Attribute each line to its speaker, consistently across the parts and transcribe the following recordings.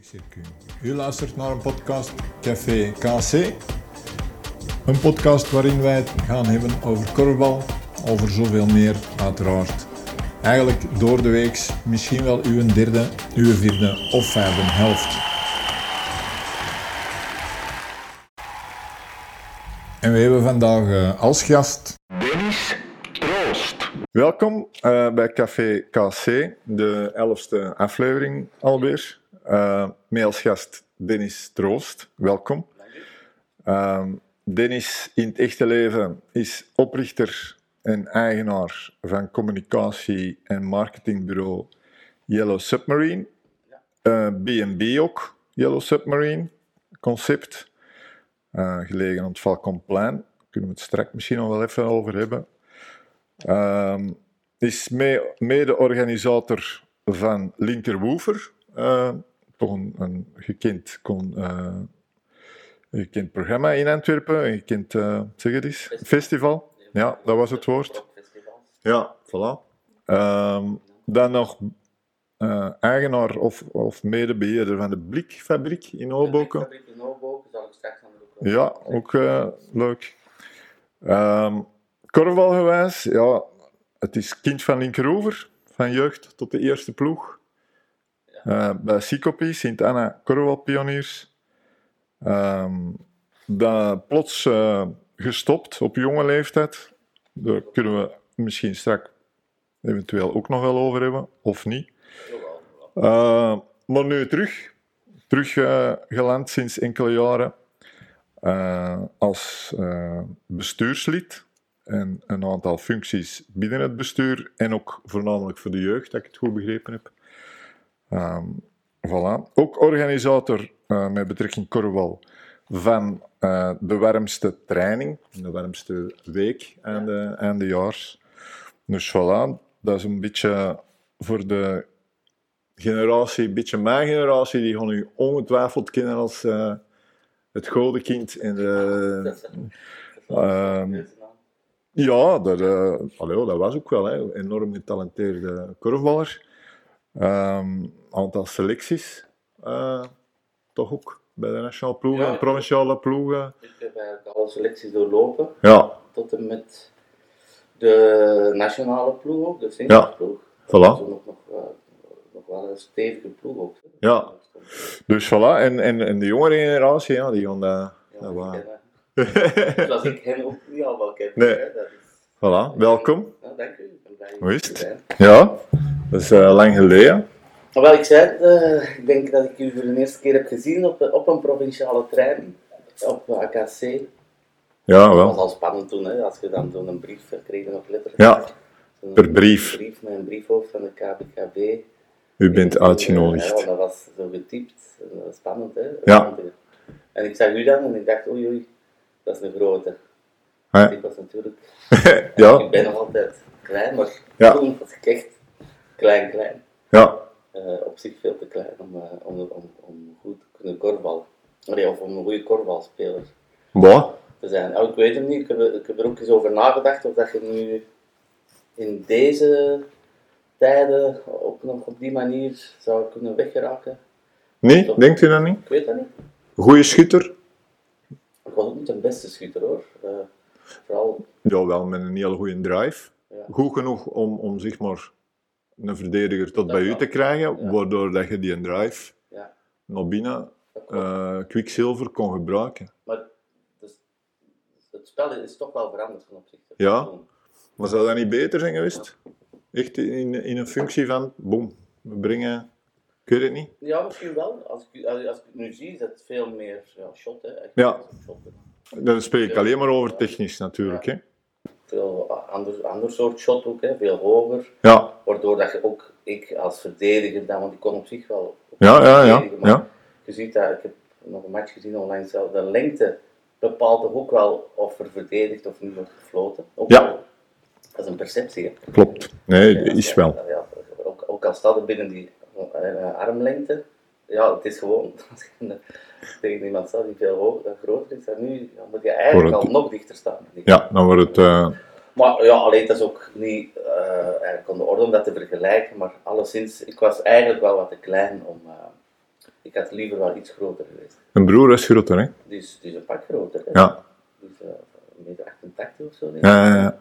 Speaker 1: circuit. U luistert naar een podcast Café KC. Een podcast waarin wij het gaan hebben over korfbal, over zoveel meer uiteraard. Eigenlijk door de weeks, misschien wel uw derde, uw vierde of vijfde helft. En we hebben vandaag eh, als gast
Speaker 2: Dennis Troost.
Speaker 1: Welkom eh, bij Café KC, de elfde aflevering alweer. Eh mee als gast Dennis Troost, welkom. Ehm, Dennis in het echte leven is oprichter en eigenaar van communicatie- en marketingbureau Yellow Submarine. Eh, B&B ook, Yellow Submarine, concept, eh, gelegen aan het Valkonplein. Daar kunnen we het straks misschien nog wel even over hebben. Ehm, is me- mede-organisator van Linkerwoever. eh, toch een, een gekend, kon, eh, een gekend programma in Antwerpen. Een gekend, eh, zeg het eens, festival. Ja, dat was het woord. Ja, voilà. Ehm, dan nog eh, eigenaar of, of medebeheerder van de Blikfabriek in Hoboken.
Speaker 3: Ik in Oorboken, zal ik straks aan de hoek komen.
Speaker 1: Ja, ook eh, leuk. Ehm korfbalgewijs, ja, het is kind van Linkeroever, van jeugd tot de eerste ploeg. Eh, bij Sicopi, Sint-Anna Korfbalpioniers. Ehm dan plots eh, gestopt op jonge leeftijd. Daar kunnen we misschien straks eventueel ook nog wel over hebben, of niet.
Speaker 3: Jawel, jawel.
Speaker 1: Eh, maar nu terug. Terug eh, geland sinds enkele jaren eh, als eh, bestuurslid. En een aantal functies binnen het bestuur. En ook voornamelijk voor de jeugd, dat ik het goed begrepen heb. Ehm, voilà. Ook organisator eh, met betrekking korfbal van eh, de warmste training. De warmste week aan de, aan de jaars. Dus voilà, dat is een beetje voor de generatie, een beetje mijn generatie, die gaan u ongetwijfeld kennen als eh, het godenkind. En de, ehm,
Speaker 3: Deze naam.
Speaker 1: ja, dat, eh, allee, dat was ook wel. Hè, een enorm getalenteerde korfballer. Ehm aantal selecties, eh, toch ook. Bij de nationale ploegen
Speaker 3: Ja.
Speaker 1: en provinciale ploegen.
Speaker 3: Ik heb eigenlijk alle selecties doorlopen,
Speaker 1: Ja,
Speaker 3: tot en met de nationale ploeg ook, de seniorploeg.
Speaker 1: voilà.
Speaker 3: Toen ook nog, eh, nog wel een stevige ploeg ook.
Speaker 1: Ja. Dus voilà. En, en, en de jongere generatie, ja, die gaan dat...
Speaker 3: Ja,
Speaker 1: dat wel-
Speaker 3: ik ken, Zoals ik hen ook niet al wel ken.
Speaker 1: Nee.
Speaker 3: hè, dat is-
Speaker 1: voilà, welkom.
Speaker 3: Ja, dank u. Ik ben blij
Speaker 1: Hoe is
Speaker 3: te
Speaker 1: het?
Speaker 3: zijn.
Speaker 1: Ja, dat is eh, lang geleden.
Speaker 3: Nou, Wel, ik zei het, eh, ik denk dat ik u voor de eerste keer heb gezien op, op een provinciale training op eh, AKC.
Speaker 1: Ja,
Speaker 3: Dat
Speaker 1: wel.
Speaker 3: was al spannend toen, hè, als je dan toen een brief eh, kreeg op letters.
Speaker 1: Ja,
Speaker 3: Toen
Speaker 1: per brief.
Speaker 3: Een brief met een briefhoofd van de KBKB.
Speaker 1: U bent
Speaker 3: Ja,
Speaker 1: uitgenodigd.
Speaker 3: dat was zo getypt. En dat was spannend, hè?
Speaker 1: Ja.
Speaker 3: En ik zag u dan en ik dacht, oei oei, dat is een grote.
Speaker 1: Ja.
Speaker 3: Ik was natuurlijk, ik
Speaker 1: Ja,
Speaker 3: ben nog altijd klein, maar
Speaker 1: Ja.
Speaker 3: toen was ik echt klein, klein.
Speaker 1: ja,
Speaker 3: Eh, op zich veel te klein om, eh, om, om, om goed te kunnen korfbal. Nee, of om een goede korfbalspeler
Speaker 1: wat?
Speaker 3: te zijn. Nou, ik weet het niet, ik heb, er- ik heb er ook eens over nagedacht of dat je nu in deze tijden ook nog op die manier zou kunnen weggeraken.
Speaker 1: Nee, denkt u dat niet?
Speaker 3: Ik weet dat niet.
Speaker 1: Goeie schutter?
Speaker 3: Ik was ook niet de beste schutter hoor. Eh, vooral,
Speaker 1: Jawel, met een hele goede drive.
Speaker 3: Ja.
Speaker 1: Goed genoeg om, om zeg maar een verdediger tot bij u
Speaker 3: wel.
Speaker 1: te krijgen,
Speaker 3: Ja.
Speaker 1: waardoor dat je die een drive
Speaker 3: ja.
Speaker 1: naar binnen,
Speaker 3: dat klopt.
Speaker 1: eh kwikzilver kon gebruiken.
Speaker 3: Maar dus, het spel is toch wel veranderd van opzichte. van
Speaker 1: Ja.
Speaker 3: toen.
Speaker 1: Maar zou dat niet beter zijn geweest? Echt in, in een functie van, boem, we brengen, ik weet het niet.
Speaker 3: Ja, misschien wel. Als ik, als, als ik het nu zie, is het veel meer ja, shot. Hè. Echt
Speaker 1: Ja.
Speaker 3: shot.
Speaker 1: Dan spreek ik alleen maar over technisch natuurlijk. Hè?
Speaker 3: Veel a- ander, ander soort shot ook, hè. veel hoger.
Speaker 1: Ja,
Speaker 3: Waardoor dat je ook, ik als verdediger dan, want ik kon op zich wel.
Speaker 1: ja, ja, ja.
Speaker 3: verdedigen, maar
Speaker 1: ja.
Speaker 3: Je ziet dat, ik heb nog een match gezien online zelf, de lengte bepaalt toch ook wel of er verdedigd of niet wordt gefloten. Ook
Speaker 1: Ja.
Speaker 3: al- Dat is een perceptie. hè.
Speaker 1: Klopt. Nee,
Speaker 3: Ja,
Speaker 1: is
Speaker 3: ja,
Speaker 1: wel.
Speaker 3: ja, ook, ook al staat het binnen die eh, armlengte, ja, het is gewoon, als je tegen iemand staat die veel hoger, groter is dan nu, dan moet je eigenlijk
Speaker 1: Voor het-
Speaker 3: al nog dichter staan.
Speaker 1: Ja, dan wordt het... eh,
Speaker 3: Maar ja, alleen dat is ook niet eh, eigenlijk aan de orde om dat te vergelijken. Maar alleszins, ik was eigenlijk wel wat te klein om, eh, ik had liever wel iets groter geweest.
Speaker 1: Een broer is groter, hè?
Speaker 3: Die is, die is een pak groter. hè.
Speaker 1: Ja. Eh,
Speaker 3: Die is eh, een meter 88 of zo. denk ik.
Speaker 1: Ja, ja, ja.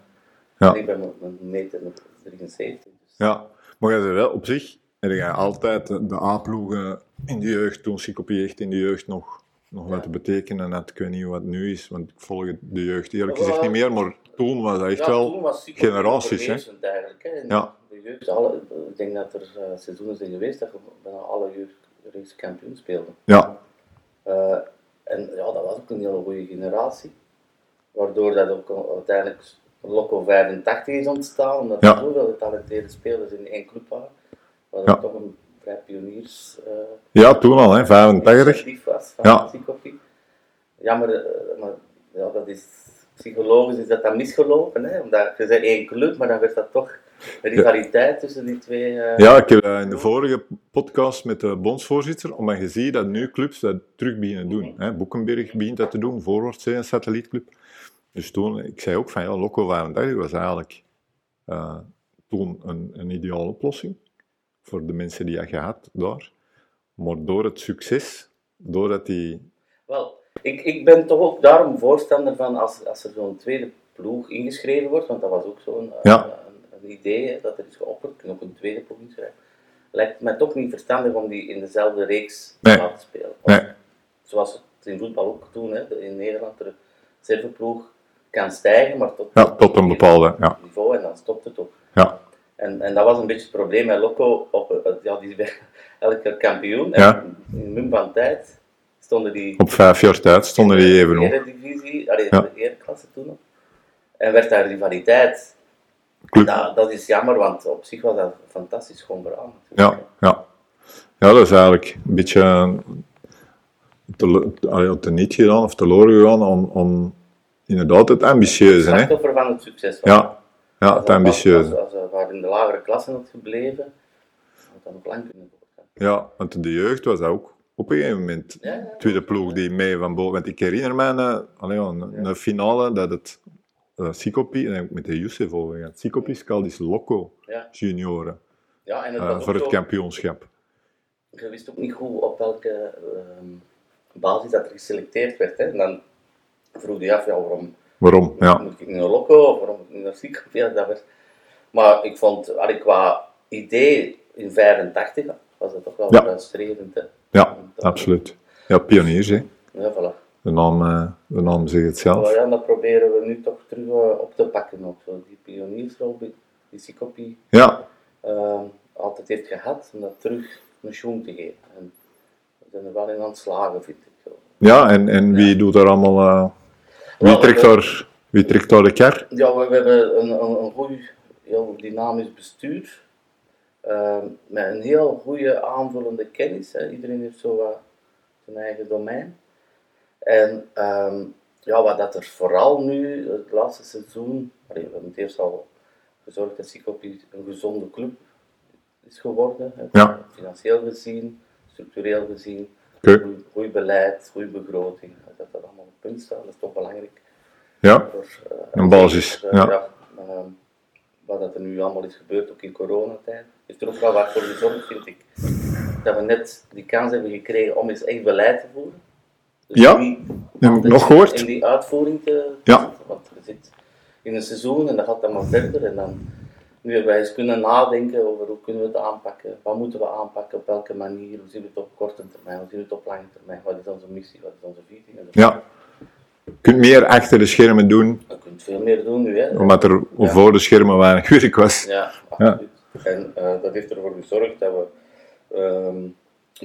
Speaker 1: ja.
Speaker 3: En ik ben een- een meter 73. Dus.
Speaker 1: ja. Maar jij zei wel, op zich heb jij altijd de de A-ploegen in de jeugd, toen Sikopie echt in de jeugd nog, nog wat te betekenen had. Ik weet niet wat het nu is, want ik volg de jeugd eerlijk gezegd niet meer, maar toen was dat echt
Speaker 3: Ja,
Speaker 1: wel...
Speaker 3: toen was Sikko
Speaker 1: generaties, hè?
Speaker 3: overheersend Eigenlijk, hè? En
Speaker 1: Ja.
Speaker 3: de jeugd, alle, ik denk dat er eh, seizoenen zijn geweest dat je bijna alle jeugdreeks kampioen speelde.
Speaker 1: Ja,
Speaker 3: Eh, en ja, dat was ook een hele goede generatie. Waardoor dat ook eh, uiteindelijk Loco 85 is ontstaan, omdat
Speaker 1: Ja.
Speaker 3: er zoveel getalenteerde spelers in één club waren. Waar
Speaker 1: Ja.
Speaker 3: dat toch een vrij pioniers eh,
Speaker 1: ja toen al, hè, 85.
Speaker 3: initiatief was van
Speaker 1: Ja.
Speaker 3: Psychopie. Jammer, eh, maar ja, dat is, psychologisch is dat dan misgelopen, hè? omdat je zei één club, maar dan werd dat toch een rivaliteit tussen die twee. eh,
Speaker 1: Ja, ik heb eh, in de vorige podcast met de bondsvoorzitter, omdat je ziet dat nu clubs dat terug beginnen doen. Hè. Boekenberg begint dat te doen, Voorwaarts, hè, een satellietclub. Dus toen, ik zei ook van, ja, Loco 35 was eigenlijk eh, toen een, een ideale oplossing voor de mensen die dat je had daar. Maar door het succes, doordat die...
Speaker 3: Wel, ik, ik ben toch ook daarom voorstander van als, als er zo'n tweede ploeg ingeschreven wordt, want dat was ook zo'n eh,
Speaker 1: Ja.
Speaker 3: een, een idee hè, dat er is geopperd, kunnen ook een tweede ploeg inschrijven. Lijkt mij toch niet verstandig om die in dezelfde reeks
Speaker 1: Nee.
Speaker 3: te laten spelen.
Speaker 1: Nee,
Speaker 3: Zoals het in voetbal ook doen, hè, de- in Nederland de serverploeg kan stijgen, maar tot,
Speaker 1: ja, tot een bepaalde... Ja,
Speaker 3: niveau en dan stopt het ook.
Speaker 1: ja,
Speaker 3: En, en dat was een beetje het probleem met Loco. Op, eh, ja, die werd elke keer kampioen.
Speaker 1: Ja.
Speaker 3: En in een mum van tijd stonden die
Speaker 1: op vijf jaar tijd stonden die even
Speaker 3: de
Speaker 1: op.
Speaker 3: Eredivisie, allee,
Speaker 1: Ja.
Speaker 3: de Ereklasse toen nog. En werd daar rivaliteit.
Speaker 1: Club.
Speaker 3: Nou, dat is jammer, want op zich was dat een fantastisch gewoon verhaal.
Speaker 1: Ja, ja. Ja, dat is eigenlijk een beetje eh, tele- allee, teniet gedaan of teloren gegaan om, om inderdaad het ambitieuze, hè?
Speaker 3: Slachtoffer van het succes. was.
Speaker 1: Ja, ja het
Speaker 3: Als- Als,
Speaker 1: ambitieuze.
Speaker 3: als, als, waar in de lagere klassen had gebleven, had dat nog lang kunnen worden.
Speaker 1: Ja, want in de jeugd was dat ook op een gegeven moment
Speaker 3: Ja, ja.
Speaker 1: tweede ploeg die mee van boven... Want ik herinner me eh, allee, een, een finale dat het eh Sikopie, en ook met de Youssef overgaat, Sikopie Scaldis Loco
Speaker 3: Ja.
Speaker 1: junioren
Speaker 3: Ja, en het
Speaker 1: eh,
Speaker 3: was ook
Speaker 1: voor het
Speaker 3: zo-
Speaker 1: kampioenschap.
Speaker 3: Je wist ook niet goed op welke ehm, basis dat er geselecteerd werd. Hè. En dan vroeg je af, ja, waarom
Speaker 1: Waarom? Ja,
Speaker 3: moet ik naar Lokko of waarom moet ik naar Ziek? Ja, dat werd... Maar ik vond, allee, qua idee in 85 was dat toch wel
Speaker 1: Ja.
Speaker 3: uitstrevend. Hè?
Speaker 1: ja absoluut. Ja, pioniers, hè.
Speaker 3: Ja, voilà.
Speaker 1: De naam, eh, de naam zegt het zelf.
Speaker 3: Maar ja, dat proberen we nu toch terug eh, op te pakken. Ook, zo. Die pioniersrol, die- die Sikopie
Speaker 1: Ja,
Speaker 3: ehm, altijd heeft gehad, om dat terug een schoen te geven. En we zijn er wel in aan het slagen, vind ik. Zo.
Speaker 1: ja en, en wie doet daar allemaal... eh, wie,
Speaker 3: Wel,
Speaker 1: trekt
Speaker 3: eh,
Speaker 1: daar, wie trekt daar de kar?
Speaker 3: Ja, we, we hebben een, een, een goed, heel dynamisch bestuur. Ehm, met een heel goede aanvullende kennis. Hè. Iedereen heeft zo wat zijn eigen domein. En ehm, ja, wat dat er vooral nu, het laatste seizoen, allee, we hebben het eerst al gezorgd dat Sikopie een gezonde club is geworden. hè.
Speaker 1: Ja.
Speaker 3: Financieel gezien, structureel gezien,
Speaker 1: Oké.
Speaker 3: goed, goed beleid, goede begroting. Dat dat allemaal op punt staat, dat is toch belangrijk.
Speaker 1: Ja,
Speaker 3: Voor, eh,
Speaker 1: Een basis,
Speaker 3: voor, eh,
Speaker 1: ja.
Speaker 3: ehm, wat dat er nu allemaal is gebeurd, ook in coronatijd, heeft er ook wel wat voor gezorgd, vind ik. Dat we net die kans hebben gekregen om eens echt beleid te voeren. Dus
Speaker 1: Ja,
Speaker 3: niet
Speaker 1: ik
Speaker 3: altijd
Speaker 1: nog gehoord.
Speaker 3: In die uitvoering te
Speaker 1: Ja.
Speaker 3: zitten, want je zit in een seizoen en dat gaat dan maar verder. En dan, nu hebben wij eens kunnen nadenken over hoe kunnen we het aanpakken, wat moeten we aanpakken, op welke manier, hoe zien we het op korte termijn, hoe zien we het op lange termijn, wat is onze missie, wat is onze visie. enzovoort.
Speaker 1: ja. Je kunt meer achter de schermen doen,
Speaker 3: Je kunt veel meer doen nu. Hè.
Speaker 1: omdat er
Speaker 3: Ja.
Speaker 1: voor de schermen weinig werk was.
Speaker 3: Ja, absoluut. En eh, dat heeft ervoor gezorgd dat we ehm,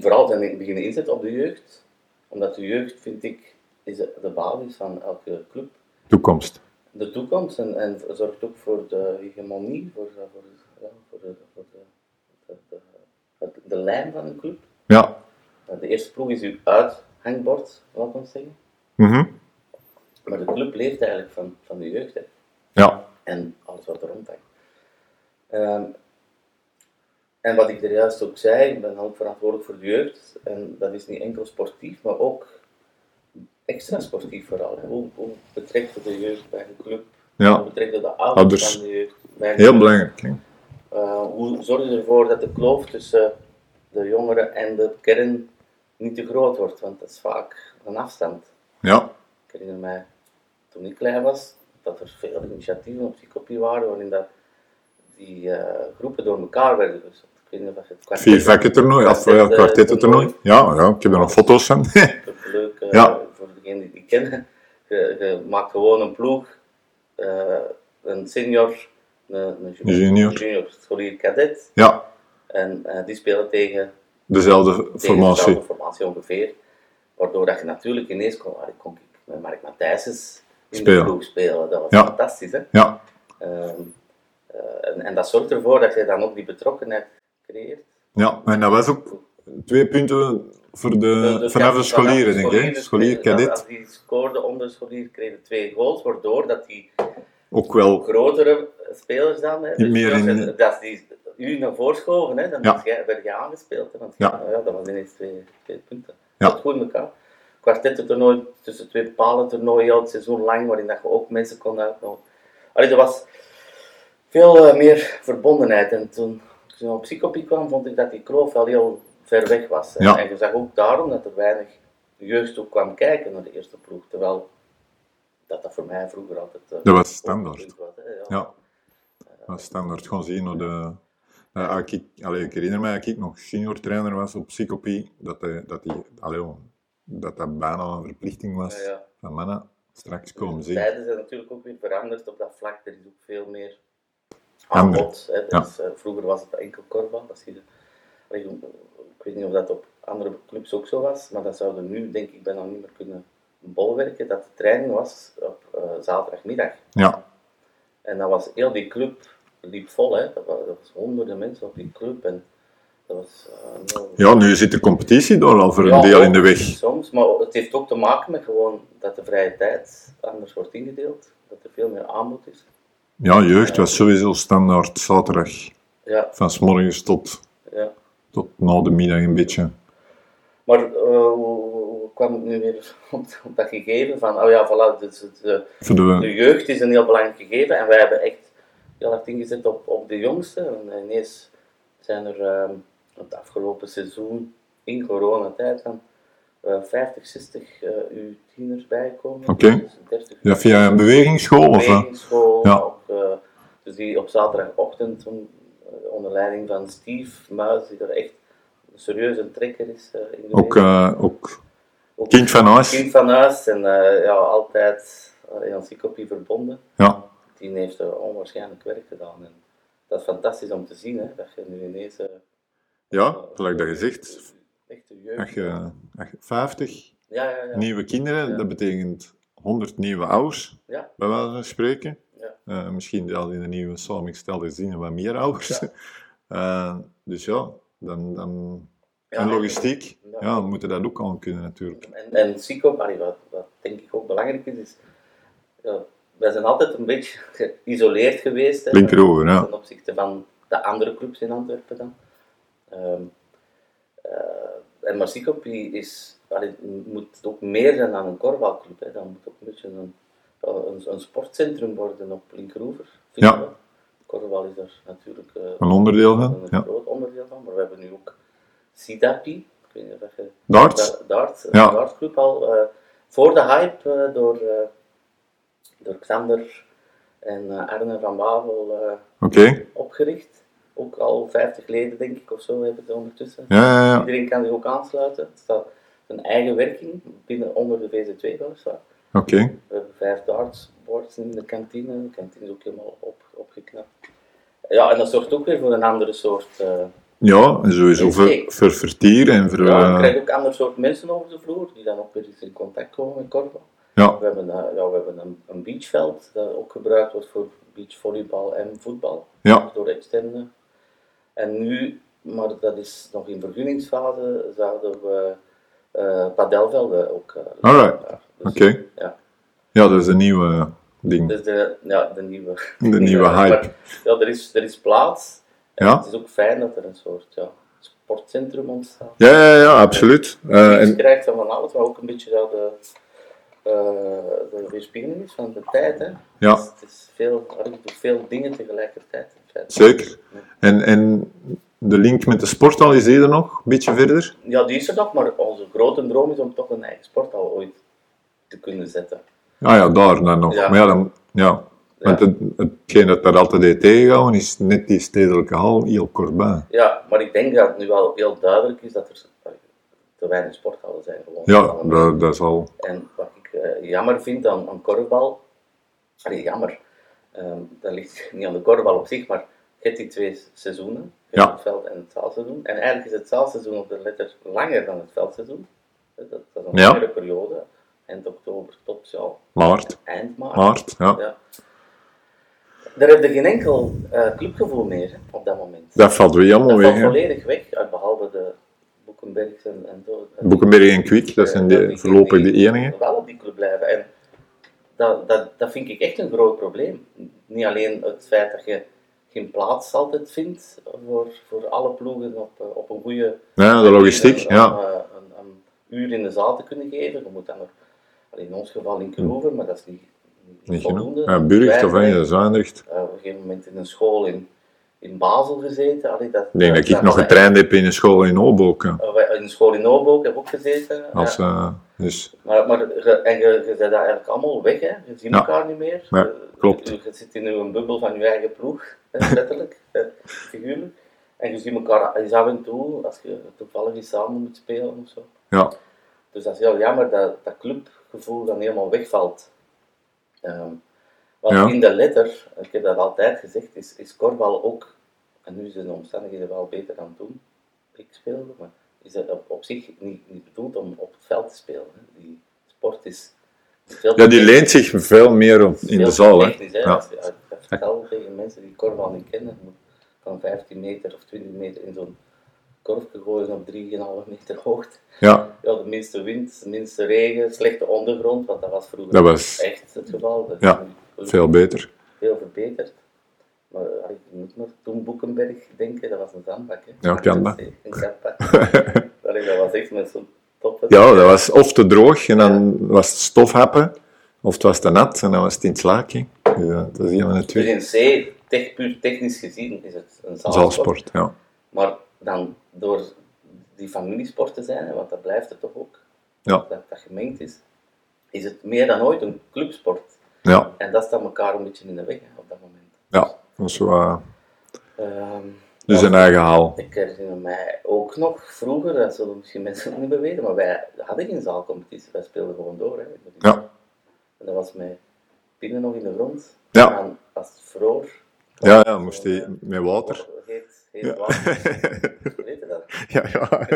Speaker 3: vooral zijn beginnen inzetten op de jeugd. Omdat de jeugd, vind ik, is de basis van elke club.
Speaker 1: Toekomst.
Speaker 3: De toekomst en, en zorgt ook voor de hegemonie, voor, eh, voor, ja, voor, de, voor de, de, de, het- de lijn van een club.
Speaker 1: Ja.
Speaker 3: Eh, De eerste ploeg is uw uithangbord, laat ons zeggen.
Speaker 1: Mhm.
Speaker 3: Maar de club leeft eigenlijk van, van de jeugd. hè
Speaker 1: Ja.
Speaker 3: en alles wat er rondhangt. Ehm, en wat ik er juist ook zei, ik ben ook verantwoordelijk voor de jeugd. En dat is niet enkel sportief, maar ook extra sportief vooral. Hoe, hoe betrekt je de jeugd bij een club? Hoe
Speaker 1: ja,
Speaker 3: betrekt je de ouders,
Speaker 1: Ouders.
Speaker 3: van de jeugd? Bij een
Speaker 1: Ah. heel
Speaker 3: club?
Speaker 1: belangrijk. hè.
Speaker 3: Eh, hoe zorg je ervoor dat de kloof tussen de jongeren en de kern niet te groot wordt, want dat is vaak een afstand.
Speaker 1: Ja,
Speaker 3: Ik herinner mij, toen ik klein was, dat er veel initiatieven op die kopie waren, waarin dat die eh, groepen door elkaar werden gezet. Ik weet niet of je het kwartet-
Speaker 1: vier vakken toernooi, of ja,
Speaker 3: kwartet, eh,
Speaker 1: kwartetten toernooi. Ja, ja, ik heb er nog foto's van.
Speaker 3: Dat is leuk eh,
Speaker 1: Ja.
Speaker 3: voor degenen die die kennen. Je, je maakt gewoon een ploeg, eh, een senior, een, een ju-
Speaker 1: Een junior.
Speaker 3: junior scholier kadet.
Speaker 1: ja,
Speaker 3: En eh, die spelen tegen,
Speaker 1: dezelfde
Speaker 3: tegen
Speaker 1: formatie.
Speaker 3: dezelfde formatie ongeveer. Waardoor dat je natuurlijk ineens kon, ah, ik kon ik met Mark Matthijsens in de
Speaker 1: Spelen.
Speaker 3: ploeg spelen. Dat was
Speaker 1: Ja.
Speaker 3: fantastisch. Hè?
Speaker 1: Ja,
Speaker 3: Ehm, eh, en, en dat zorgt ervoor dat je dan ook die betrokkenheid creëert.
Speaker 1: ja, en dat was ook twee punten voor de,
Speaker 3: Dus
Speaker 1: Eh, vanaf
Speaker 3: ja,
Speaker 1: de scholieren,
Speaker 3: vanaf
Speaker 1: denk
Speaker 3: de
Speaker 1: ik. hè. Scholier,
Speaker 3: spelen-
Speaker 1: kadit,
Speaker 3: Als die scoorde onder de scholier, kregen twee goals, waardoor dat die
Speaker 1: ook wel.
Speaker 3: grotere spelers dan, hè, dus
Speaker 1: Meer in-
Speaker 3: dat- dat die u naar voren schoven, hè, dan
Speaker 1: Ja.
Speaker 3: was jij- werd je aangespeeld. Hè, want
Speaker 1: Ja.
Speaker 3: ja. dat was ineens twee, twee punten.
Speaker 1: Ja.
Speaker 3: Dat goed in elkaar. Kwartettentoernooi, tussen twee palen toernooien, al het seizoen lang, waarin dat je ook mensen kon uitnodigen. Allee, er was veel eh, meer verbondenheid. En toen, toen ik op Psychopie kwam, vond ik dat die kloof wel heel ver weg was. hè.
Speaker 1: Ja.
Speaker 3: En je zag ook daarom dat er weinig jeugd ook kwam kijken naar de eerste ploeg. Terwijl dat, dat voor mij vroeger altijd... eh,
Speaker 1: Dat was standaard.
Speaker 3: was, hè,
Speaker 1: Ja, dat was standaard. Gewoon zien hoe de. eh, als ik, allee, ik herinner mij dat ik nog senior trainer was op Psychopie, dat hij- dat, die, allee, oh, dat, dat bijna een verplichting was
Speaker 3: Ja, ja.
Speaker 1: van mannen. Straks komen
Speaker 3: De
Speaker 1: zien.
Speaker 3: tijden zijn natuurlijk ook weer veranderd op dat vlak. Er is ook veel meer
Speaker 1: Andere,
Speaker 3: aanbod. Hè.
Speaker 1: ja.
Speaker 3: Dus, eh, vroeger was het enkel korfbal. Dat zie je. Allee, ik- Ik weet niet of dat op andere clubs ook zo was, maar dat zouden nu denk ik bijna niet meer kunnen bolwerken. Dat de training was op eh, zaterdagmiddag.
Speaker 1: Ja,
Speaker 3: En dat was heel die club liep vol. Hè. Dat, was, dat was honderden mensen op die club. En dat was, eh, heel-
Speaker 1: ja, nu zit de competitie door al voor een
Speaker 3: Ja,
Speaker 1: deel in
Speaker 3: ook
Speaker 1: de weg.
Speaker 3: Soms, maar het heeft ook te maken met gewoon dat de vrije tijd anders wordt ingedeeld. Dat er veel meer aanbod is.
Speaker 1: Ja, jeugd was sowieso standaard zaterdag.
Speaker 3: Ja,
Speaker 1: Van 's morgens tot,
Speaker 3: ja.
Speaker 1: tot na de middag een beetje.
Speaker 3: Maar eh, hoe, hoe kwam ik nu weer op, op dat gegeven van, oh ja, voilà, dus het, eh,
Speaker 1: Voor de,
Speaker 3: de jeugd is een heel belangrijk gegeven en wij hebben echt heel hard ingezet op, op de jongsten. En eh, ineens zijn er ehm, het afgelopen seizoen, in coronatijd dan, eh, 50, 60 eh U-tieners bijgekomen.
Speaker 1: Oké.
Speaker 3: Dus 30
Speaker 1: ja, via een bewegingsschool? Of, eh?
Speaker 3: Bewegingsschool,
Speaker 1: Ja.
Speaker 3: ook, eh, dus die op zaterdagochtend om, eh, onder leiding van Steve Muis, die er echt een serieuze trekker is eh, in de
Speaker 1: ook,
Speaker 3: wereld.
Speaker 1: eh, ook
Speaker 3: Ook
Speaker 1: kind van huis?
Speaker 3: kind van huis en eh, ja, altijd eh, aan Psychopie verbonden.
Speaker 1: Ja,
Speaker 3: Die heeft er onwaarschijnlijk werk gedaan. En dat is fantastisch om te zien, hè, dat je nu ineens... eh,
Speaker 1: ja gelijk dat je zegt.
Speaker 3: Echt de jeugd...
Speaker 1: Als je, als je 50
Speaker 3: ja, ja, ja.
Speaker 1: nieuwe kinderen,
Speaker 3: Ja.
Speaker 1: dat betekent 100 nieuwe ouders,
Speaker 3: ja.
Speaker 1: bij wijze van spreken.
Speaker 3: Ja.
Speaker 1: Eh, misschien al in de nieuwe samengestelde gezinnen wat meer ouders.
Speaker 3: Ja.
Speaker 1: Eh, dus ja, dan, dan,
Speaker 3: Ja,
Speaker 1: en logistiek,
Speaker 3: ja.
Speaker 1: ja. we moeten dat ook aan kunnen natuurlijk.
Speaker 3: En, en Sico, allee, wat, wat denk ik ook belangrijk is, is ja, wij zijn altijd een beetje geïsoleerd geweest. Hè,
Speaker 1: Linkeroever, ja.
Speaker 3: Ten opzichte van de andere clubs in Antwerpen dan. Ehm, eh, en maar Sico die is, allee, moet ook meer zijn dan een korfbalclub. Hè. Dat moet ook een beetje een, ja, een, een sportcentrum worden op Linkeroever. vind
Speaker 1: Ja.
Speaker 3: ik wel. Korfbal is daar natuurlijk eh,
Speaker 1: Een onderdeel van,
Speaker 3: een
Speaker 1: ja.
Speaker 3: groot onderdeel van, maar we hebben nu ook Sidapi. Ik weet niet of je
Speaker 1: Darts?
Speaker 3: Da- Darts, eh,
Speaker 1: Ja.
Speaker 3: Dartsclub al eh, voor de hype eh, door, eh, door Xander en eh, Arne van Bavel eh,
Speaker 1: Oké,
Speaker 3: opgericht. Ook al 50 leden, denk ik, of zo hebben ze ondertussen.
Speaker 1: ja, ja, ja.
Speaker 3: Iedereen kan zich ook aansluiten. Het staat een eigen werking binnen onder de VZ2 weliswaar.
Speaker 1: Oké,
Speaker 3: We hebben vijf dartsboards in de kantine. De kantine is ook helemaal op, opgeknapt. Ja, en dat zorgt ook weer voor een andere soort. eh,
Speaker 1: Ja, en sowieso
Speaker 3: Is
Speaker 1: voor,
Speaker 3: niks.
Speaker 1: voor vertier en voor...
Speaker 3: ja, je
Speaker 1: eh,
Speaker 3: krijgt ook ander soort mensen over de vloer die dan ook weer eens in contact komen met korfbal.
Speaker 1: ja,
Speaker 3: We hebben, eh, ja, we hebben een, een beachveld dat ook gebruikt wordt voor beachvolleybal en voetbal.
Speaker 1: ja,
Speaker 3: Door externe. En nu, maar dat is nog in vergunningsfase, zouden we eh padelvelden ook. eh,
Speaker 1: Alright.
Speaker 3: daar. Dus,
Speaker 1: oké.
Speaker 3: Ja.
Speaker 1: Ja, dat is een nieuwe ding.
Speaker 3: Dus de, ja, de nieuwe.
Speaker 1: De nieuwe
Speaker 3: maar
Speaker 1: hype.
Speaker 3: ja, er is, er is plaats. En
Speaker 1: Ja.
Speaker 3: Het is ook fijn dat er een soort ja, sportcentrum ontstaat.
Speaker 1: Ja, ja, ja, absoluut. Eh,
Speaker 3: Je
Speaker 1: en,
Speaker 3: krijgt dan van alles, wat ook een beetje zo de, eh, de weerspiegeling is van de tijd. Hè.
Speaker 1: Ja.
Speaker 3: Dus het is veel, ik doe veel dingen tegelijkertijd. in feite.
Speaker 1: zeker. En, en de link met de sport al is eerder nog, een beetje verder.
Speaker 3: Ja, die is er nog, maar onze grote droom is om toch een eigen sporthal ooit te kunnen zetten.
Speaker 1: Ah ja, daar dan nog.
Speaker 3: Ja.
Speaker 1: Maar ja, dan, ja. want het, hetgeen dat daar altijd heeft tegengehouden is net die stedelijke hal heel kortbij.
Speaker 3: Ja, maar ik denk dat het nu wel heel duidelijk is dat er te weinig sporthallen zijn. Gewoon.
Speaker 1: Ja, dat, dat is al.
Speaker 3: En wat ik eh, jammer vind aan, aan korfbal, allee, jammer, ehm, dat ligt niet aan de korfbal op zich, maar je hebt die twee seizoenen, je hebt
Speaker 1: Ja.
Speaker 3: het veld- en het zaalseizoen. En eigenlijk is het zaalseizoen op de letter langer dan het veldseizoen. Dat, dat is een
Speaker 1: Ja.
Speaker 3: langere periode, eind oktober tot ja,
Speaker 1: Maart.
Speaker 3: eind maart.
Speaker 1: Maart, ja.
Speaker 3: Ja. Daar heb je geen enkel eh, clubgevoel meer hè, op dat moment.
Speaker 1: Dat valt weer jammer
Speaker 3: Dat
Speaker 1: weg.
Speaker 3: valt
Speaker 1: hè.
Speaker 3: volledig weg, uit behalve de Boekenbergs en, en zo.
Speaker 1: Boekenberg en Kwik, dat zijn
Speaker 3: Eh,
Speaker 1: de, voorlopig de enige.
Speaker 3: Wel op die club blijven. En dat, dat, dat vind ik echt een groot probleem. Niet alleen het feit dat je geen plaats altijd vindt voor, voor alle ploegen op, eh, op een goede
Speaker 1: Ja, de logistiek,
Speaker 3: om,
Speaker 1: ja.
Speaker 3: eh, Een, een uur in de zaal te kunnen geven. Je moet dan nog, allee, in ons geval in Kroeven, maar dat is niet, niet,
Speaker 1: Niet genoeg.
Speaker 3: voldoende.
Speaker 1: Ja, Burgt of
Speaker 3: Wij-
Speaker 1: een Zwijndrecht.
Speaker 3: eh, op een gegeven moment in een school in, in Basel gezeten. Allee, dat,
Speaker 1: Ik denk dat ik nog
Speaker 3: zijn-
Speaker 1: getraind heb in een school in Oboken.
Speaker 3: Eh, wij- In een school in Obo heb ik ook gezeten.
Speaker 1: Als,
Speaker 3: Ja.
Speaker 1: eh, dus,
Speaker 3: Maar, maar ge- en je, je bent daar eigenlijk allemaal weg, hè? je ziet
Speaker 1: Ja.
Speaker 3: elkaar niet meer.
Speaker 1: Nee,
Speaker 3: Eh,
Speaker 1: klopt.
Speaker 3: Je, je zit in een bubbel van je eigen ploeg, eh, letterlijk, eh, figuurlijk. En je ziet elkaar eens af en toe, als je toevallig eens samen moet spelen of zo.
Speaker 1: ja.
Speaker 3: Dus dat is heel jammer dat dat clubgevoel dan helemaal wegvalt. Ehm, want
Speaker 1: Ja.
Speaker 3: in de letter, ik heb dat altijd gezegd, is, is korfbal ook, en nu zijn de omstandigheden wel beter dan toen ik speelde, maar is dat op, op zich niet, niet bedoeld om op het veld te spelen. Hè. Die sport is veel
Speaker 1: ja, die
Speaker 3: te-
Speaker 1: leent zich veel meer op- in
Speaker 3: veel
Speaker 1: de
Speaker 3: te
Speaker 1: zaal. Hè.
Speaker 3: technisch,
Speaker 1: Ja.
Speaker 3: Als je- als je dat vertelt tegen mensen die korfbal niet kennen, je moet van 15 meter of 20 meter in zo'n korfje gooien op 3,5 meter hoogte.
Speaker 1: ja,
Speaker 3: Ja, de minste wind, de minste regen, slechte ondergrond, want dat was vroeger
Speaker 1: Dat was-
Speaker 3: echt het geval. Dat
Speaker 1: Ja,
Speaker 3: is
Speaker 1: veel beter.
Speaker 3: veel verbeterd. Maar eh, ik moet nog toen Boekenberg denken, dat was een zandbak. Hè?
Speaker 1: Ja, kan dat.
Speaker 3: Een zandbak. Allee, dat was echt met zo'n top.
Speaker 1: Ja, dat was of te droog en dan was het stofhappen, of het was te nat en dan was het in het slaakje. Ja, dat is helemaal het
Speaker 3: Dus
Speaker 1: twee.
Speaker 3: in C, tech, puur technisch gezien, is het een zaalsport.
Speaker 1: Zaalsport, ja.
Speaker 3: Maar dan door die familiesport te zijn, hè, want dat blijft het toch ook,
Speaker 1: Ja,
Speaker 3: dat dat gemengd is, is het meer dan ooit een clubsport.
Speaker 1: ja,
Speaker 3: En dat staat elkaar een beetje in de weg hè, op dat moment.
Speaker 1: ja. Dat is waar.
Speaker 3: Ehm,
Speaker 1: Dus
Speaker 3: want
Speaker 1: een eigen haal.
Speaker 3: Ik herinner mij ook nog vroeger, dat zullen misschien mensen nog niet meer weten, maar wij hadden geen zaalcompetitie, wij speelden gewoon door. Hè.
Speaker 1: Ja,
Speaker 3: En dat was met pinnen nog in de grond.
Speaker 1: Ja.
Speaker 3: En als het vroor,
Speaker 1: ja, ja moest die met water.
Speaker 3: heet, heet
Speaker 1: Ja.
Speaker 3: water, weet je dat?
Speaker 1: Ja, ja.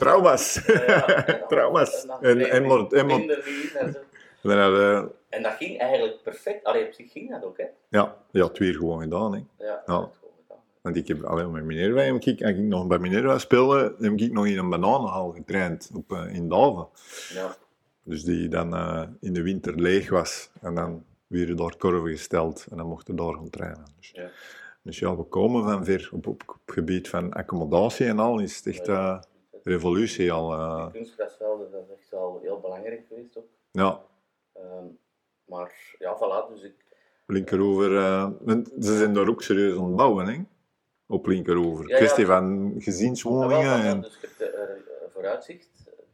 Speaker 1: Trauma's.
Speaker 3: Ja, en dan-
Speaker 1: Trauma's.
Speaker 3: dan
Speaker 1: En,
Speaker 3: kreeg
Speaker 1: en,
Speaker 3: ik
Speaker 1: mor- en, mor-
Speaker 3: minder gezien en zo.
Speaker 1: dan hadden-
Speaker 3: En dat ging eigenlijk perfect. Allee, op zich ging dat ook, hè?
Speaker 1: ja, je had het weer gewoon gedaan, hè.
Speaker 3: Ja.
Speaker 1: Ja.
Speaker 3: dat gewoon gedaan.
Speaker 1: Want ik heb alleen met Minerva, heb ik, als ik nog bij Minerva speelde, heb ik nog in een bananenhal getraind op, eh, in Daven.
Speaker 3: Ja.
Speaker 1: Dus die dan eh, in de winter leeg was. En dan weer daar korven gesteld en dan mochten we daar gaan trainen. Dus
Speaker 3: Ja.
Speaker 1: dus ja, we komen van ver op, op, op gebied van accommodatie en al. Is het echt eh, revolutie al. eh.
Speaker 3: Kunstgrasvelden, dat is echt wel heel belangrijk geweest ook.
Speaker 1: ja,
Speaker 3: Ehm, maar ja, voilà, dus ik,
Speaker 1: Linkeroever. eh, want ze zijn daar ook serieus aan het bouwen, hè? Op Linkeroever.
Speaker 3: Ja, ja.
Speaker 1: Kwestie van
Speaker 3: Ah, wel,
Speaker 1: gezinswoningen.
Speaker 3: wel,
Speaker 1: En,
Speaker 3: Dus je hebt de eh, vooruitzicht,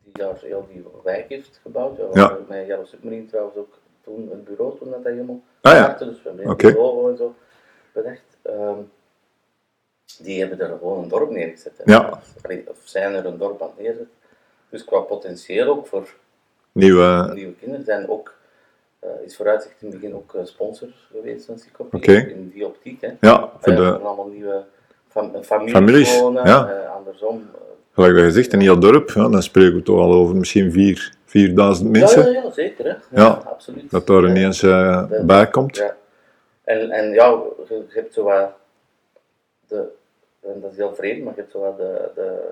Speaker 3: die daar heel die wijk heeft gebouwd. Waar
Speaker 1: Ja.
Speaker 3: Mijn Jelle Submarine trouwens ook toen het bureau, toen dat, dat helemaal
Speaker 1: Ah, ja.
Speaker 3: startte, dus we hebben
Speaker 1: Oké.
Speaker 3: het logo en zo bedacht. Ehm, die hebben er gewoon een dorp neergezet. hè.
Speaker 1: Ja.
Speaker 3: Allee, Of zijn er een dorp aan het neerzetten. Dus qua potentieel ook voor
Speaker 1: nieuwe.
Speaker 3: nieuwe kinderen zijn ook, eh, is vooruitzicht in het begin ook eh, sponsor geweest van Sikop.
Speaker 1: Oké.
Speaker 3: In die optiek. Hè.
Speaker 1: Ja, voor
Speaker 3: Eh,
Speaker 1: de,
Speaker 3: van allemaal nieuwe fam families,
Speaker 1: Families,
Speaker 3: wonen,
Speaker 1: ja.
Speaker 3: eh, andersom. eh,
Speaker 1: Gelijk dat je zegt, een heel dorp, ja, dan spreken we toch al over misschien vier- 4000 mensen.
Speaker 3: Ja, ja, ja, zeker. Hè. Ja,
Speaker 1: Ja,
Speaker 3: absoluut.
Speaker 1: Dat daar
Speaker 3: Ja,
Speaker 1: ineens eh, bij komt.
Speaker 3: Ja. En, en ja, je, je hebt zo wat de, en dat is heel vreemd, maar je hebt zo wat de, de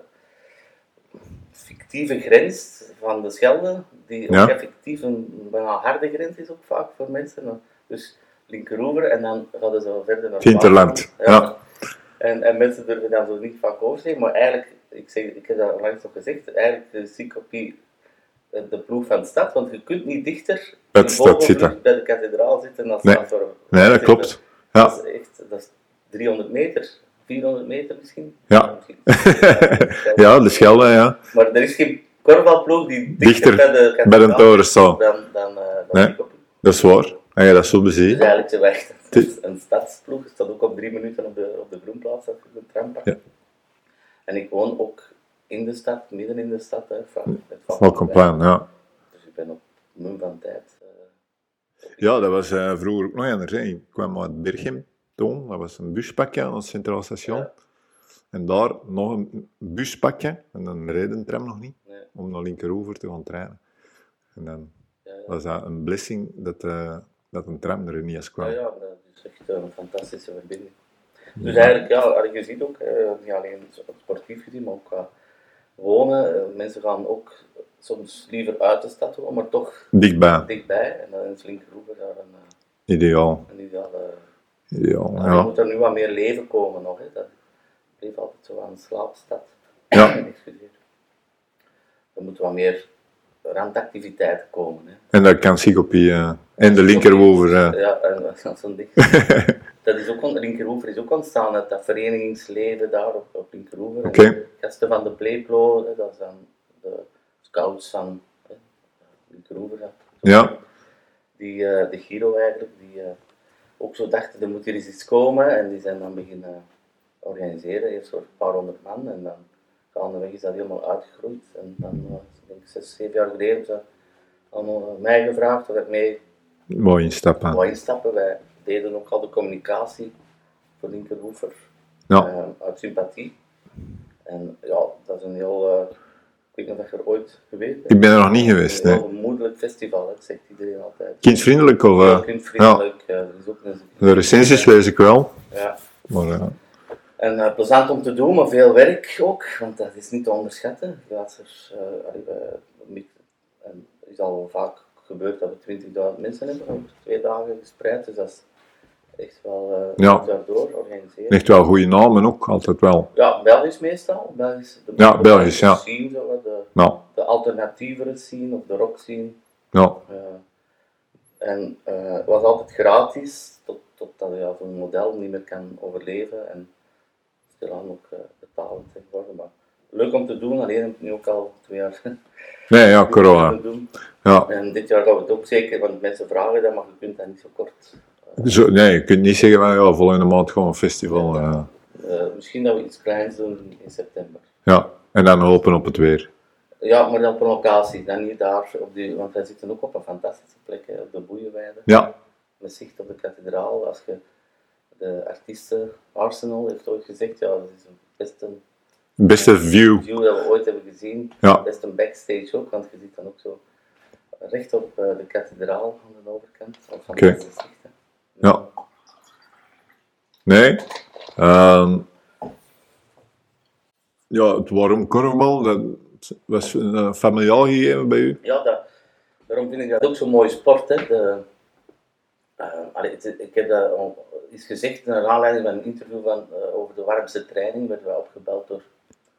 Speaker 3: fictieve grens van de Schelde, die
Speaker 1: Ja.
Speaker 3: ook effectief een bijna harde grens is ook vaak voor mensen. Maar- Dus linkeroever en dan gaan ze wel verder naar
Speaker 1: Het hinterland,
Speaker 3: Vlaanderen.
Speaker 1: ja.
Speaker 3: En, en mensen durven daar zo niet vaak over te zeggen, maar eigenlijk, ik, zeg, ik heb dat langs nog gezegd, eigenlijk de Sikopie eh, de ploeg van de stad, want je kunt niet dichter
Speaker 1: Bij
Speaker 3: bij
Speaker 1: de
Speaker 3: de,
Speaker 1: stad zitten.
Speaker 3: bij de kathedraal zitten dan
Speaker 1: Nee.
Speaker 3: Antwerpen.
Speaker 1: Nee, dat klopt. Ja.
Speaker 3: Dat is echt dat is 300 meter. 400 meter misschien.
Speaker 1: Ja.
Speaker 3: Misschien.
Speaker 1: Ja, de Schelde, ja.
Speaker 3: Maar er is geen korfbalploeg die
Speaker 1: Dichter
Speaker 3: dichter, bij de
Speaker 1: bij een
Speaker 3: kathedraal
Speaker 1: toren
Speaker 3: is
Speaker 1: staat.
Speaker 3: Dan, dan, eh, dan
Speaker 1: Nee.
Speaker 3: Nikopie.
Speaker 1: Dat is waar. Als je dat zo
Speaker 3: Dus
Speaker 1: beziet.
Speaker 3: eigenlijk zijn we echt
Speaker 1: Dit-
Speaker 3: een stadsploeg. Ik stond ook op drie minuten op de, op de Groenplaats als ik de tram pak.
Speaker 1: Ja.
Speaker 3: En ik woon ook in de stad, midden in de stad. Hè, van, het valt
Speaker 1: Welkom
Speaker 3: niet bij.
Speaker 1: plan, ja.
Speaker 3: Dus ik ben op moe van tijd. eh.
Speaker 1: Ja, dat was eh, vroeger ook nog anders. Hè. Ik kwam uit Berchem, toen. Dat was een buspakje aan het Centraal Station.
Speaker 3: Ja.
Speaker 1: En daar nog een buspakje. En dan reed een tram nog niet.
Speaker 3: Nee.
Speaker 1: Om naar Linkeroever te gaan trainen. En dan
Speaker 3: Ja, ja.
Speaker 1: was dat een blessing dat, eh, dat een tram er niet eens kwam.
Speaker 3: Ja, Ah, ja, dat is echt eh, een fantastische verbinding. Dus eigenlijk, ja, je ziet ook, eh, niet alleen sportief gezien, maar ook qua wonen. eh, Mensen gaan ook soms liever uit de stad wonen, maar toch
Speaker 1: Dichtbij.
Speaker 3: dichtbij. En dan is Linkeroever daar een, eh,
Speaker 1: Ideaal.
Speaker 3: een ideale...
Speaker 1: Ideaal,
Speaker 3: Maar Er
Speaker 1: ja.
Speaker 3: eh, moet er nu wat meer leven komen nog. Hè. Dat bleef altijd zo aan een slaapstad.
Speaker 1: Ja.
Speaker 3: Excuseer. Er moet wat meer randactiviteiten komen. Hè.
Speaker 1: En dat kan Sikopie eh, en de linkeroever. eh.
Speaker 3: Ja, en dat is zo'n ding. dat is ook, on- Linkeroever is ook ontstaan uit dat verenigingsleven daar op, op Linkeroever. En
Speaker 1: Oké.
Speaker 3: de Gasten van de Pleeplo, hè, dat zijn de scouts van hè, Linkeroever. ja.
Speaker 1: eh, Ja,
Speaker 3: Die, eh, de Giro eigenlijk, die eh, ook zo dachten, er moet hier eens iets komen. En die zijn dan beginnen organiseren, eerst voor een paar honderd man. En dan gaandeweg is dat helemaal uitgegroeid. En dan, eh, ik denk zes, zeven jaar geleden, hebben ze allemaal eh, mij gevraagd of ik mee
Speaker 1: mooi instappen.
Speaker 3: wou instappen. Wij deden ook al de communicatie voor Linkerhoever
Speaker 1: Ja,
Speaker 3: eh, uit sympathie. En ja, dat is een heel, eh, ik weet niet of je er ooit geweest bent.
Speaker 1: ik ben er nog niet geweest.
Speaker 3: Een
Speaker 1: Nee.
Speaker 3: heel moedelijk festival, dat zegt iedereen altijd.
Speaker 1: Kindvriendelijk of...
Speaker 3: Heel
Speaker 1: eh, ja,
Speaker 3: kindvriendelijk, eh, dat is ook een-
Speaker 1: de recensies lees ik wel.
Speaker 3: Ja.
Speaker 1: Maar eh,
Speaker 3: En eh, plezant om te doen, maar veel werk ook, want dat is niet te onderschatten. Laatst er, eh, allee, eh, met- en het is al vaak gebeurd dat we 20.000 mensen hebben over twee dagen gespreid, dus dat is echt wel eh
Speaker 1: Ja.
Speaker 3: goed daardoor organiseren.
Speaker 1: echt wel goede namen ook, altijd wel.
Speaker 3: Ja, Belgisch meestal. Belgisch, de
Speaker 1: Ja, Belgisch, ja.
Speaker 3: Scene, zo, wat, de,
Speaker 1: Nou,
Speaker 3: de alternatievere scene of de rock scene.
Speaker 1: ja,
Speaker 3: eh, en eh, het was altijd gratis, tot, totdat je ja, zo'n model niet meer kan overleven. En stilaan ook eh betalend is geworden. Maar leuk om te doen, alleen heb ik nu ook al twee jaar
Speaker 1: nee, ja, corona.
Speaker 3: kunnen doen.
Speaker 1: Ja.
Speaker 3: En dit jaar gaan we het ook zeker, want mensen vragen dat, maar je kunt dat niet zo kort.
Speaker 1: Zo, nee, je kunt niet zeggen van ja, volgende maand gewoon een festival. eh,
Speaker 3: Eh, misschien dat we iets kleins doen in september.
Speaker 1: ja, en dan hopen op het weer.
Speaker 3: Ja, maar dan op een locatie, dan niet daar, op die, want wij zitten ook op een fantastische plek, hè, op de Boeienweide,
Speaker 1: Ja,
Speaker 3: met zicht op de kathedraal. Als je de artiesten, Arsenal heeft ooit gezegd, ja, dat is het beste
Speaker 1: beste view.
Speaker 3: view dat we ooit hebben gezien,
Speaker 1: Ja.
Speaker 3: beste backstage ook, want je zit dan ook zo recht op eh, de kathedraal aan de overkant. Een fantastische zicht, hè.
Speaker 1: Ja. Nee. ehm, ja, het warm korfbal, dat was een eh, familiaal gegeven bij u.
Speaker 3: Ja, dat, daarom vind ik dat ook zo'n mooie sport. Hè. De, eh, allee, het- ik heb dat al eens gezegd naar aanleiding van een interview van, eh, over de warmste training. Werden wij opgebeld door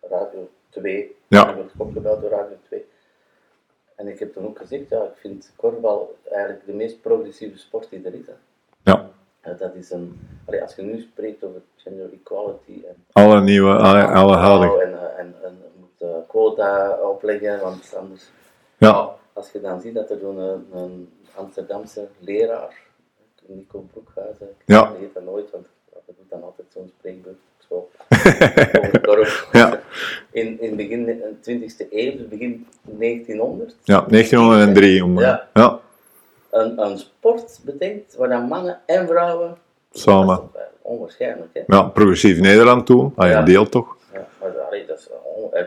Speaker 3: Radio 2.
Speaker 1: Ja.
Speaker 3: Ik werd opgebeld door Radio 2. En ik heb toen ook gezegd, ja, ik vind korfbal eigenlijk de meest progressieve sport die er is. hè.
Speaker 1: Ja.
Speaker 3: Eh, dat is een, allee, als je nu spreekt over gender equality en
Speaker 1: Alle nieuwe, alle, alle houding.
Speaker 3: en, eh, en, en je moet eh, quota opleggen, want anders
Speaker 1: Ja,
Speaker 3: als je dan ziet dat er zo'n een, een Amsterdamse leraar, Nico Broekhuizen, ik
Speaker 1: Ja.
Speaker 3: vergeet dat nooit, want dat doet dan altijd zo'n spreekbeurt op school. Over het dorp.
Speaker 1: Ja.
Speaker 3: In, in begin eh, 20e eeuw, dus begin 1900,
Speaker 1: ja, 1903. Om, ja.
Speaker 3: Ja.
Speaker 1: ja,
Speaker 3: een, een sport bedenkt waar dan mannen en vrouwen. Dat
Speaker 1: samen.
Speaker 3: is toch, eh, Onwaarschijnlijk, hè?
Speaker 1: Ja, progressief Nederland toen. Ah, ja,
Speaker 3: Ja.
Speaker 1: deel toch?
Speaker 3: Ja, maar allee, dat is, on- eh,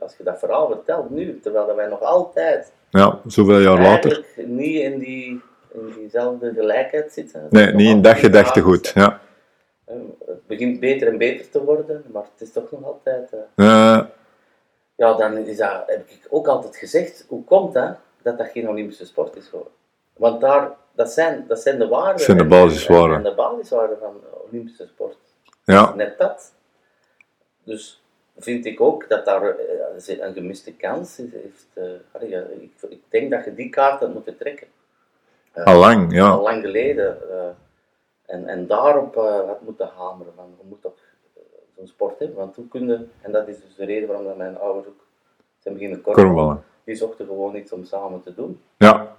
Speaker 3: als je dat verhaal vertelt nu, terwijl dat wij nog altijd
Speaker 1: Ja, zoveel jaar later.
Speaker 3: eigenlijk niet in, die, in diezelfde gelijkheid zitten.
Speaker 1: Nee, niet in dat
Speaker 3: goed.
Speaker 1: gedachtegoed. Ja.
Speaker 3: Het begint beter en beter te worden, maar het is toch nog altijd. eh,
Speaker 1: Eh,
Speaker 3: Ja, dan is dat, heb ik ook altijd gezegd: hoe komt dat dat dat geen Olympische sport is geworden? Want daar, dat, zijn, dat zijn de waarden.
Speaker 1: Zijn de
Speaker 3: en-
Speaker 1: basiswaarden.
Speaker 3: En de basiswaarden van de Olympische sport.
Speaker 1: ja,
Speaker 3: Net dat. Dus vind ik ook dat daar eh, een gemiste kans is. Heeft, eh, allee, ja, ik, ik denk dat je die kaart had moeten trekken.
Speaker 1: allang.
Speaker 3: al
Speaker 1: Ja,
Speaker 3: lang geleden. eh, en, en daarop eh, had moeten hameren. Van, je moet toch eh, zo'n sport hebben. Want toen kunnen, en dat is dus de reden waarom dat mijn ouders ook zijn beginnen
Speaker 1: Kornballen.
Speaker 3: Die zochten gewoon iets om samen te doen.
Speaker 1: Ja,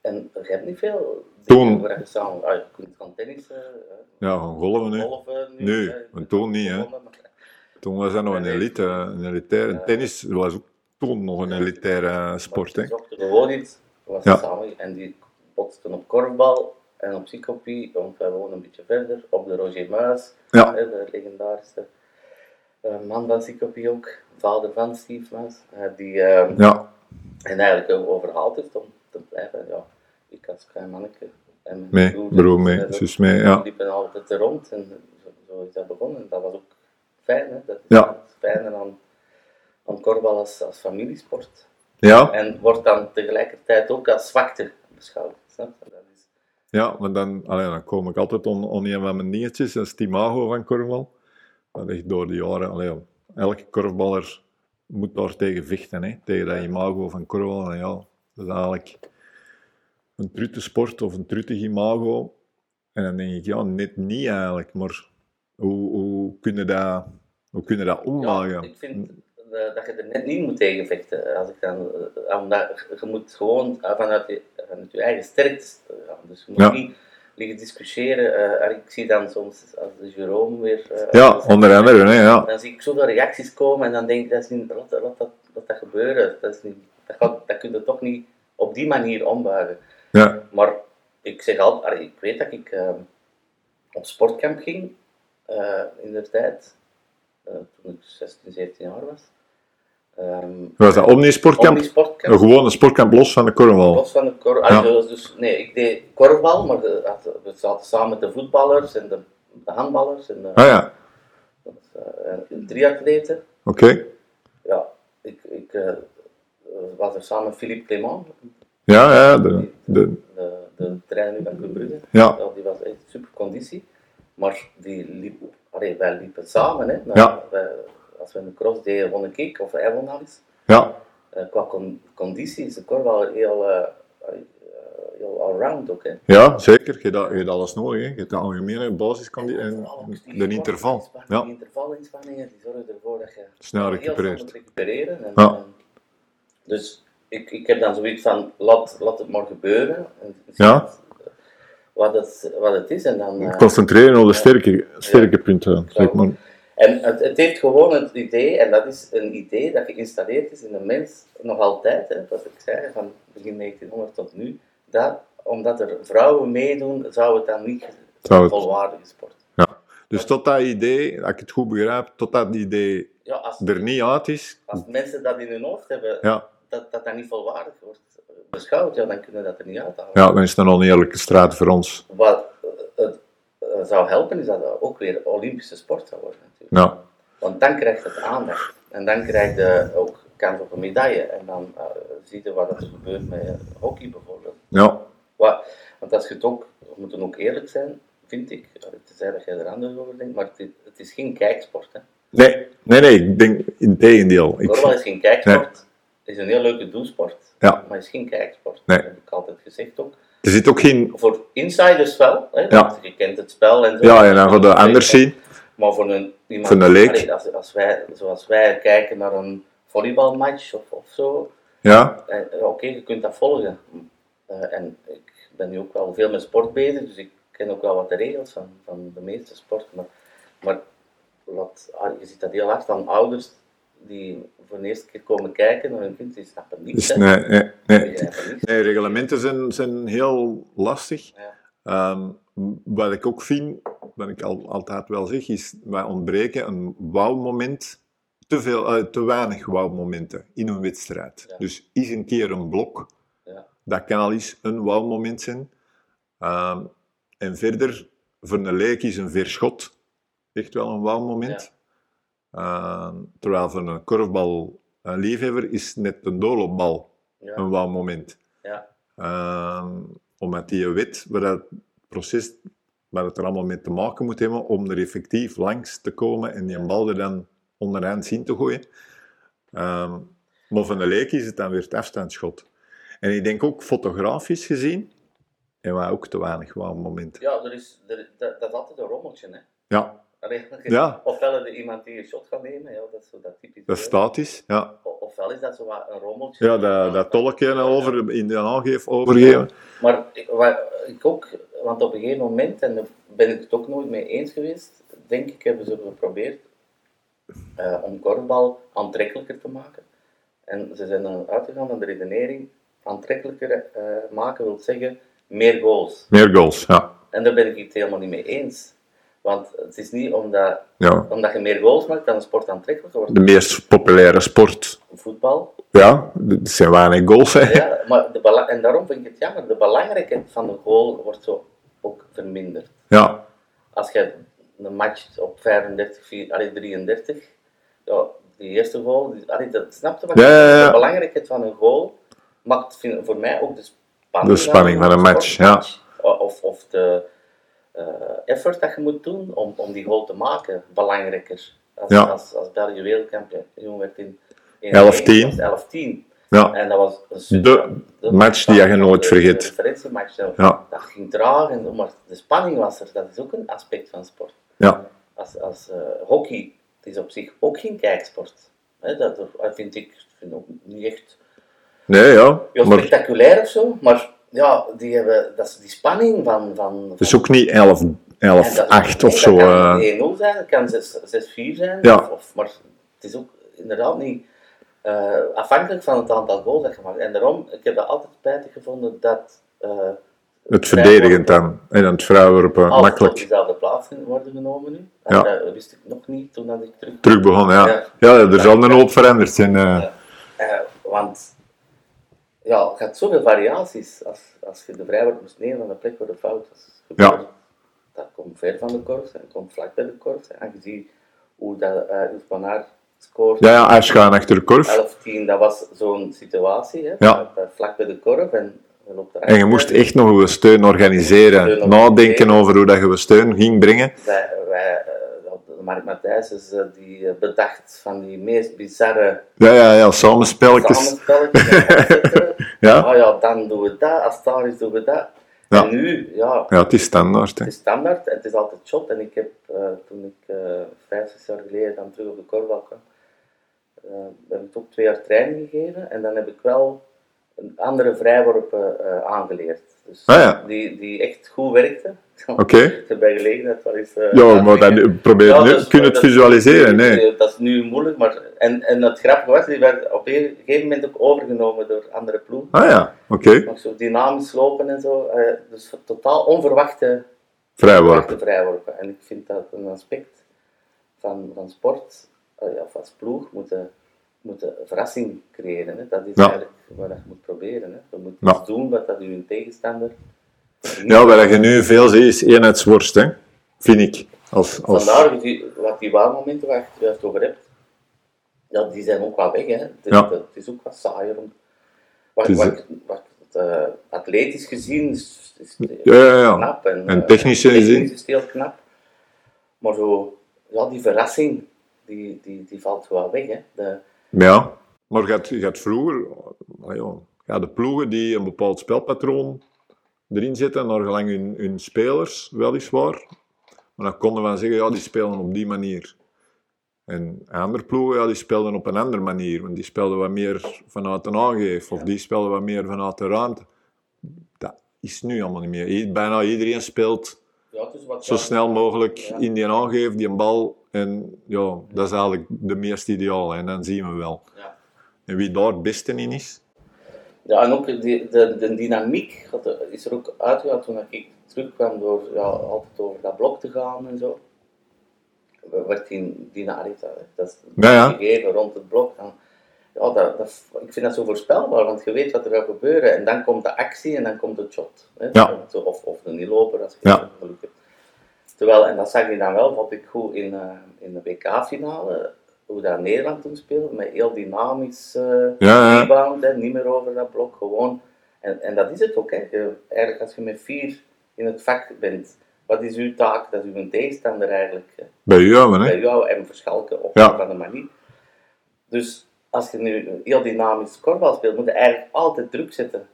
Speaker 3: En je hebt niet veel
Speaker 1: Toen-
Speaker 3: dingen waar je samen, ah, je kunt gaan tennissen, eh,
Speaker 1: ja van golven nu.
Speaker 3: golven.
Speaker 1: Nu,
Speaker 3: eh, je
Speaker 1: want
Speaker 3: kunt
Speaker 1: toen niet, hè.
Speaker 3: voetballen, maar-
Speaker 1: Toen was dat nog een
Speaker 3: Nee.
Speaker 1: elite, eh, een elitaire. En tennis was ook toen nog een elitaire eh, sport, hè.
Speaker 3: Ze zochten gewoon iets, was
Speaker 1: Ja.
Speaker 3: samen, en die botsten op korfbal en op psychopie, want wij wonen een beetje verder, op de Roger Muis,
Speaker 1: Ja.
Speaker 3: hè, de legendarische eh, man van psychopie ook, vader van Steve Muis, eh, die eh,
Speaker 1: Ja,
Speaker 3: en eigenlijk ook overhaald heeft om te blijven. Ja, ik als klein manneke en mijn
Speaker 1: mee,
Speaker 3: broer,
Speaker 1: broer mee,
Speaker 3: eh,
Speaker 1: zus mee, ja.
Speaker 3: die ben altijd er rond en zo, zo is dat begonnen. En dat was ook fijn, hè? Dat is
Speaker 1: Ja.
Speaker 3: het fijne aan, aan korfbal als, als familiesport.
Speaker 1: Ja,
Speaker 3: En wordt dan tegelijkertijd ook als zwakte beschouwd. Snap je? Dat is,
Speaker 1: ja maar dan, allee, dan kom ik altijd on, on een van mijn niertjes. Dat is het imago van korfbal. Dat echt door de jaren, allee, elke korfballer moet daar tegen vechten, hè. Tegen dat imago van korfbal. En ja, dat is eigenlijk een trutte sport of een truttig imago. En dan denk ik, ja, net niet eigenlijk. Maar hoe, hoe kunnen dat... Hoe kunnen dat
Speaker 3: ja,
Speaker 1: omlagen?
Speaker 3: ik vind eh, dat je er net niet moet tegen vechten. Als ik dan, eh, omdat je moet gewoon eh, vanuit je, vanuit je eigen sterktes eh, gaan. Dus je moet
Speaker 1: Ja.
Speaker 3: niet liggen discussiëren. eh, en ik zie dan soms als de Jerome weer... eh,
Speaker 1: Ja,
Speaker 3: als-
Speaker 1: onder andere, hè, ja.
Speaker 3: Dan zie ik zoveel reacties komen en dan denk ik, dat is niet, laat, dat- laat dat, laat dat gebeuren. Dat, is niet, dat, gaat, dat kun je toch niet op die manier ombuigen.
Speaker 1: ja.
Speaker 3: Maar ik zeg altijd, allee, ik weet dat ik eh, op sportkamp ging eh, in de tijd, eh, toen ik 16, 17 jaar was. Ehm
Speaker 1: Was dat omnisportkamp?
Speaker 3: omnisportkamp,
Speaker 1: Een gewone sportkamp los van de korfbal.
Speaker 3: los van de korf.
Speaker 1: Ja.
Speaker 3: allee, dus- dus, nee, ik deed korfbal, maar de- had- we zaten samen met de voetballers en de, de handballers en de,
Speaker 1: Ah ja,
Speaker 3: eh, en de triatleten.
Speaker 1: oké.
Speaker 3: Ja, ik, ik eh, was er samen met Philippe Clément,
Speaker 1: Ja, ja, de, de,
Speaker 3: de, de trainer van Club Brugge.
Speaker 1: ja,
Speaker 3: Ja, die was echt super conditie. Maar die liep, allee, wij liepen samen. Hè, Maar
Speaker 1: Ja.
Speaker 3: wij- als we een cross deden, won ik, of hij won al eens.
Speaker 1: ja,
Speaker 3: Eh, qua con- conditie is de korfbal heel, eh, allee, eh, heel allround ook. Hè.
Speaker 1: ja, zeker. Je hebt, dat- je hebt alles nodig. Hè. Je hebt de algemene basisconditie en
Speaker 3: Vooral ook die
Speaker 1: de interval.
Speaker 3: inspanningen,
Speaker 1: Ja,
Speaker 3: Die intervalinspanningen die zorgen ervoor dat je
Speaker 1: snel
Speaker 3: heel snel moet
Speaker 1: recupereert.
Speaker 3: recupereren. En,
Speaker 1: Ja.
Speaker 3: en- dus ik, ik heb dan zoiets van, laat, laat het maar gebeuren. En,
Speaker 1: Ja.
Speaker 3: Wat het, wat het is. En, dan, eh,
Speaker 1: Concentreren op de sterke, sterke punten, zeg maar.
Speaker 3: en het, het heeft gewoon het idee, en dat is een idee dat geïnstalleerd is in de mens nog altijd, hè, wat ik zei, van begin 1900 tot nu, dat omdat er vrouwen meedoen, zou het dan niet
Speaker 1: Zou het-
Speaker 3: volwaardige sport.
Speaker 1: Ja. Dus tot dat idee, als ik het goed begrijp, tot dat idee
Speaker 3: Ja, als,
Speaker 1: er niet uit is,
Speaker 3: als mensen dat in hun hoofd hebben,
Speaker 1: ja,
Speaker 3: dat, dat dat niet volwaardig wordt beschouwd, ja, dan kunnen we dat er niet uithalen.
Speaker 1: ja, dan is het een oneerlijke straat voor ons.
Speaker 3: Wat eh, het eh, zou helpen, is dat het ook weer Olympische sport zou worden. Natuurlijk.
Speaker 1: Ja,
Speaker 3: Want dan krijgt het aandacht. En dan krijg je ook kans op een medaille. En dan eh, zie je wat er gebeurt met eh, hockey bijvoorbeeld.
Speaker 1: ja,
Speaker 3: Wat, want als je het ook, we moeten ook eerlijk zijn, vind ik. Het is dat jij er anders over denkt, maar het is, het is geen kijksport. Hè.
Speaker 1: nee, nee, nee, ik denk in tegendeel.
Speaker 3: Korfbal
Speaker 1: Ik,
Speaker 3: is geen kijksport. Het is een heel leuke doelsport,
Speaker 1: Ja.
Speaker 3: maar het is geen kijksport.
Speaker 1: Nee.
Speaker 3: Dat heb ik altijd gezegd ook.
Speaker 1: er zit ook geen...
Speaker 3: Voor insiders wel, hè,
Speaker 1: Ja.
Speaker 3: want je kent het spel en zo.
Speaker 1: Ja, en dan gaat het anders zien.
Speaker 3: Maar voor een, iemand,
Speaker 1: Voor een leek.
Speaker 3: Allee, als, als wij, zoals wij kijken naar een volleybalmatch of, of zo,
Speaker 1: Ja,
Speaker 3: eh, oké, je kunt dat volgen. Eh, en ik ben nu ook wel veel met sport bezig, dus ik ken ook wel wat de regels van, van de meeste sporten. Maar, maar wat, ah, je ziet dat heel hard van ouders die voor de eerste keer komen kijken naar hun kind, die snappen niets.
Speaker 1: dus
Speaker 3: hè.
Speaker 1: nee, nee,
Speaker 3: Die
Speaker 1: nee.
Speaker 3: snappen niets.
Speaker 1: Nee, reglementen zijn, zijn heel lastig.
Speaker 3: Ja.
Speaker 1: Ehm, wat ik ook vind, wat ik al, altijd wel zeg, is wij ontbreken een wauwmoment, te, veel, eh, te weinig wauwmomenten in een wedstrijd.
Speaker 3: Ja.
Speaker 1: Dus is een keer een blok,
Speaker 3: Ja.
Speaker 1: dat kan al eens een wauwmoment zijn. Ehm, en verder, voor een leek is een verschot echt wel een wauwmoment. Ehm, terwijl voor een korfbal een liefhebber is net een doorloopbal
Speaker 3: Ja,
Speaker 1: een wauwmoment.
Speaker 3: ja,
Speaker 1: Ehm, omdat die weet waar dat proces, waar het er allemaal mee te maken moet hebben, om er effectief langs te komen en die bal er dan onderhand zien te gooien. Ehm, maar van de leek is het dan weer het afstandsschot. En ik denk ook fotografisch gezien, en wij ook te weinig wauwmomenten.
Speaker 3: ja er is, er, dat, dat is altijd een rommeltje. Hè.
Speaker 1: Ja,
Speaker 3: Allee,
Speaker 1: Ja.
Speaker 3: Ofwel is er iemand die een shot gaat nemen, ja, dat is zo dat typisch.
Speaker 1: Dat is statisch, ja.
Speaker 3: O- Ofwel is dat zo wat een rommeltje.
Speaker 1: Ja, dat, dat tolkje over, in de aangeef overgeven.
Speaker 3: Maar ik, wa- ik ook, want op een gegeven moment, en daar ben ik het ook nooit mee eens geweest, denk ik, hebben ze geprobeerd eh, om korfbal aantrekkelijker te maken. En ze zijn dan uitgegaan van de redenering, aantrekkelijker eh, maken wil zeggen meer goals.
Speaker 1: Meer goals, ja.
Speaker 3: En daar ben ik het helemaal niet mee eens. Want het is niet omdat,
Speaker 1: ja.
Speaker 3: omdat je meer goals maakt dat een sport aantrekkelijker wordt.
Speaker 1: De meest populaire sport.
Speaker 3: Voetbal.
Speaker 1: Ja, het zijn weinig goals, hè.
Speaker 3: Ja, maar de bela- en daarom vind ik het jammer. De belangrijkheid van de goal wordt zo ook verminderd.
Speaker 1: Ja,
Speaker 3: als je een match op 35, 4, allee, 33, ja, die eerste goal, die, allee, dat snapte wat
Speaker 1: Ja, ja, ja.
Speaker 3: de belangrijkheid van een goal maakt vind, voor mij ook de spanning,
Speaker 1: De spanning van een match,
Speaker 3: sportmatch. Of, of de eh, effort dat je moet doen om, om die goal te maken, belangrijker. Als,
Speaker 1: Ja.
Speaker 3: als, als België wereldkampioen werd in,
Speaker 1: 11-10.
Speaker 3: in 11-10.
Speaker 1: ja.
Speaker 3: En dat was een super-
Speaker 1: De
Speaker 3: dat-
Speaker 1: match die je nooit
Speaker 3: de- de
Speaker 1: vergeet.
Speaker 3: referentiematch, dat-
Speaker 1: Ja.
Speaker 3: Dat ging traag, en, maar de spanning was er. Dat is ook een aspect van sport.
Speaker 1: ja.
Speaker 3: Als, als eh, hockey, het is op zich ook geen kijksport. Hè, dat dat vind ik vind ook niet echt
Speaker 1: Nee, ja.
Speaker 3: heel
Speaker 1: Maar
Speaker 3: spectaculair of zo, maar ja, die hebben, dat is die spanning van... van
Speaker 1: het is ook niet 11, 11 8 of zo. eh.
Speaker 3: Het kan 1-0 zijn, het kan 6-4 zijn,
Speaker 1: Ja.
Speaker 3: of, of, maar het is ook inderdaad niet eh, afhankelijk van het aantal goals dat je maakt. En daarom, ik heb dat altijd spijtig gevonden dat... eh,
Speaker 1: Het verdedigend dan. En het vrouwenwerpen,
Speaker 3: Alles op
Speaker 1: makkelijk.
Speaker 3: dezelfde plaats in- worden genomen nu.
Speaker 1: Ja.
Speaker 3: Dat wist ik nog niet toen dat ik terug...
Speaker 1: Terug begonnen, ja.
Speaker 3: Ja.
Speaker 1: Ja, er is al een hoop veranderd. zijn eh,
Speaker 3: Eh, want ja, je had zoveel variaties. Als, als je de vrijwoord moest nemen aan de plek waar de fout was gebeurd,
Speaker 1: Ja.
Speaker 3: dat komt ver van de korf en komt vlak bij de korf. En je ziet hoe dat eh Yves Panaar scoort.
Speaker 1: ja, ja, Ashgaan achter de korf.
Speaker 3: 11-10, dat was zo'n situatie. Hè?
Speaker 1: Ja.
Speaker 3: Dat- dat Vlak bij de korf en je loopt
Speaker 1: En je moest echt nog je steun organiseren.
Speaker 3: Steun
Speaker 1: Nadenken
Speaker 3: organiseren.
Speaker 1: over hoe dat je je steun ging brengen.
Speaker 3: Wij, wij, eh, Mark Matthijs is eh, die eh, bedacht van die meest bizarre
Speaker 1: Ja, ja, ja, samenspelletjes.
Speaker 3: samenspelletjes. en opzetten.
Speaker 1: Ja,
Speaker 3: Ah ja, dan doen we dat, als daar is doen we dat.
Speaker 1: Ja.
Speaker 3: En nu, ja,
Speaker 1: ja het is standaard. Hè.
Speaker 3: het is standaard, het is altijd shot. En ik heb, eh, toen ik eh, vijf, zes jaar geleden dan terug op de korfbal kwam, eh, heb ik het ook twee jaar training gegeven. En dan heb ik wel een andere vrijworpen eh, aangeleerd. Dus
Speaker 1: Ah ja.
Speaker 3: die, die echt goed werkte.
Speaker 1: Oké.
Speaker 3: Bij gelegenheid wel eens... eh,
Speaker 1: Ja, maar
Speaker 3: uitleggen.
Speaker 1: dan probeer je
Speaker 3: Ja,
Speaker 1: nu,
Speaker 3: dus,
Speaker 1: kun je het
Speaker 3: dat-
Speaker 1: visualiseren. Nee.
Speaker 3: eh, Dat is nu moeilijk, maar... En, en het grappige was, die werd op een gegeven moment ook overgenomen door andere ploegen.
Speaker 1: Ah ja, oké.
Speaker 3: Nog zo dynamisch lopen en zo. eh, dus totaal onverwachte
Speaker 1: Vrijworpen.
Speaker 3: onverwachte vrijworpen. En ik vind dat een aspect van, van sport, eh, ja, of als ploeg, moeten, moeten verrassing creëren. Hè. Dat is
Speaker 1: Ja.
Speaker 3: eigenlijk wat je moet proberen. Hè. Je moet
Speaker 1: Ja.
Speaker 3: iets doen wat dat uw tegenstander...
Speaker 1: Ja, wat je nu veel ziet is eenheidsworst, hè. vind ik. Als, als...
Speaker 3: Vandaar die, wat die waalmomenten waar je het juist over hebt, ja, die zijn ook wel weg. Hè. Het, is-
Speaker 1: Ja.
Speaker 3: het is ook wat saaier. Om, wat,
Speaker 1: Het is-
Speaker 3: wat, wat, eh, atletisch gezien is, is
Speaker 1: Ja, ja, ja.
Speaker 3: knap. En,
Speaker 1: En
Speaker 3: eh,
Speaker 1: technisch gezien?
Speaker 3: technisch is het heel knap. Maar zo, ja, die verrassing, die, die, die valt wel weg. Hè. De,
Speaker 1: ja. Maar je had, je had vroeger ah, ja, ja, de ploegen die een bepaald spelpatroon erin zetten, naar gelang hun, hun spelers, weliswaar. Maar dan konden we dan zeggen, ja, die spelen op die manier. En andere ploegen, ja, die speelden op een andere manier. Want die speelden wat meer vanuit een aangeef, of die speelden wat meer vanuit de ruimte. Dat is nu allemaal niet meer. I- Bijna iedereen speelt
Speaker 3: ja, het is wat
Speaker 1: zo
Speaker 3: ja,
Speaker 1: snel mogelijk
Speaker 3: Ja.
Speaker 1: in die aangeef, die een bal. En ja, dat is eigenlijk de meest ideaal. En dan zien we wel.
Speaker 3: Ja.
Speaker 1: En wie daar het beste in is.
Speaker 3: Ja, en ook die, de, de dynamiek gaat er- is er ook uitgehaald toen ik terugkwam door ja, altijd over dat blok te gaan en zo. We- Werd die dynamiek, dat is
Speaker 1: Ja, ja.
Speaker 3: gegeven rond het blok. Dan, ja, dat, dat, ik vind dat zo voorspelbaar, want je weet wat er gaat gebeuren. En dan komt de actie en dan komt de shot. Hè?
Speaker 1: Ja.
Speaker 3: Zo, Of, of de niet-loper, als je
Speaker 1: Ja.
Speaker 3: geluk hebt. Terwijl, en dat zag je dan wel, vond ik goed in, eh, in de WK-finale, hoe dat Nederland toen speelde, met heel dynamisch... eh,
Speaker 1: Ja, ja.
Speaker 3: rebound, hè, niet meer over dat blok, gewoon. En, en dat is het ook, hè. Je- eigenlijk als je met vier in het vak bent, wat is uw taak? Dat is uw tegenstander eigenlijk hè,
Speaker 1: Bij jou, hè?
Speaker 3: bij jou en verschalken op
Speaker 1: Ja.
Speaker 3: een of andere manier. Dus als je nu heel dynamisch korfbal speelt, moet je eigenlijk altijd druk zetten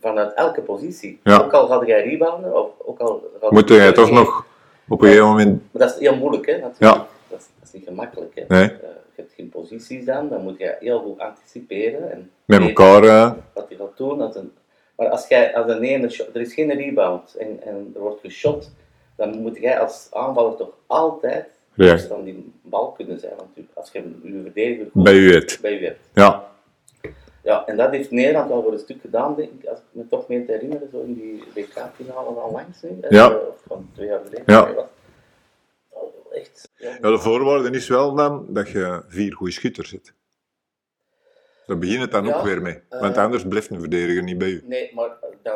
Speaker 3: vanuit elke positie.
Speaker 1: Ja.
Speaker 3: Ook al gaat jij rebounden, of ook al gaat
Speaker 1: Moet jij toch nog Op een gegeven moment,
Speaker 3: Maar dat is heel moeilijk, hè? natuurlijk.
Speaker 1: Ja.
Speaker 3: Dat, is, dat is niet gemakkelijk, hè?
Speaker 1: Nee.
Speaker 3: Eh, je hebt geen posities dan, dan moet je heel goed anticiperen. En
Speaker 1: met
Speaker 3: weten
Speaker 1: elkaar, eh,
Speaker 3: Wat je gaat doen. Als een, maar als jij, als een ene, shot- er is geen rebound en, en er wordt geshot, dan moet jij als aanvaller toch altijd
Speaker 1: Ja.
Speaker 3: eerst aan die bal kunnen zijn. Want u- als je je verdediger goed
Speaker 1: bij u het.
Speaker 3: bij je hebt.
Speaker 1: Ja,
Speaker 3: Ja, en dat heeft Nederland al voor een stuk gedaan, denk ik, als ik me toch meen te herinneren, zo in die WK-finale van langs,
Speaker 1: Ja.
Speaker 3: of van twee jaar geleden.
Speaker 1: Ja.
Speaker 3: Dat was Echt. Ja.
Speaker 1: Ja, de voorwaarde is wel dan dat je vier goede schutters hebt. Daar begint het dan
Speaker 3: Ja,
Speaker 1: ook weer mee. Want
Speaker 3: eh,
Speaker 1: anders blijft een verdediger niet bij u.
Speaker 3: Nee, maar dan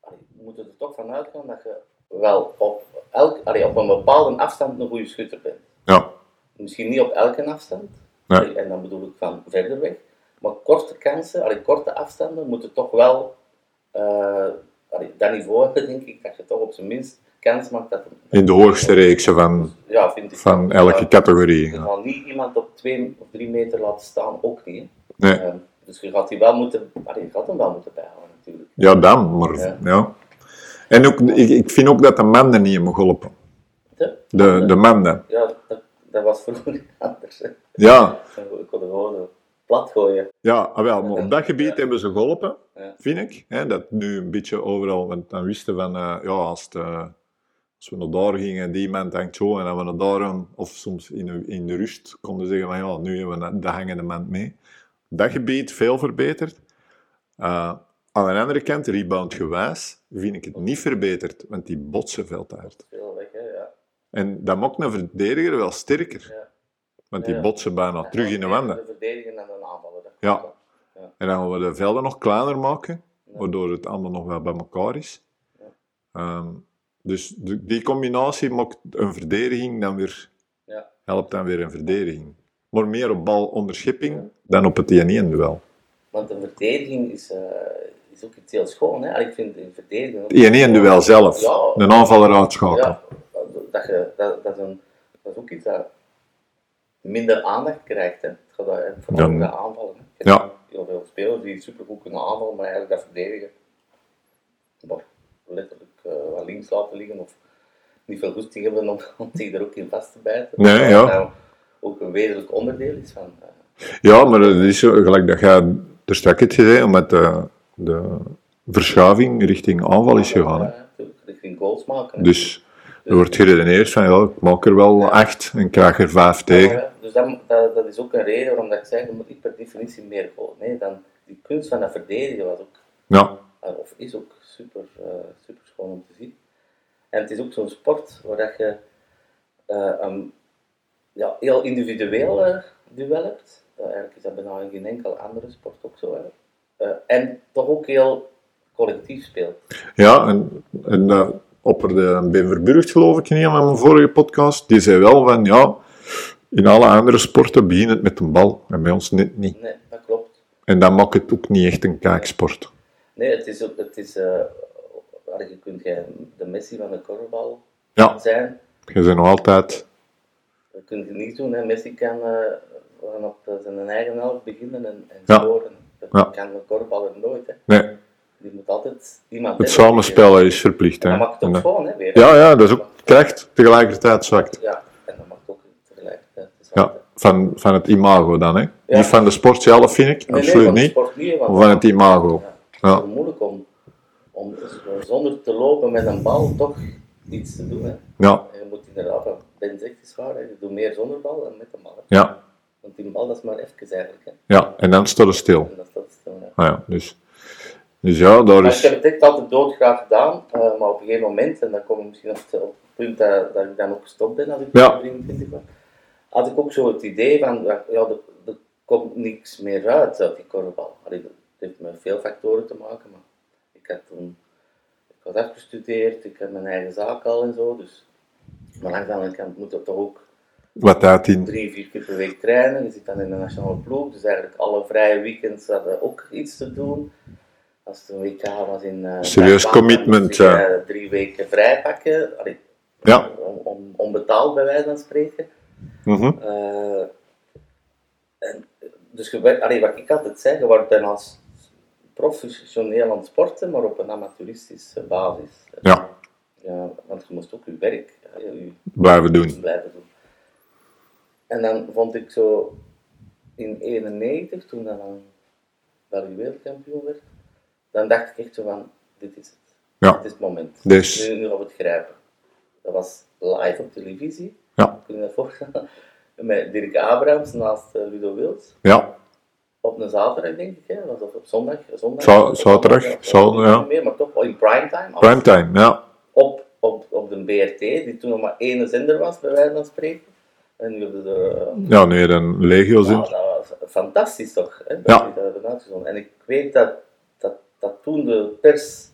Speaker 3: allee, we moeten er toch van uitgaan dat je wel op, elk, allee, op een bepaalde afstand een goede schutter bent.
Speaker 1: Ja,
Speaker 3: Misschien niet op elke afstand,
Speaker 1: Nee.
Speaker 3: allee, en dan bedoel ik van verder weg, maar korte kansen, allee, korte afstanden moeten toch wel eh, allee, dat niveau hebben, denk ik, dat je toch op zijn minst kans maakt dat een
Speaker 1: in de hoogste reeksen van,
Speaker 3: Ja, vind ik.
Speaker 1: van elke categorie. eh.
Speaker 3: Je
Speaker 1: ja.
Speaker 3: gaat niet iemand op twee of drie meter laten staan, ook niet. hè.
Speaker 1: Nee.
Speaker 3: Ehm, dus je gaat, die wel moeten, allee, je gaat hem wel moeten bijhouden, natuurlijk.
Speaker 1: Ja, dan, maar ja.
Speaker 3: Ja.
Speaker 1: En ook, ik, ik vind ook dat de mannen niet hebben geholpen.
Speaker 3: De?
Speaker 1: De, de mannen.
Speaker 3: Ja, dat, dat was vroeger anders. hè.
Speaker 1: Ja,
Speaker 3: Ik kon er gewoon eh, plat gooien.
Speaker 1: ja ah wel, maar op dat gebied hebben ze geholpen,
Speaker 3: Ja.
Speaker 1: vind ik. Hè, dat nu een beetje overal, want dan wisten we van, eh, ja, als, het, eh, als we naar daar gingen, die man denkt zo, en dan we naar daarom, of soms in, de- in de rust, konden zeggen van, ja, nu hebben we de hangende man mee. Op dat gebied veel verbeterd. Eh, aan de andere kant, reboundgewijs, vind ik het niet verbeterd, want die botsen veel te hard.
Speaker 3: Veel weg, hè, ja.
Speaker 1: En dat maakt een verdediger wel sterker.
Speaker 3: Ja.
Speaker 1: Want die
Speaker 3: Ja.
Speaker 1: botsen bijna terug in de wanden.
Speaker 3: De verdedigen en de aanvallen. dat
Speaker 1: Ja.
Speaker 3: klopt.
Speaker 1: En dan gaan we de velden nog kleiner maken, waardoor het allemaal nog wel bij elkaar is.
Speaker 3: Ja.
Speaker 1: Ehm, dus de- die combinatie maakt een verdediging dan weer,
Speaker 3: Ja.
Speaker 1: helpt dan weer een verdediging. Maar meer op balonderschepping dan op het E 1 duel.
Speaker 3: Want de verdediging is, eh, is ook iets heel schoon. Hè? Allee, Ik vind de verdediging... ook-
Speaker 1: Het 1 duel zelf,
Speaker 3: Ja.
Speaker 1: een aanvaller uitschakelen.
Speaker 3: Ja, dat, je, dat, dat, is een, dat is ook iets dat minder aandacht krijgt. Hè. Het gaat daar eigenlijk vooral
Speaker 1: Dan-
Speaker 3: om de aanvallen. hè. Je
Speaker 1: Ja.
Speaker 3: hebt heel veel spelers die supergoed kunnen aanvallen, maar eigenlijk dat verdedigen. Maar letterlijk eh, wat links laten liggen of niet veel goesting hebben om, om die er ook in vast te bijten.
Speaker 1: Nee,
Speaker 3: Dat
Speaker 1: ja.
Speaker 3: nou ook een wezenlijk onderdeel is van... eh,
Speaker 1: Ja, maar het is zo, gelijk dat jij er straks hebt gezegd, omdat de, de verschuiving richting aanval is gegaan. hè.
Speaker 3: ja, natuurlijk, richting goals maken. hè.
Speaker 1: Dus er wordt geredeneerd van, ja, ik maak er wel acht en krijg er vijf tegen.
Speaker 3: Ja, dus dat, dat, dat is ook een reden waarom dat ik zeg, je moet niet per definitie meer goal. Nee, dan die kunst van dat verdedigen was ook,
Speaker 1: Ja,
Speaker 3: eh, of is ook super, eh, super schoon om te zien. En het is ook zo'n sport waar dat je eh, een ja, heel individueel eh, duel hebt. Eh, eigenlijk is dat bijna in geen enkel andere sport ook zo. hè. Eh, en toch ook heel collectief speelt.
Speaker 1: ja en, en eh, opper de Ben Verburgt, geloof ik, in een van mijn vorige podcast, die zei wel van, ja, in alle andere sporten begint het met een bal en bij ons net niet.
Speaker 3: Nee, dat klopt.
Speaker 1: En dat maakt het ook niet echt een kijksport.
Speaker 3: Nee, het is, ook- het is eh, waar je kunt jij de Messi van de korfbal
Speaker 1: Ja,
Speaker 3: zijn.
Speaker 1: je bent nog altijd...
Speaker 3: Dat kun je niet doen. Hè. Messi kan eh, gewoon op eh, zijn eigen helft beginnen en, en
Speaker 1: Ja.
Speaker 3: scoren. Dat
Speaker 1: Ja.
Speaker 3: kan de korfballer nooit. Hè.
Speaker 1: Nee,
Speaker 3: Die moet altijd iemand
Speaker 1: het
Speaker 3: hebben.
Speaker 1: samenspelen is verplicht. Hè.
Speaker 3: Dat maakt het
Speaker 1: En
Speaker 3: ook
Speaker 1: dat-
Speaker 3: schoon, hè, weer.
Speaker 1: Ja, ja, dat is ook kracht, tegelijkertijd zwakt.
Speaker 3: Ja, en dat maakt ook tegelijkertijd. de
Speaker 1: Ja,
Speaker 3: zwakte.
Speaker 1: van, van het imago dan, hè.
Speaker 3: Ja.
Speaker 1: Niet van de sport zelf, vind ik,
Speaker 3: Nee, nee,
Speaker 1: absoluut
Speaker 3: van de
Speaker 1: niet.
Speaker 3: sport niet,
Speaker 1: Maar
Speaker 3: want
Speaker 1: van het imago.
Speaker 3: Ja. Het is
Speaker 1: Ja,
Speaker 3: heel moeilijk om, om zonder te lopen met een bal toch iets te doen. Hè.
Speaker 1: ja,
Speaker 3: En je moet inderdaad, wat Ben zegt is waar, hè. je doet meer zonder bal dan met de bal. hè.
Speaker 1: ja.
Speaker 3: Want die bal dat is maar even eigenlijk. Hè.
Speaker 1: Ja, en dan staat het stil.
Speaker 3: En dat, dat is dan, hè.
Speaker 1: Ah ja, dus, dus ja, daar
Speaker 3: Maar ik heb
Speaker 1: is...
Speaker 3: het echt altijd doodgraag gedaan, eh, maar op een gegeven moment, en dan kom ik misschien op het, op het punt dat, dat ik dan ook gestopt ben als ik
Speaker 1: Ja.
Speaker 3: 23 was, had ik ook zo het idee van, ja, ja, er, er komt niks meer uit uit die korfbal. Allee, dat heeft met veel factoren te maken, maar ik had toen, ik was afgestudeerd, ik had mijn eigen zaak al en zo, dus maar langs de andere kant moet dat toch ook
Speaker 1: Wat dat in...
Speaker 3: drie, vier keer per week trainen. Je zit dan in de nationale ploeg. Dus eigenlijk alle vrije weekends hadden ook iets te doen. Als het een WK was in... eh,
Speaker 1: Serieus
Speaker 3: Taiwan,
Speaker 1: commitment,
Speaker 3: moest ik,
Speaker 1: ja.
Speaker 3: eh, Drie weken vrij pakken. Allee,
Speaker 1: Ja.
Speaker 3: on- on- onbetaald bij wijze van spreken.
Speaker 1: mhm.
Speaker 3: Eh, en, dus je werd- allee, wat ik altijd zeg, je wordt bijna als professioneel aan het sporten, maar op een amateuristische basis.
Speaker 1: Ja.
Speaker 3: ja, want je moest ook je werk ja, je
Speaker 1: Blijven doen.
Speaker 3: blijven doen. En dan vond ik zo in 91, toen dan een België wereldkampioen werd, dan dacht ik echt zo van, dit is het.
Speaker 1: Ja.
Speaker 3: Dit is het moment.
Speaker 1: Dus-
Speaker 3: Nu, nu gaan we het grijpen. Dat was live op televisie.
Speaker 1: Ja.
Speaker 3: Kun je dat voorstellen? Met Dirk Abrams naast eh, Ludo Wils.
Speaker 1: Ja,
Speaker 3: Op een zaterdag, denk ik. Hè? Was dat op zondag? zondag
Speaker 1: Za- zaterdag,
Speaker 3: Zondag,
Speaker 1: zal-
Speaker 3: weet ik
Speaker 1: ja.
Speaker 3: niet Meer, maar toch in primetime. als-
Speaker 1: primetime, ja.
Speaker 3: op, op, op de BRT, die toen nog maar één zender was, bij wijze van spreken. En nu hebben ze er... eh,
Speaker 1: Ja, nee, dan legio
Speaker 3: nou,
Speaker 1: zin.
Speaker 3: dat was fantastisch toch, hè, dat
Speaker 1: Ja.
Speaker 3: die dat hebben uitgezonden. En ik weet dat, dat, dat toen de pers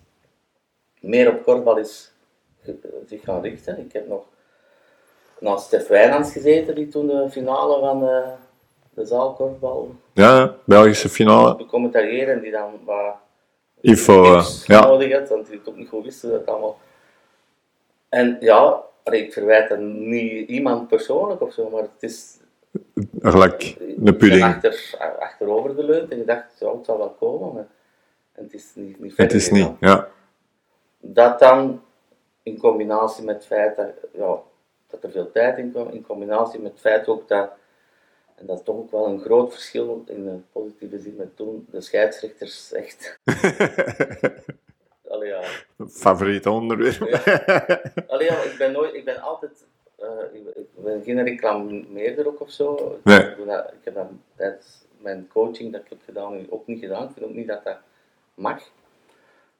Speaker 3: meer op korfbal is ge- eh, zich gaan richten. Ik heb nog naast Stef Wijnands gezeten, die toen de finale van eh, de zaalkorfbal
Speaker 1: Ja, Belgische finale.
Speaker 3: de commentarieer en die dan wat
Speaker 1: Ivo, eh,
Speaker 3: tips
Speaker 1: ja.
Speaker 3: nodig had, want die het ook niet goed wisten dat allemaal. En ja, allee, ik verwijt dat niet iemand persoonlijk of zo, maar het is
Speaker 1: Gelijk, de
Speaker 3: ik ben
Speaker 1: pudding.
Speaker 3: achter, achterover geleund en je dacht, ja, het zal wel komen, maar en het is niet, niet
Speaker 1: Het
Speaker 3: verder
Speaker 1: is niet,
Speaker 3: gegaan.
Speaker 1: ja.
Speaker 3: Dat dan, in combinatie met het feit dat, ja, dat er veel tijd in kwam, in combinatie met het feit ook dat, en dat is toch ook wel een groot verschil in de positieve zin met toen, de scheidsrechters echt, allee ja,
Speaker 1: Favoriet onderwerp.
Speaker 3: allee ja, ik ben nooit, ik ben altijd, eh, ik, ben- ik ben geen reclameerder ook of zo.
Speaker 1: Nee.
Speaker 3: Ik, doe dat, ik heb dat tijdens mijn coaching dat ik heb gedaan ook niet gedaan. Ik vind ook niet dat dat mag.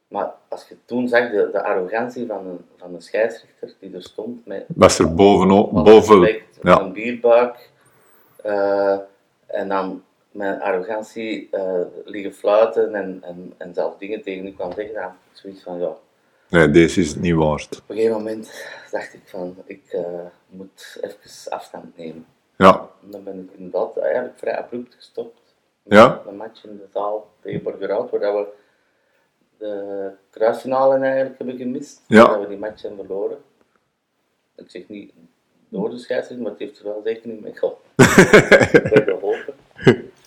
Speaker 3: Maar als je toen zag de, de arrogantie van een, van een scheidsrechter die er stond met
Speaker 1: Dat is er bovenop,
Speaker 3: alle
Speaker 1: boven.
Speaker 3: respect,
Speaker 1: Ja.
Speaker 3: een bierbuik eh, en dan mijn arrogantie eh, liggen fluiten en, en, en zelfs dingen tegen u kwam zeggen, dan had ik zoiets van ja,
Speaker 1: Nee, deze is het niet waard.
Speaker 3: op een gegeven moment dacht ik van, ik eh, moet even afstand nemen.
Speaker 1: Ja,
Speaker 3: En dan ben ik inderdaad eigenlijk vrij abrupt gestopt.
Speaker 1: Ja?
Speaker 3: Een match in de zaal tegen Borgerhout, waar dat we de kruisfinalen eigenlijk hebben gemist.
Speaker 1: Ja.
Speaker 3: Dat we die match hebben verloren. Ik zeg niet door de scheidsrechter, maar het heeft er wel zeker niet mee geholpen. Bij geholpen.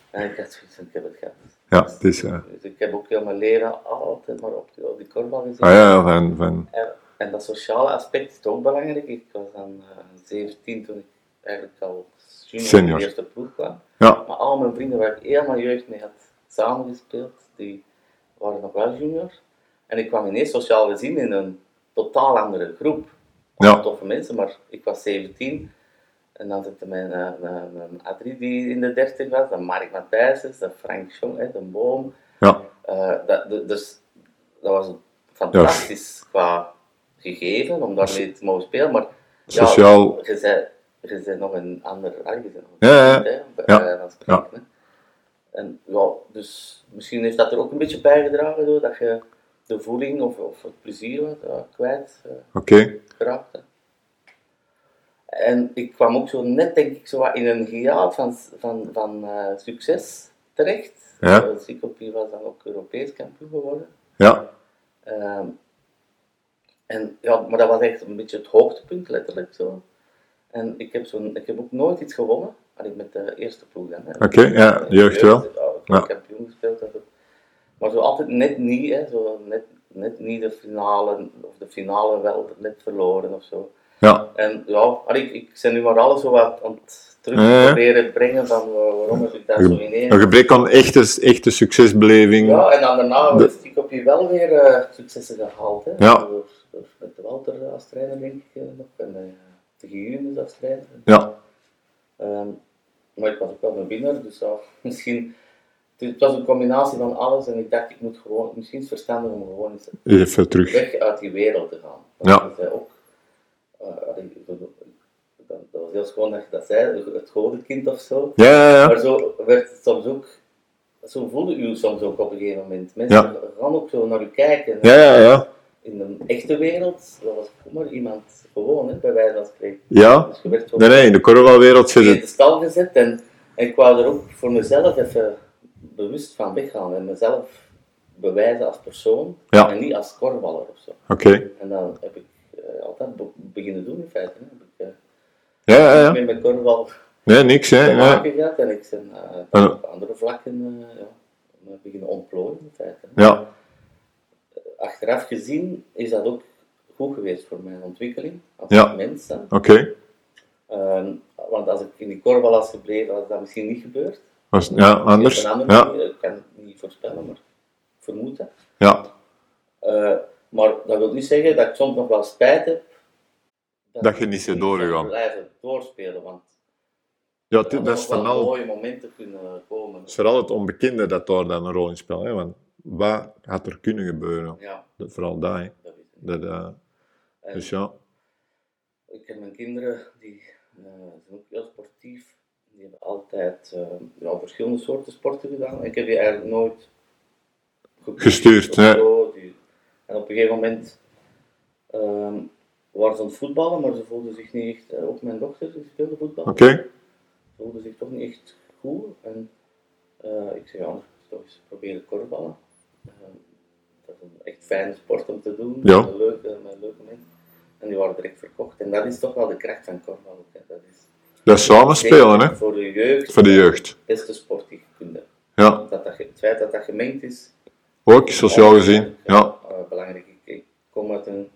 Speaker 3: En ik had zoiets van, ik heb het gehad.
Speaker 1: ja, het is... eh,
Speaker 3: Dus ik heb ook heel mijn leren altijd maar op die, op die korfbal gezien.
Speaker 1: ah ja, ja, van... van
Speaker 3: En, en dat sociale aspect is ook belangrijk. Ik was dan eh, 17 toen ik eigenlijk al junior, in
Speaker 1: Senior.
Speaker 3: de eerste ploeg kwam.
Speaker 1: ja,
Speaker 3: Maar al mijn vrienden waar ik helemaal jeugd mee had samengespeeld, die waren nog wel junior. En ik kwam ineens sociaal gezien in een totaal andere groep.
Speaker 1: Ja.
Speaker 3: Toffe mensen, maar ik was 17. En dan zette mijn, eh, mijn, mijn A3 die in de 30 was, dan Mark Matthijsens, dan Frank Jong, hè, de Boom.
Speaker 1: ja,
Speaker 3: Eh, dat, de- dus dat was fantastisch qua gegeven om daarmee te mogen spelen. Maar ja,
Speaker 1: Dus- Sociaal.
Speaker 3: je bent, je bent nog een ander ah, je bent nog een
Speaker 1: Ja, ja, ja.
Speaker 3: kind, hè, om bij
Speaker 1: Ja,
Speaker 3: wijze van spreken, hè. En ja, dus misschien heeft dat er ook een beetje bijgedragen door dat je de voeling of, of het plezier wat ja, kwijt eh,
Speaker 1: oké.
Speaker 3: geraakt. hè. En ik kwam ook zo net, denk ik, zo wat in een gejaag van, van, van eh, succes terecht.
Speaker 1: Ja.
Speaker 3: Eh, Sikopie was dan ook Europees kampioen geworden.
Speaker 1: Ja,
Speaker 3: Ehm, en, ja, maar dat was echt een beetje het hoogtepunt, letterlijk zo. En ik heb, zo'n, ik heb ook nooit iets gewonnen. Allee, met de eerste ploeg dan. hè.
Speaker 1: Oké, ja, jeugd wel.
Speaker 3: Ja, oh, ik heb
Speaker 1: Ja.
Speaker 3: kampioen gespeeld. dat ook. Maar zo altijd net niet, hè. Zo net, net niet de finale, of de finale wel net verloren of zo.
Speaker 1: ja.
Speaker 3: En ja, allee, ik, ik ben nu maar alles zo wat aan het terug
Speaker 1: Ja, ja.
Speaker 3: proberen brengen van eh, waarom heb ik dat zo ineens...
Speaker 1: Een gebrek aan echte, echte succesbeleving.
Speaker 3: Ja, en dan daarna heeft ik op je wel weer eh, successen gehaald. Hè?
Speaker 1: Ja.
Speaker 3: Door, door met Walter als trainer, denk ik, eh, nog. En eh de Gijunes als trainer.
Speaker 1: Ja,
Speaker 3: Ehm, maar ik was ook wel een winnaar, dus ja, misschien... Het het was een combinatie van alles en ik dacht, ik moet gewoon... Misschien is het verstandig om gewoon eens
Speaker 1: even terug.
Speaker 3: weg uit die wereld te gaan.
Speaker 1: Ja.
Speaker 3: Dat, ook, eh, allee, ik bedoel, dat, dat was heel schoon dat je dat zei, het godenkind of zo.
Speaker 1: Ja, ja, ja.
Speaker 3: Maar zo werd het soms ook, zo voelde u soms ook op een gegeven moment. Mensen
Speaker 1: Ja.
Speaker 3: gaan ook zo naar u kijken.
Speaker 1: Ja, ja, ja.
Speaker 3: In de echte wereld, dat was ook maar iemand gewoon, hè, bij wijze van spreken.
Speaker 1: Ja.
Speaker 3: Dus je werd zo
Speaker 1: Nee, nee, in de coronawereld zit
Speaker 3: in de
Speaker 1: het.
Speaker 3: stal gezet en, en ik wou er ook voor mezelf even bewust van weggaan en mezelf bewijzen als persoon
Speaker 1: Ja.
Speaker 3: en niet als korfballer of zo.
Speaker 1: Oké.
Speaker 3: En dan heb ik eh, altijd be- beginnen doen in feite. Hè. Heb ik eh,
Speaker 1: Ja, ja,
Speaker 3: niet
Speaker 1: ja.
Speaker 3: meer met korfbal
Speaker 1: Nee, niks,
Speaker 3: te
Speaker 1: hè. Ja,
Speaker 3: maken gehad en ik ben eh,
Speaker 1: Ja.
Speaker 3: op andere vlakken eh ja, me beginnen ontplooien in feite.
Speaker 1: ja.
Speaker 3: Achteraf gezien is dat ook goed geweest voor mijn ontwikkeling als
Speaker 1: Ja.
Speaker 3: mens. hè.
Speaker 1: Oké,
Speaker 3: Ehm, want als ik in die korfbal was gebleven, had dat misschien niet gebeurd.
Speaker 1: Was- ja,
Speaker 3: Op een
Speaker 1: anders.
Speaker 3: andere
Speaker 1: Ja,
Speaker 3: manier, Ik kan het niet voorspellen, maar ik vermoed dat.
Speaker 1: ja.
Speaker 3: Eh, maar dat wil niet zeggen dat ik soms nog wel spijt heb.
Speaker 1: Dat je niet bent doorgegaan.
Speaker 3: blijven doorspelen, want
Speaker 1: ja
Speaker 3: er
Speaker 1: het- dat
Speaker 3: hadden
Speaker 1: is
Speaker 3: nog wel
Speaker 1: vooral,
Speaker 3: mooie momenten kunnen komen.
Speaker 1: het is vooral het onbekende dat daar dan een rol in speelt. Hè? Want wat had er kunnen gebeuren?
Speaker 3: Ja,
Speaker 1: Dat, vooral dat. hè.
Speaker 3: dat is het.
Speaker 1: Dat, eh,
Speaker 3: En
Speaker 1: dus ja,
Speaker 3: Ik heb mijn kinderen, die eh, zijn ook heel sportief. Die hebben altijd eh, ja, verschillende soorten sporten gedaan. Ik heb die eigenlijk nooit gepusht
Speaker 1: Gestuurd,
Speaker 3: of
Speaker 1: ja.
Speaker 3: zo. Die- En op een gegeven moment ehm, waren ze aan het voetballen, maar ze voelden zich niet echt. eh, ook mijn dochter die speelde voetbal.
Speaker 1: oké.
Speaker 3: voelde zich toch niet echt goed. En eh, ik zei, anders moet je toch eens proberen korfballen. Eh, dat is een echt fijne sport om te doen,
Speaker 1: Ja.
Speaker 3: met, leuke, met leuke mensen. En die waren direct verkocht. En dat is toch wel de kracht van korfbal. ook, hè. Dat is
Speaker 1: Dat is samenspelen, hè?
Speaker 3: Voor de jeugd.
Speaker 1: Voor de jeugd.
Speaker 3: Het beste sport die je kunt hebben.
Speaker 1: Ja,
Speaker 3: Dat dat, ge- het feit dat dat gemengd is.
Speaker 1: ook sociaal gezien. Ja,
Speaker 3: eh, belangrijk. Ik, ik kom uit een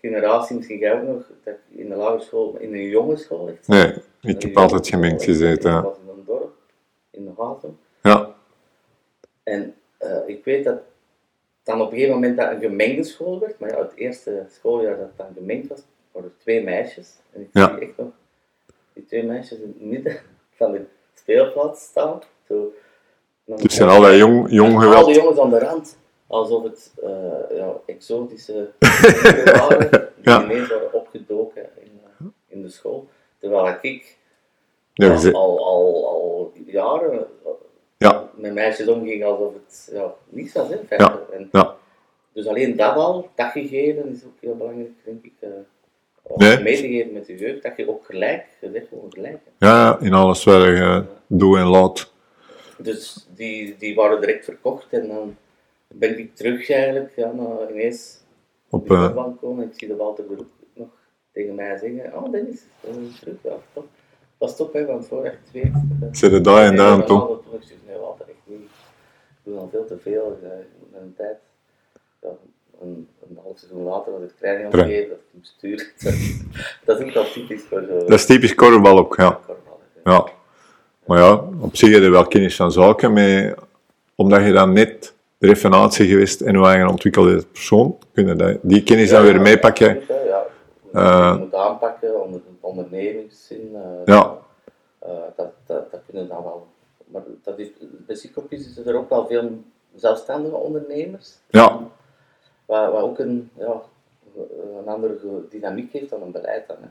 Speaker 3: generatie, misschien jij ook nog, dat ik in de lagere school, in een jonge school echt
Speaker 1: nee, ik heb altijd gemengd gezeten. ja.
Speaker 3: Ik was in een dorp, in de haven.
Speaker 1: Ja,
Speaker 3: En eh, ik weet dat dan op een gegeven moment dat een gemengde school werd, maar ja, het eerste schooljaar dat het dan gemengd was, waren er twee meisjes. En ik
Speaker 1: Ja.
Speaker 3: zie echt nog die twee meisjes in het midden van de speelplaats staan. Zo,
Speaker 1: dus zijn allerlei jong, jong
Speaker 3: Al die
Speaker 1: geweld.
Speaker 3: jongens aan de rand, alsof het eh, ja, exotische dieren waren, die
Speaker 1: Ja.
Speaker 3: ineens waren opgedoken in, eh, in de school. Terwijl ik
Speaker 1: Ja,
Speaker 3: al,
Speaker 1: geze-
Speaker 3: al, al, al jaren
Speaker 1: ja,
Speaker 3: met meisjes omging alsof het ja, niets was. Hè, verder.
Speaker 1: Ja,
Speaker 3: En
Speaker 1: ja.
Speaker 3: Dus alleen dat al, dat gegeven, is ook heel belangrijk, denk ik. eh, om
Speaker 1: Nee.
Speaker 3: mee te geven met de jeugd, dat je ook gelijk, je zegt gewoon gelijk. hè.
Speaker 1: ja, in alles wat je doet en laat.
Speaker 3: Dus die, die waren direct verkocht en dan ben ik terug eigenlijk, ja, nou, ineens
Speaker 1: Op,
Speaker 3: op de
Speaker 1: eh,
Speaker 3: bank komen. Ik zie de Walter Broek nog tegen mij zeggen, oh Dennis, dat is terug, ja, top. Pas top, hè, want voorrecht twee. eh,
Speaker 1: zit er daar en daar aan toe.
Speaker 3: Ronaldo terug. Dus nee, Walter, echt niet. Ik doe dan veel te veel. eh, Ik moet met een tijd. Ja, een, een half seizoen later was ik training
Speaker 1: Tra-
Speaker 3: omgeven, dat ik hem stuur. dat is ook wel typisch voor zo'n
Speaker 1: Dat is typisch korfbal ook, ja.
Speaker 3: korfballer, hè.
Speaker 1: ja. Maar ja, op zich heb je wel kennis van zaken, maar omdat je dan net de referentie geweest en hoe eigen ontwikkelde persoon, kunnen dat, die kennis dan weer
Speaker 3: ja,
Speaker 1: meepakken.
Speaker 3: absoluut, hè, Ja,
Speaker 1: Eh.
Speaker 3: je moet aanpakken, onder, ondernemingszin. eh,
Speaker 1: Ja,
Speaker 3: eh, dat, dat, dat kunnen dan wel. Maar dat is, bij Psychopis is er ook wel veel zelfstandige ondernemers.
Speaker 1: ja,
Speaker 3: Wat, wat ook een, ja, een andere dynamiek heeft dan een beleid. Dan, hè.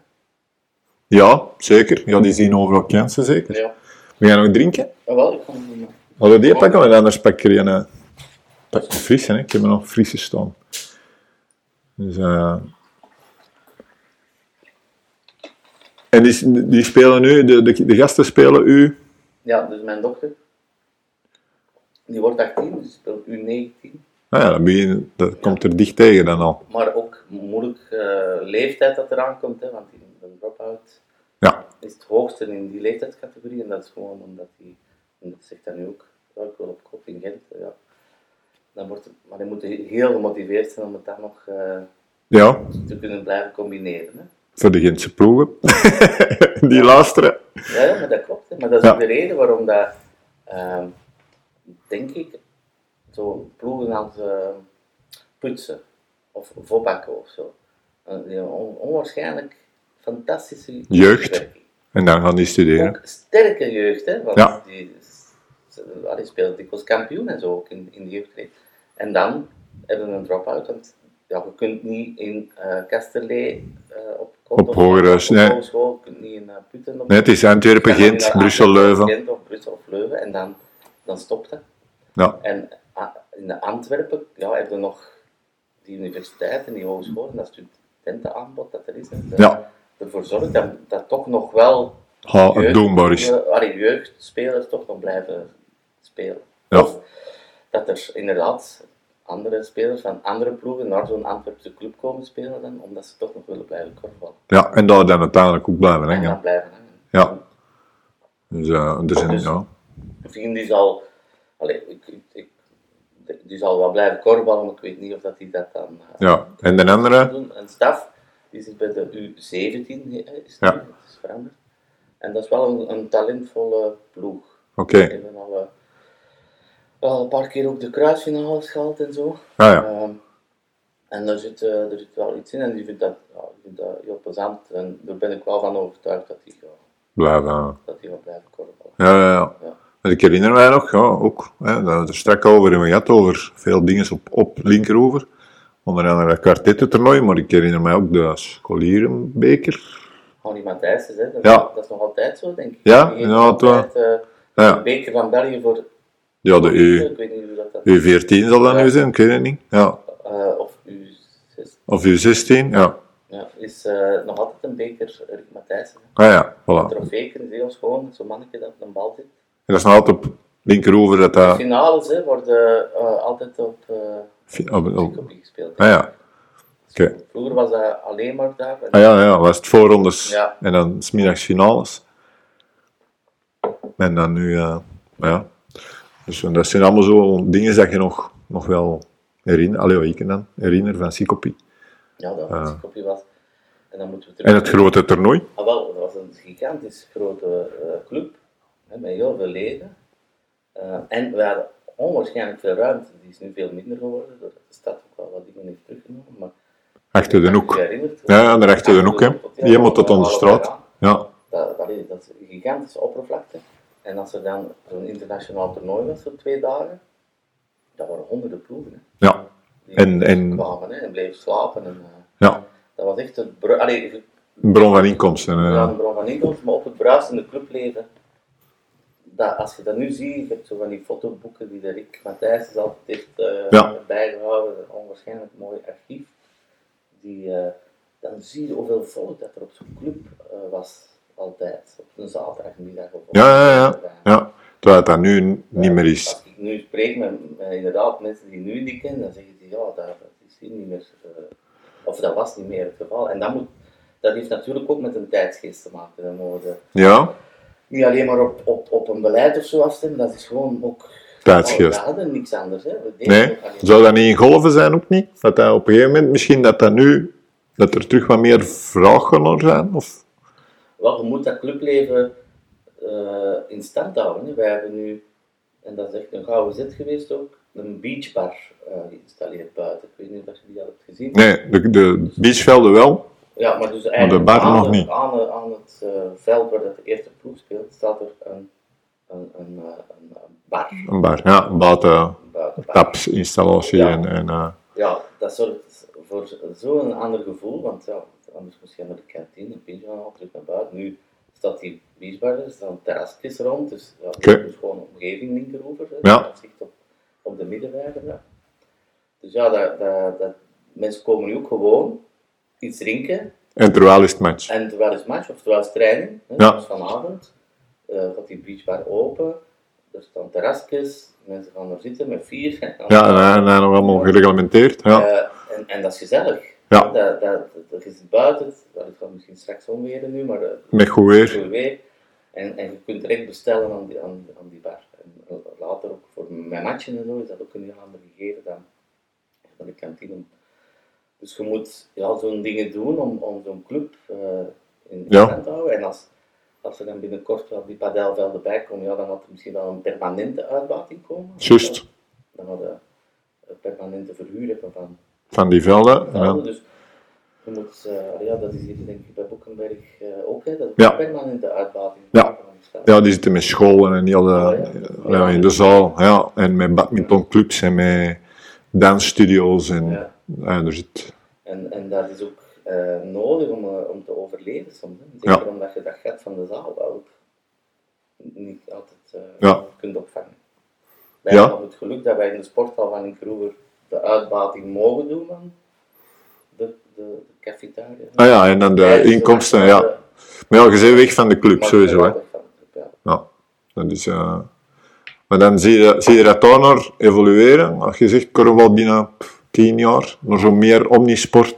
Speaker 1: ja, zeker. Ja, die zien overal kansen, zeker.
Speaker 3: Ja.
Speaker 1: We gaan nog drinken.
Speaker 3: Jawel, ik kan het niet maken.
Speaker 1: Hadden we die pakken, want anders pak ik er een, eh, pak ik een Friese, hè. Ik heb er nog Friese staan. Dus, eh, En die, die spelen nu, de, de, de gasten spelen u...
Speaker 3: Ja, dus mijn dochter, die wordt 18, dus die speelt U19.
Speaker 1: Nou ja, dan begin- dat komt er dicht tegen dan al.
Speaker 3: Maar ook moeilijk eh, leeftijd dat eraan komt, hè, want die, de drop-out
Speaker 1: Ja,
Speaker 3: is het hoogste in die leeftijdscategorie. En dat is gewoon omdat die, en dat zegt dan nu ook, ja, ik wil op kop in Gent. eh, Ja. Dan wordt het, maar die moet heel gemotiveerd zijn om het dan nog eh,
Speaker 1: ja
Speaker 3: te kunnen blijven combineren. Hè.
Speaker 1: voor de Gentse ploegen. die luisteren.
Speaker 3: Ja, ja, maar dat klopt. hè. Maar dat is
Speaker 1: Ja.
Speaker 3: ook de reden waarom dat, ehm, denk ik, zo ploegen als eh, Putsen of Vobakken of zo, eh, die hebben on- onwaarschijnlijk fantastische
Speaker 1: Jeugd.
Speaker 3: werking.
Speaker 1: En dan gaan die studeren.
Speaker 3: Ook sterke jeugd, hè, want
Speaker 1: Ja.
Speaker 3: die, ze- ja, die speelt dikwijls kampioen en zo ook in, in de jeugdreeks. En dan hebben we een drop-out, want ja, je kunt niet in eh Kasterlee eh, op kot
Speaker 1: Op
Speaker 3: of-
Speaker 1: hogere-
Speaker 3: op
Speaker 1: nee.
Speaker 3: hogeschool, je kunt niet in eh, Putten op
Speaker 1: Nee, het is Antwerpen,
Speaker 3: dan moet je
Speaker 1: Gent,
Speaker 3: naar
Speaker 1: Brussel,
Speaker 3: Antwerpen,
Speaker 1: Leuven.
Speaker 3: Gent of Brussel of Leuven en dan, dan stopt dat.
Speaker 1: Ja,
Speaker 3: En a- in de Antwerpen ja, heb je nog die universiteit en die hogeschool en dat studentenaanbod dat er is. En dat
Speaker 1: Ja.
Speaker 3: ervoor zorgt dat, dat toch nog wel
Speaker 1: ha, het doenbaar is.
Speaker 3: eh, allee, jeugdspelers toch nog blijven spelen.
Speaker 1: Ja.
Speaker 3: Of dat er inderdaad andere spelers van andere ploegen naar zo'n Antwerpse club komen spelen dan, omdat ze toch nog willen blijven korfballen.
Speaker 1: Ja, en daar dan uiteindelijk ook blijven
Speaker 3: En
Speaker 1: hangen.
Speaker 3: dan blijven hangen.
Speaker 1: Ja. Dus eh, er zijn, ja.
Speaker 3: vriend is al. Allee, ik, ik, ik, ik die zal wel blijven korballen, maar ik weet niet of dat die dat dan eh,
Speaker 1: Ja, en de andere?
Speaker 3: doen. En Staf, die zit bij de U17, he- is,
Speaker 1: Ja.
Speaker 3: die, dat is veranderd. En dat is wel een, een talentvolle ploeg.
Speaker 1: Oké.
Speaker 3: Die hebben al, eh, wel een paar keer ook de kruisfinales gehaald en zo.
Speaker 1: Ah ja.
Speaker 3: Ehm, en daar zit, eh, daar zit wel iets in en die vindt dat, ja, die vindt dat heel plezant. En daar ben ik wel van overtuigd dat die, gaat-
Speaker 1: Blijven. Ja,
Speaker 3: dat die gaat blijven korballen.
Speaker 1: eh, ja, ja. Want Ik herinner mij nog, ja, ook, hè, dat we het er strak over hebben gehad, over veel dingen op, op linkeroever. Onder andere dat kwartettentoernooi, maar ik herinner mij ook de scholierenbeker.
Speaker 3: Gewoon iemand Thijssen, hè. Dat,
Speaker 1: Ja.
Speaker 3: dat is nog altijd zo, denk ik.
Speaker 1: Ja,
Speaker 3: Die heeft
Speaker 1: ja, het wel.
Speaker 3: altijd, eh,
Speaker 1: Ah, Ja.
Speaker 3: de beker van België voor...
Speaker 1: Ja, de E U,
Speaker 3: Ik weet niet hoe dat... dat
Speaker 1: U14 zal dat nu zijn, ik weet het niet. Ja.
Speaker 3: eh, of U6...
Speaker 1: Of U16, ja.
Speaker 3: Ja, is eh, nog altijd een beker eh, Rick Matthijssen. hè.
Speaker 1: Ah ja, voilà.
Speaker 3: Trofeeken, heel schoon, zo'n mannetje dat op een bal zit.
Speaker 1: En dat is nog altijd op linkeroever dat dat...
Speaker 3: Finales hè, worden eh, altijd op eh
Speaker 1: op- op-
Speaker 3: kopie gespeeld. Dus
Speaker 1: Ah ja, oké.
Speaker 3: Vroeger was dat alleen maar daar. En
Speaker 1: Ah ja, ja, was het voorrondes
Speaker 3: Ja.
Speaker 1: en dan smiddags finales. En dan nu, eh, ja. Dus eh, dat zijn allemaal zo dingen dat je nog, nog wel herinner, allee, wat ik dan, herinner van Sikopie.
Speaker 3: Ja, dat was een kopie was. En dan moeten we terug.
Speaker 1: Ah. En het grote toernooi.
Speaker 3: Ah, wel, dat was een gigantisch grote eh, club hè, met heel veel leden. Eh, en we hadden onwaarschijnlijk veel ruimte. Die is nu veel minder geworden, doordat de stad ook wel wat dingen heeft teruggenomen. Maar
Speaker 1: Achter de hoek.
Speaker 3: Je herinnert,
Speaker 1: Ja, ja, daar achter de hoek, hè. Helemaal tot aan de straat. Ja,
Speaker 3: Dat, dat, is, dat is een gigantische oppervlakte. En als er dan zo'n internationaal toernooi was voor twee dagen, dat waren honderden ploegen. Hè,
Speaker 1: ja,
Speaker 3: die
Speaker 1: En- en-
Speaker 3: kwamen hè, en bleven slapen. En, eh,
Speaker 1: ja.
Speaker 3: dat was echt een, bru- allee, ge-
Speaker 1: Een bron van inkomsten. eh.
Speaker 3: ja, een bron van inkomsten, maar ook het bruisende clubleven. Dat, als je dat nu ziet, je hebt zo van die fotoboeken die de Rick Matthijs is altijd heeft eh,
Speaker 1: Ja.
Speaker 3: bijgehouden, een onwaarschijnlijk mooi archief. Die, eh, dan zie je hoeveel volk dat er op zo'n club eh, was, altijd, op een zaterdagmiddag. Of op
Speaker 1: Ja, ja,
Speaker 3: een
Speaker 1: ja.
Speaker 3: zondag.
Speaker 1: ja. Terwijl het dat nu niet meer is.
Speaker 3: Als ik nu spreek met, met inderdaad mensen die nu niet kennen, dan zeggen die ja, dat, dat is hier niet meer, eh, of dat was niet meer het geval. En dat, moet, dat heeft natuurlijk ook met een tijdsgeest te maken. Dan mogen we
Speaker 1: Ja,
Speaker 3: niet alleen maar op, op, op een beleid of zo afstemmen, dat is gewoon ook. Oh,
Speaker 1: tijdsgeest.
Speaker 3: We hadden niks anders. Hè. We deden
Speaker 1: Nee,
Speaker 3: ook alleen maar-
Speaker 1: zou dat niet in golven zijn ook niet? Dat dat op een gegeven moment misschien dat dat nu, dat er terug wat meer vragen naar zijn? Of?
Speaker 3: Wel, je moet dat clubleven eh, in stand houden. Hè. Wij hebben nu, en dat is echt een gouden zet geweest ook, een beachbar eh, geïnstalleerd buiten. Ik weet niet of je die al hebt gezien.
Speaker 1: Nee, de, de beachvelden wel.
Speaker 3: Ja, maar dus eigenlijk
Speaker 1: bar
Speaker 3: aan,
Speaker 1: nog
Speaker 3: de-
Speaker 1: niet.
Speaker 3: aan, de- aan het eh, veld waar dat de eerste ploeg speelt, staat er een, een, een, eh, een, eh, bar.
Speaker 1: Een bar, ja, buiten
Speaker 3: Een buitenbar.
Speaker 1: tapsinstallatie
Speaker 3: Ja.
Speaker 1: en, en eh,
Speaker 3: Ja, dat zorgt dus voor zo'n ander gevoel, want ja, anders moest je naar de kantine, een pintje halen, terug naar buiten. Nu staat die biesbar, er staan terrasjes rond, dus ja,
Speaker 1: Oké.
Speaker 3: er is gewoon een omgeving linkerover, hè,
Speaker 1: Ja.
Speaker 3: met zicht op, op de middenweg. Ja. Dus ja, dat, dat, dat, mensen komen nu ook gewoon iets drinken,
Speaker 1: en terwijl is het match.
Speaker 3: En terwijl is match of terwijl is training, hè,
Speaker 1: Ja.
Speaker 3: zoals vanavond, eh, gaat die beachbar open. Er staan terrasjes, mensen gaan er zitten met vier. En, dan-
Speaker 1: Ja, en hij- en hij nog allemaal gereglementeerd. Ja,
Speaker 3: Eh, en, en dat is gezellig.
Speaker 1: Ja.
Speaker 3: Dat, dat, dat, dat is buiten, dat gaat misschien straks onweren nu, maar eh,
Speaker 1: met goed
Speaker 3: het is
Speaker 1: weer.
Speaker 3: goed weer. En, en je kunt direct bestellen aan die, aan, aan die bar. En eh, later ook voor mijn matchen en zo is dat ook een heel ander gegeven dan echt naar de kantine. Dus je moet ja, zo'n dingen doen om, om zo'n club eh, in
Speaker 1: Ja.
Speaker 3: stand te houden. En als, als er dan binnenkort wel die padelvelden bij komen, ja, dan had er misschien wel een permanente uitbating komen.
Speaker 1: Juist,
Speaker 3: Dan hadden we een permanente verhuur hebben van
Speaker 1: van die velden. En
Speaker 3: velden.
Speaker 1: dan-
Speaker 3: Dus je moet, eh, ja, dat is hier denk ik bij Boekenberg eh, ook, hè, dat is
Speaker 1: Ja.
Speaker 3: een permanente uitbating
Speaker 1: Ja.
Speaker 3: van het veld.
Speaker 1: ja, die zitten met scholen en die hadden, ja, in de zaal. Ja, en met badmintonclubs en met dansstudio's. En,
Speaker 3: Ja.
Speaker 1: ja, er zit,
Speaker 3: En, en dat is ook eh, nodig om, eh, om te overleven soms. Hè. Zeker
Speaker 1: Ja.
Speaker 3: omdat je dat gat van de zaal wel ook niet altijd eh,
Speaker 1: Ja.
Speaker 3: kunt opvangen. Wij
Speaker 1: Ja.
Speaker 3: hebben nog het geluk dat wij in de sporthal van in Kroeger de uitbating mogen doen van de, de, de cafetaria.
Speaker 1: ah ja, en dan de
Speaker 3: Tijdens
Speaker 1: inkomsten,
Speaker 3: match,
Speaker 1: ja.
Speaker 3: eh,
Speaker 1: Maar ja, je bent weg van de club,
Speaker 3: maar
Speaker 1: sowieso. Hè.
Speaker 3: wel weg van de club, ja.
Speaker 1: Ja, dat is... eh, maar dan zie je, zie je dat daar naar evolueren. Als je zegt, korfbal binnen pff, 10 jaar, naar zo'n meer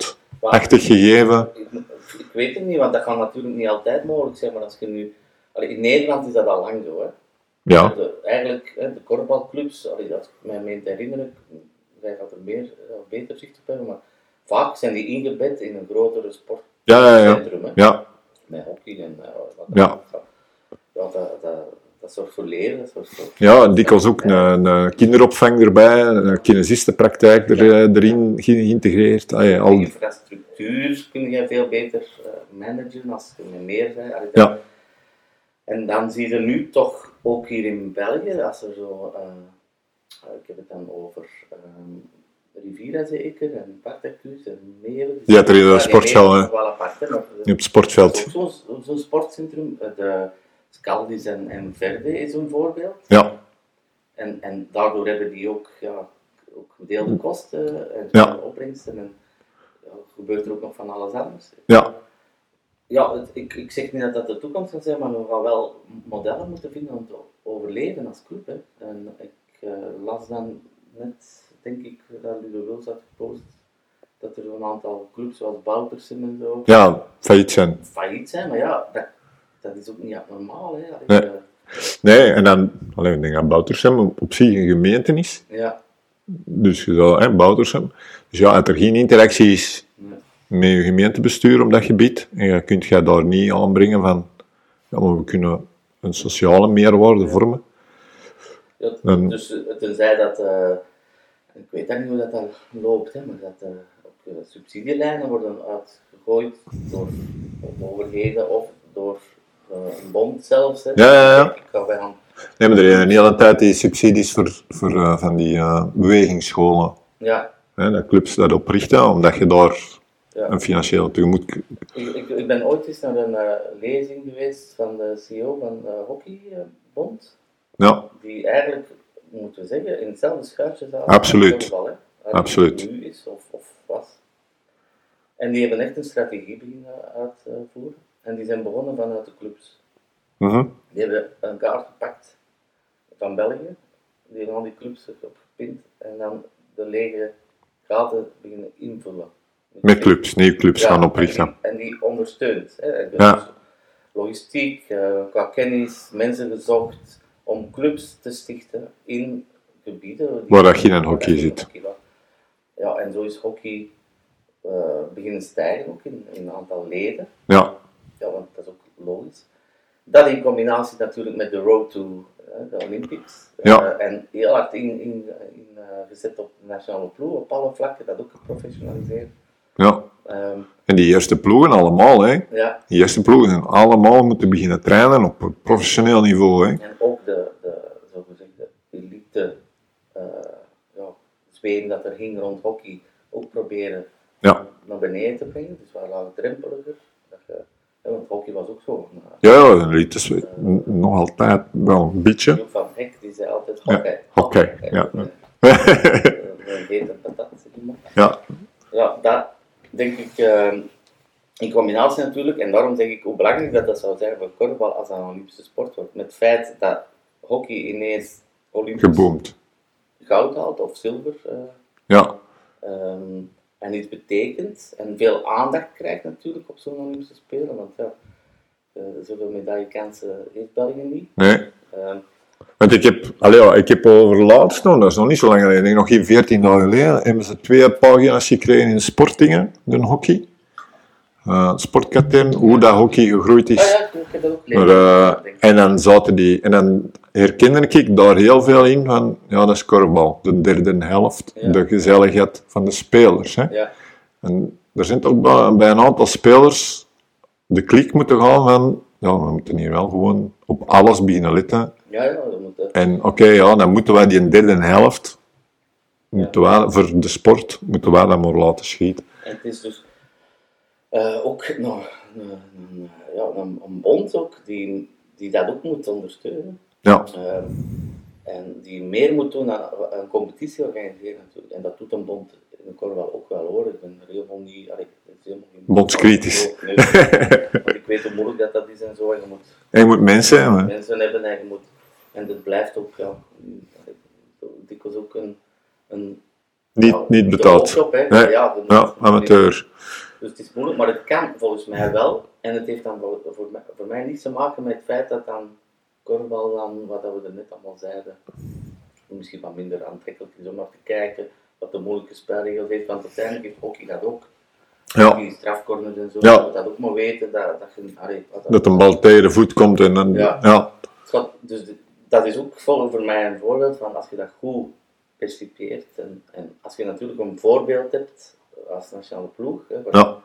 Speaker 1: omnisport-achtig gegeven.
Speaker 3: Ik, ik weet het niet, want dat gaat natuurlijk niet altijd mogelijk zijn, maar als je nu... Allee, in Nederland is dat al lang zo, hè.
Speaker 1: Ja,
Speaker 3: De- eigenlijk, hè, de korfbalclubs, allee, als ik mij meent herinneren, jij gaat er meer, eh, beter zicht op hebben, maar vaak zijn die ingebed in een grotere
Speaker 1: ja, ja. ja.
Speaker 3: sportcentrum. hè,
Speaker 1: ja.
Speaker 3: Met hockey en eh, wat dan
Speaker 1: Ja.
Speaker 3: ook. Ja, dat, dat, dat zorgt voor leren, dat zorgt voor...
Speaker 1: Ja, en dikwijls ook een, een kinderopvang erbij, een kinesistenpraktijk er, eh, erin ge- geïntegreerd. Ah, ja,
Speaker 3: Die
Speaker 1: al,
Speaker 3: infrastructuur kun je veel beter eh, managen als er met meer zijn. Allee,
Speaker 1: Ja.
Speaker 3: dat- En dan zie je nu toch ook hier in België, als er zo, eh, eh, ik heb het dan over ehm, Riviera zeker, en Partacuus en Meeuwen.
Speaker 1: Ja, er is een
Speaker 3: Ja, nee,
Speaker 1: sportzaal,
Speaker 3: Meeuwen
Speaker 1: hè.
Speaker 3: is wel apart, hè, maar-
Speaker 1: op het sportveld.
Speaker 3: Dat is ook zo'n zo'n sportcentrum, eh, de Scaldis en, en Verde is een voorbeeld.
Speaker 1: Ja,
Speaker 3: En, en daardoor hebben die ook, ja, ook gedeelde kosten eh, en
Speaker 1: Mm. Ja.
Speaker 3: gedeelde opbrengsten. En ja, gebeurt er ook nog van alles anders.
Speaker 1: ja,
Speaker 3: Ja, het- ik, ik zeg niet dat dat de toekomst gaat zijn, maar we gaan wel modellen moeten vinden om te overleven als club. Hè. En ik eh, las dan net, denk ik, dat Ludo Wils had gepost, dat er een aantal clubs zoals Boutersen en zo
Speaker 1: ja, failliet zijn.
Speaker 3: failliet zijn. Maar ja, dat, dat is ook niet abnormaal. Hè.
Speaker 1: Nee.
Speaker 3: Allee, eh,
Speaker 1: Nee, en dan, alleen ik denk aan Boutersem op zich een gemeente is.
Speaker 3: ja,
Speaker 1: Dus je zou, hè, Boutersem. Dus ja, als er geen interactie is
Speaker 3: nee.
Speaker 1: met je gemeentebestuur op dat gebied, en je kunt jij daar niet aanbrengen van, ja, maar we kunnen een sociale meerwaarde vormen.
Speaker 3: Ja, t-
Speaker 1: Dan-
Speaker 3: dus eh, tenzij dat, eh, ik weet eigenlijk niet hoe dat dan loopt, hè, maar dat eh ook eh, subsidielijnen worden uitgegooid door overheden of door eh, een bond zelfs. Hè.
Speaker 1: Ja, ja, ja.
Speaker 3: Ik ga bij aan.
Speaker 1: Nee, maar er zijn een hele tijd die subsidies voor, voor eh, van die eh, bewegingsscholen.
Speaker 3: Ja,
Speaker 1: hè, dat clubs dat oprichten, omdat je daar
Speaker 3: Ja.
Speaker 1: een financieel tegemoet...
Speaker 3: ik, ik, ik ben ooit eens naar een eh, lezing geweest van de CEO van de eh, Hockeybond,
Speaker 1: Ja,
Speaker 3: die eigenlijk, moeten we zeggen, in hetzelfde schuitje zat. als
Speaker 1: Absoluut.
Speaker 3: het voetbal, hè, als het
Speaker 1: Absoluut.
Speaker 3: Nu is of, of was. En die hebben echt een strategie beginnen uitvoeren. En die zijn begonnen vanuit de clubs.
Speaker 1: mhm,
Speaker 3: Die hebben een kaart gepakt van België, die hebben al die clubs erop gepind en dan de lege gaten beginnen invullen.
Speaker 1: met clubs, nieuwe clubs
Speaker 3: Ja,
Speaker 1: gaan oprichten.
Speaker 3: En die, en die ondersteunt. Hè. En dus
Speaker 1: Ja.
Speaker 3: Logistiek, eh, qua kennis, mensen gezocht om clubs te stichten in gebieden die-
Speaker 1: Waar dat geen hockey
Speaker 3: waar dat
Speaker 1: zit.
Speaker 3: hockey was. Ja, en zo is hockey eh, beginnen stijgen ook in, in aantal leden.
Speaker 1: Ja,
Speaker 3: Ja, want dat is ook logisch. Dat in combinatie natuurlijk met de road to eh, de Olympics.
Speaker 1: Ja.
Speaker 3: Eh, en heel hard in, in, in, eh, gezet op de nationale ploeg, op alle vlakken, dat ook geprofessionaliseerd.
Speaker 1: ja.
Speaker 3: Ehm,
Speaker 1: En die eerste ploegen allemaal, hè.
Speaker 3: ja,
Speaker 1: Die eerste ploegen zijn allemaal moeten beginnen trainen op een professioneel niveau, hè.
Speaker 3: en ook de, de zogezegd, de elite eh ja, zweem dat er ging rond hockey ook proberen
Speaker 1: Ja.
Speaker 3: naar beneden te brengen. Dus waar laagdrempeliger. Dat je, ja, want hockey was ook zo. een, eh,
Speaker 1: Ja, ja, een elite is n- nog altijd wel een beetje.
Speaker 3: Joep van Hek die zei altijd hockey.
Speaker 1: hockey, ja.
Speaker 3: Eh, eh, weet dat dat dat iemand.
Speaker 1: ja,
Speaker 3: Ja, dat denk ik eh, in combinatie natuurlijk. En daarom denk ik hoe belangrijk dat dat zou zijn voor korfbal als dat een Olympische sport wordt. Met het feit dat hockey ineens Olympisch
Speaker 1: geboomd.
Speaker 3: goud haalt of zilver. eh,
Speaker 1: Ja,
Speaker 3: ehm, en iets betekent en veel aandacht krijgt natuurlijk op zo'n Olympische Spelen. Want ja, eh, zoveel medaillekansen heeft België niet.
Speaker 1: nee.
Speaker 3: Ehm,
Speaker 1: Want ik heb, allee, ja, ik heb over laatst, nou, dat is nog niet zo lang geleden, ik denk nog geen 14 dagen geleden, hebben ze twee pagina's gekregen in Sportingen, de hockey. Eh sportkatern, hoe dat hockey gegroeid
Speaker 3: ah
Speaker 1: is.
Speaker 3: ja, ik heb dat ook
Speaker 1: Maar,
Speaker 3: gelezen.
Speaker 1: eh,
Speaker 3: denk ik.
Speaker 1: en dan zaten die, en dan herkende ik daar heel veel in van, ja, dat is korfbal, de derde helft,
Speaker 3: Ja.
Speaker 1: de gezelligheid van de spelers. Hè.
Speaker 3: Ja,
Speaker 1: En er zijn ook bij, bij een aantal spelers de klik moeten gaan van, ja, we moeten hier wel gewoon op alles beginnen letten.
Speaker 3: ja, ja, dat moet eh,
Speaker 1: En oké, ja, dan moeten wij die derde helft, moeten wij, voor de sport, moeten wij dat maar laten schieten.
Speaker 3: En het is dus eh, ook nou, een, een- ja, een, een bond ook die, die dat ook moet ondersteunen.
Speaker 1: Ja,
Speaker 3: Eh, en die meer moet doen aan een competitie organiseren natuurlijk. En dat doet een bond in de korfbal ook wel hoor. Ik ben er helemaal niet... Allee, het is helemaal niet
Speaker 1: Bondskritisch.
Speaker 3: Nee, want ik weet hoe moeilijk dat, dat is en zo. En je moet
Speaker 1: en je moet mensen hebben. hè.
Speaker 3: mensen hebben en je moet... En dat blijft ook, ja, dikwijls ook een... een ja,
Speaker 1: Niet, niet
Speaker 3: de
Speaker 1: betaald.
Speaker 3: workshop, hè.
Speaker 1: Nee.
Speaker 3: Ja, je moet-
Speaker 1: Ja, amateur.
Speaker 3: dus het is moeilijk, maar het kan volgens mij wel. En het heeft dan voor, voor, mij, voor mij niets te maken met het feit dat dan korfbal dan, wat dat we er net allemaal zeiden, misschien wat minder aantrekkelijk is om naar te kijken wat de moeilijke spelregels heeft, want uiteindelijk heeft hockey dat ook.
Speaker 1: Ja.
Speaker 3: Die strafcorners en zo,
Speaker 1: Ja.
Speaker 3: je moet dat ook maar weten. Dat, dat je, allee, wat dat-
Speaker 1: Dat een bal tegen de voet komt en dan...
Speaker 3: Ja.
Speaker 1: ja.
Speaker 3: Schat, dus de- dat is ook voor, voor mij een voorbeeld van als je dat goed percipeert en, en als je natuurlijk een voorbeeld hebt als nationale ploeg, hè, waar-
Speaker 1: Ja.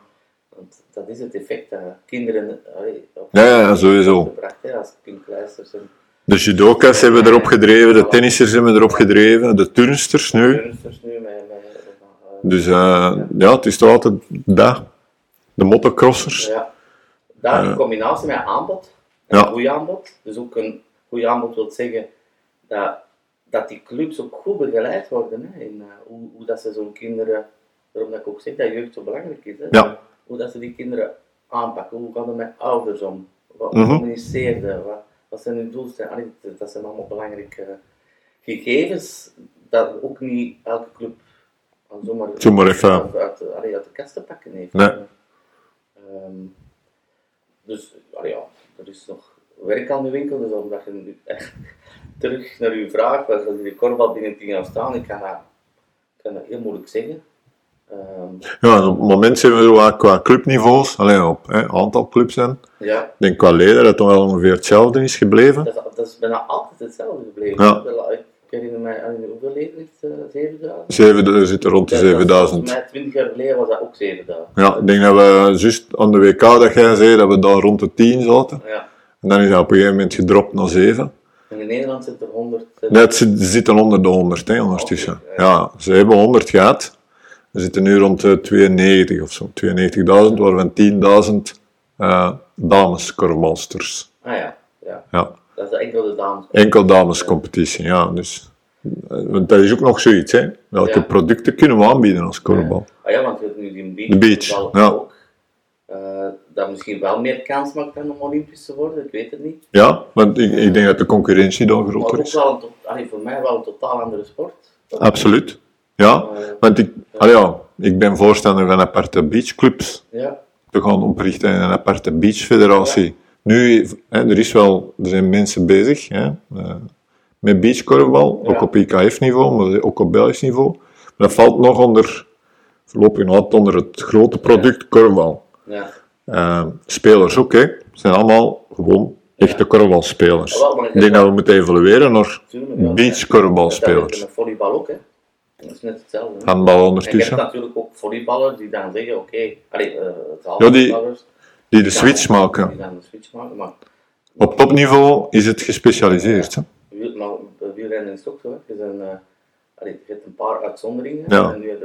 Speaker 3: want dat is het effect dat kinderen allee, op
Speaker 1: Ja, ja, ja, sowieso.
Speaker 3: gebracht hè, als pinklijsters en
Speaker 1: De judoka's hebben erop gedreven, de tennissers hebben erop gedreven, de turnsters nu.
Speaker 3: kunsters nu met, met, met- eh,
Speaker 1: Dus eh, ja, het is toch altijd dat. De motocrossers.
Speaker 3: Ja. Daar in
Speaker 1: Eh.
Speaker 3: combinatie met aanbod, een
Speaker 1: Ja.
Speaker 3: goed aanbod. Dus ook een goed aanbod wil zeggen dat, dat die clubs ook goed begeleid worden. Hè, in, eh, hoe, hoe dat ze zo'n kinderen, daarom dat ik ook zeg dat jeugd zo belangrijk is. Hè,
Speaker 1: Ja.
Speaker 3: Hoe dat ze die kinderen aanpakken, hoe gaan ze met ouders om, wat
Speaker 1: Mhm.
Speaker 3: communiceren, wat, wat zijn hun doelstellingen. Allee, dat- Dat zijn allemaal belangrijke gegevens dat ook niet elke club al zomaar,
Speaker 1: Zomaar even-
Speaker 3: uit, uit- allee, uit de kast te pakken heeft.
Speaker 1: Nee.
Speaker 3: Ehm, dus allee, ja, er is nog werk aan de winkel, dus omdat je nu echt terug naar uw vraag, waar je die korfbal binnen tien jaar staan, ik kan dat, ik kan dat heel moeilijk zeggen. Ehm,
Speaker 1: Ja, en op het moment zijn we zo wat qua clubniveaus, alleen op hè, aantal clubs zijn. Ik
Speaker 3: ja,
Speaker 1: denk qua leden dat het dan wel ongeveer hetzelfde is gebleven.
Speaker 3: dat is, dat is bijna altijd hetzelfde gebleven.
Speaker 1: Ja.
Speaker 3: Wel, Ik herinner mij, allee, hoeveel leden heeft eh, 7000?
Speaker 1: Zeven, er zitten rond de
Speaker 3: Ja, dat is volgens
Speaker 1: 7000.
Speaker 3: mij 20 jaar geleden was dat ook 7000.
Speaker 1: Ja, ik denk dat we juist aan de WK dat jij zei, dat we daar rond de 10 zaten.
Speaker 3: Ja.
Speaker 1: En dan is dat op een gegeven moment gedropt naar 7.
Speaker 3: En in Nederland zit er 100. eh,
Speaker 1: Dat zit- zitten onder de 100 hè,
Speaker 3: Oh,
Speaker 1: ondertussen. Ja, ze hebben 100 gehad. We zitten nu rond de 92 of zo. 92.000, waarvan 10.000 eh dameskormonsters.
Speaker 3: Ah ja, ja.
Speaker 1: Ja,
Speaker 3: Dat is enkel de dames.
Speaker 1: enkel damescompetitie. Ja, dus. eh, Want dat is ook nog zoiets. Hè. Welke
Speaker 3: Ja.
Speaker 1: producten kunnen we aanbieden als korfbal?
Speaker 3: Ah ja, want je hebt nu die beach.
Speaker 1: De beach,
Speaker 3: voetbal
Speaker 1: ja.
Speaker 3: Ook. Eh, dat misschien wel meer kans maakt dan om Olympisch te worden, ik weet het niet.
Speaker 1: Ja, want ik, ik denk dat de concurrentie daar
Speaker 3: Maar
Speaker 1: groter
Speaker 3: ook
Speaker 1: is.
Speaker 3: wel een tot, allee, voor mij wel een totaal andere sport.
Speaker 1: Absoluut. Ja,
Speaker 3: Eh,
Speaker 1: want ik, allee, ja, ik ben voorstander van aparte beachclubs.
Speaker 3: ja,
Speaker 1: te gaan oprichten in een aparte beachfederatie. Nu, hè, er, is wel, er zijn mensen bezig hè, eh, met beachkorfbal,
Speaker 3: Ja.
Speaker 1: ook op IKF-niveau, maar ook op Belgisch niveau. Maar dat valt nog onder, voorlopig nog altijd onder het grote product korfbal.
Speaker 3: ja.
Speaker 1: Eh, spelers ook, hè. Het zijn allemaal gewoon echte korfbalspelers.
Speaker 3: Ja, wel, maar ik
Speaker 1: Ik denk dat we moeten evalueren naar
Speaker 3: Tuurlijk, ja. Dat heb je
Speaker 1: beachkorfbalspelers.
Speaker 3: met volleybal ook, hè. Dat is net hetzelfde. hè.
Speaker 1: Handbal
Speaker 3: En je hebt
Speaker 1: ondertussen,
Speaker 3: natuurlijk ook volleyballers die dan zeggen, oké, allee, eh, het
Speaker 1: Ja, die-
Speaker 3: handballers,
Speaker 1: die de switch
Speaker 3: ja,
Speaker 1: maken.
Speaker 3: Die dan de switch maken, maar
Speaker 1: Op topniveau is het gespecialiseerd. Hè.
Speaker 3: Wiel- Maar bij wielrennen is het ook zo. hè. Je, zijn, eh, allee, je hebt een paar uitzonderingen.
Speaker 1: Ja.
Speaker 3: En nu heb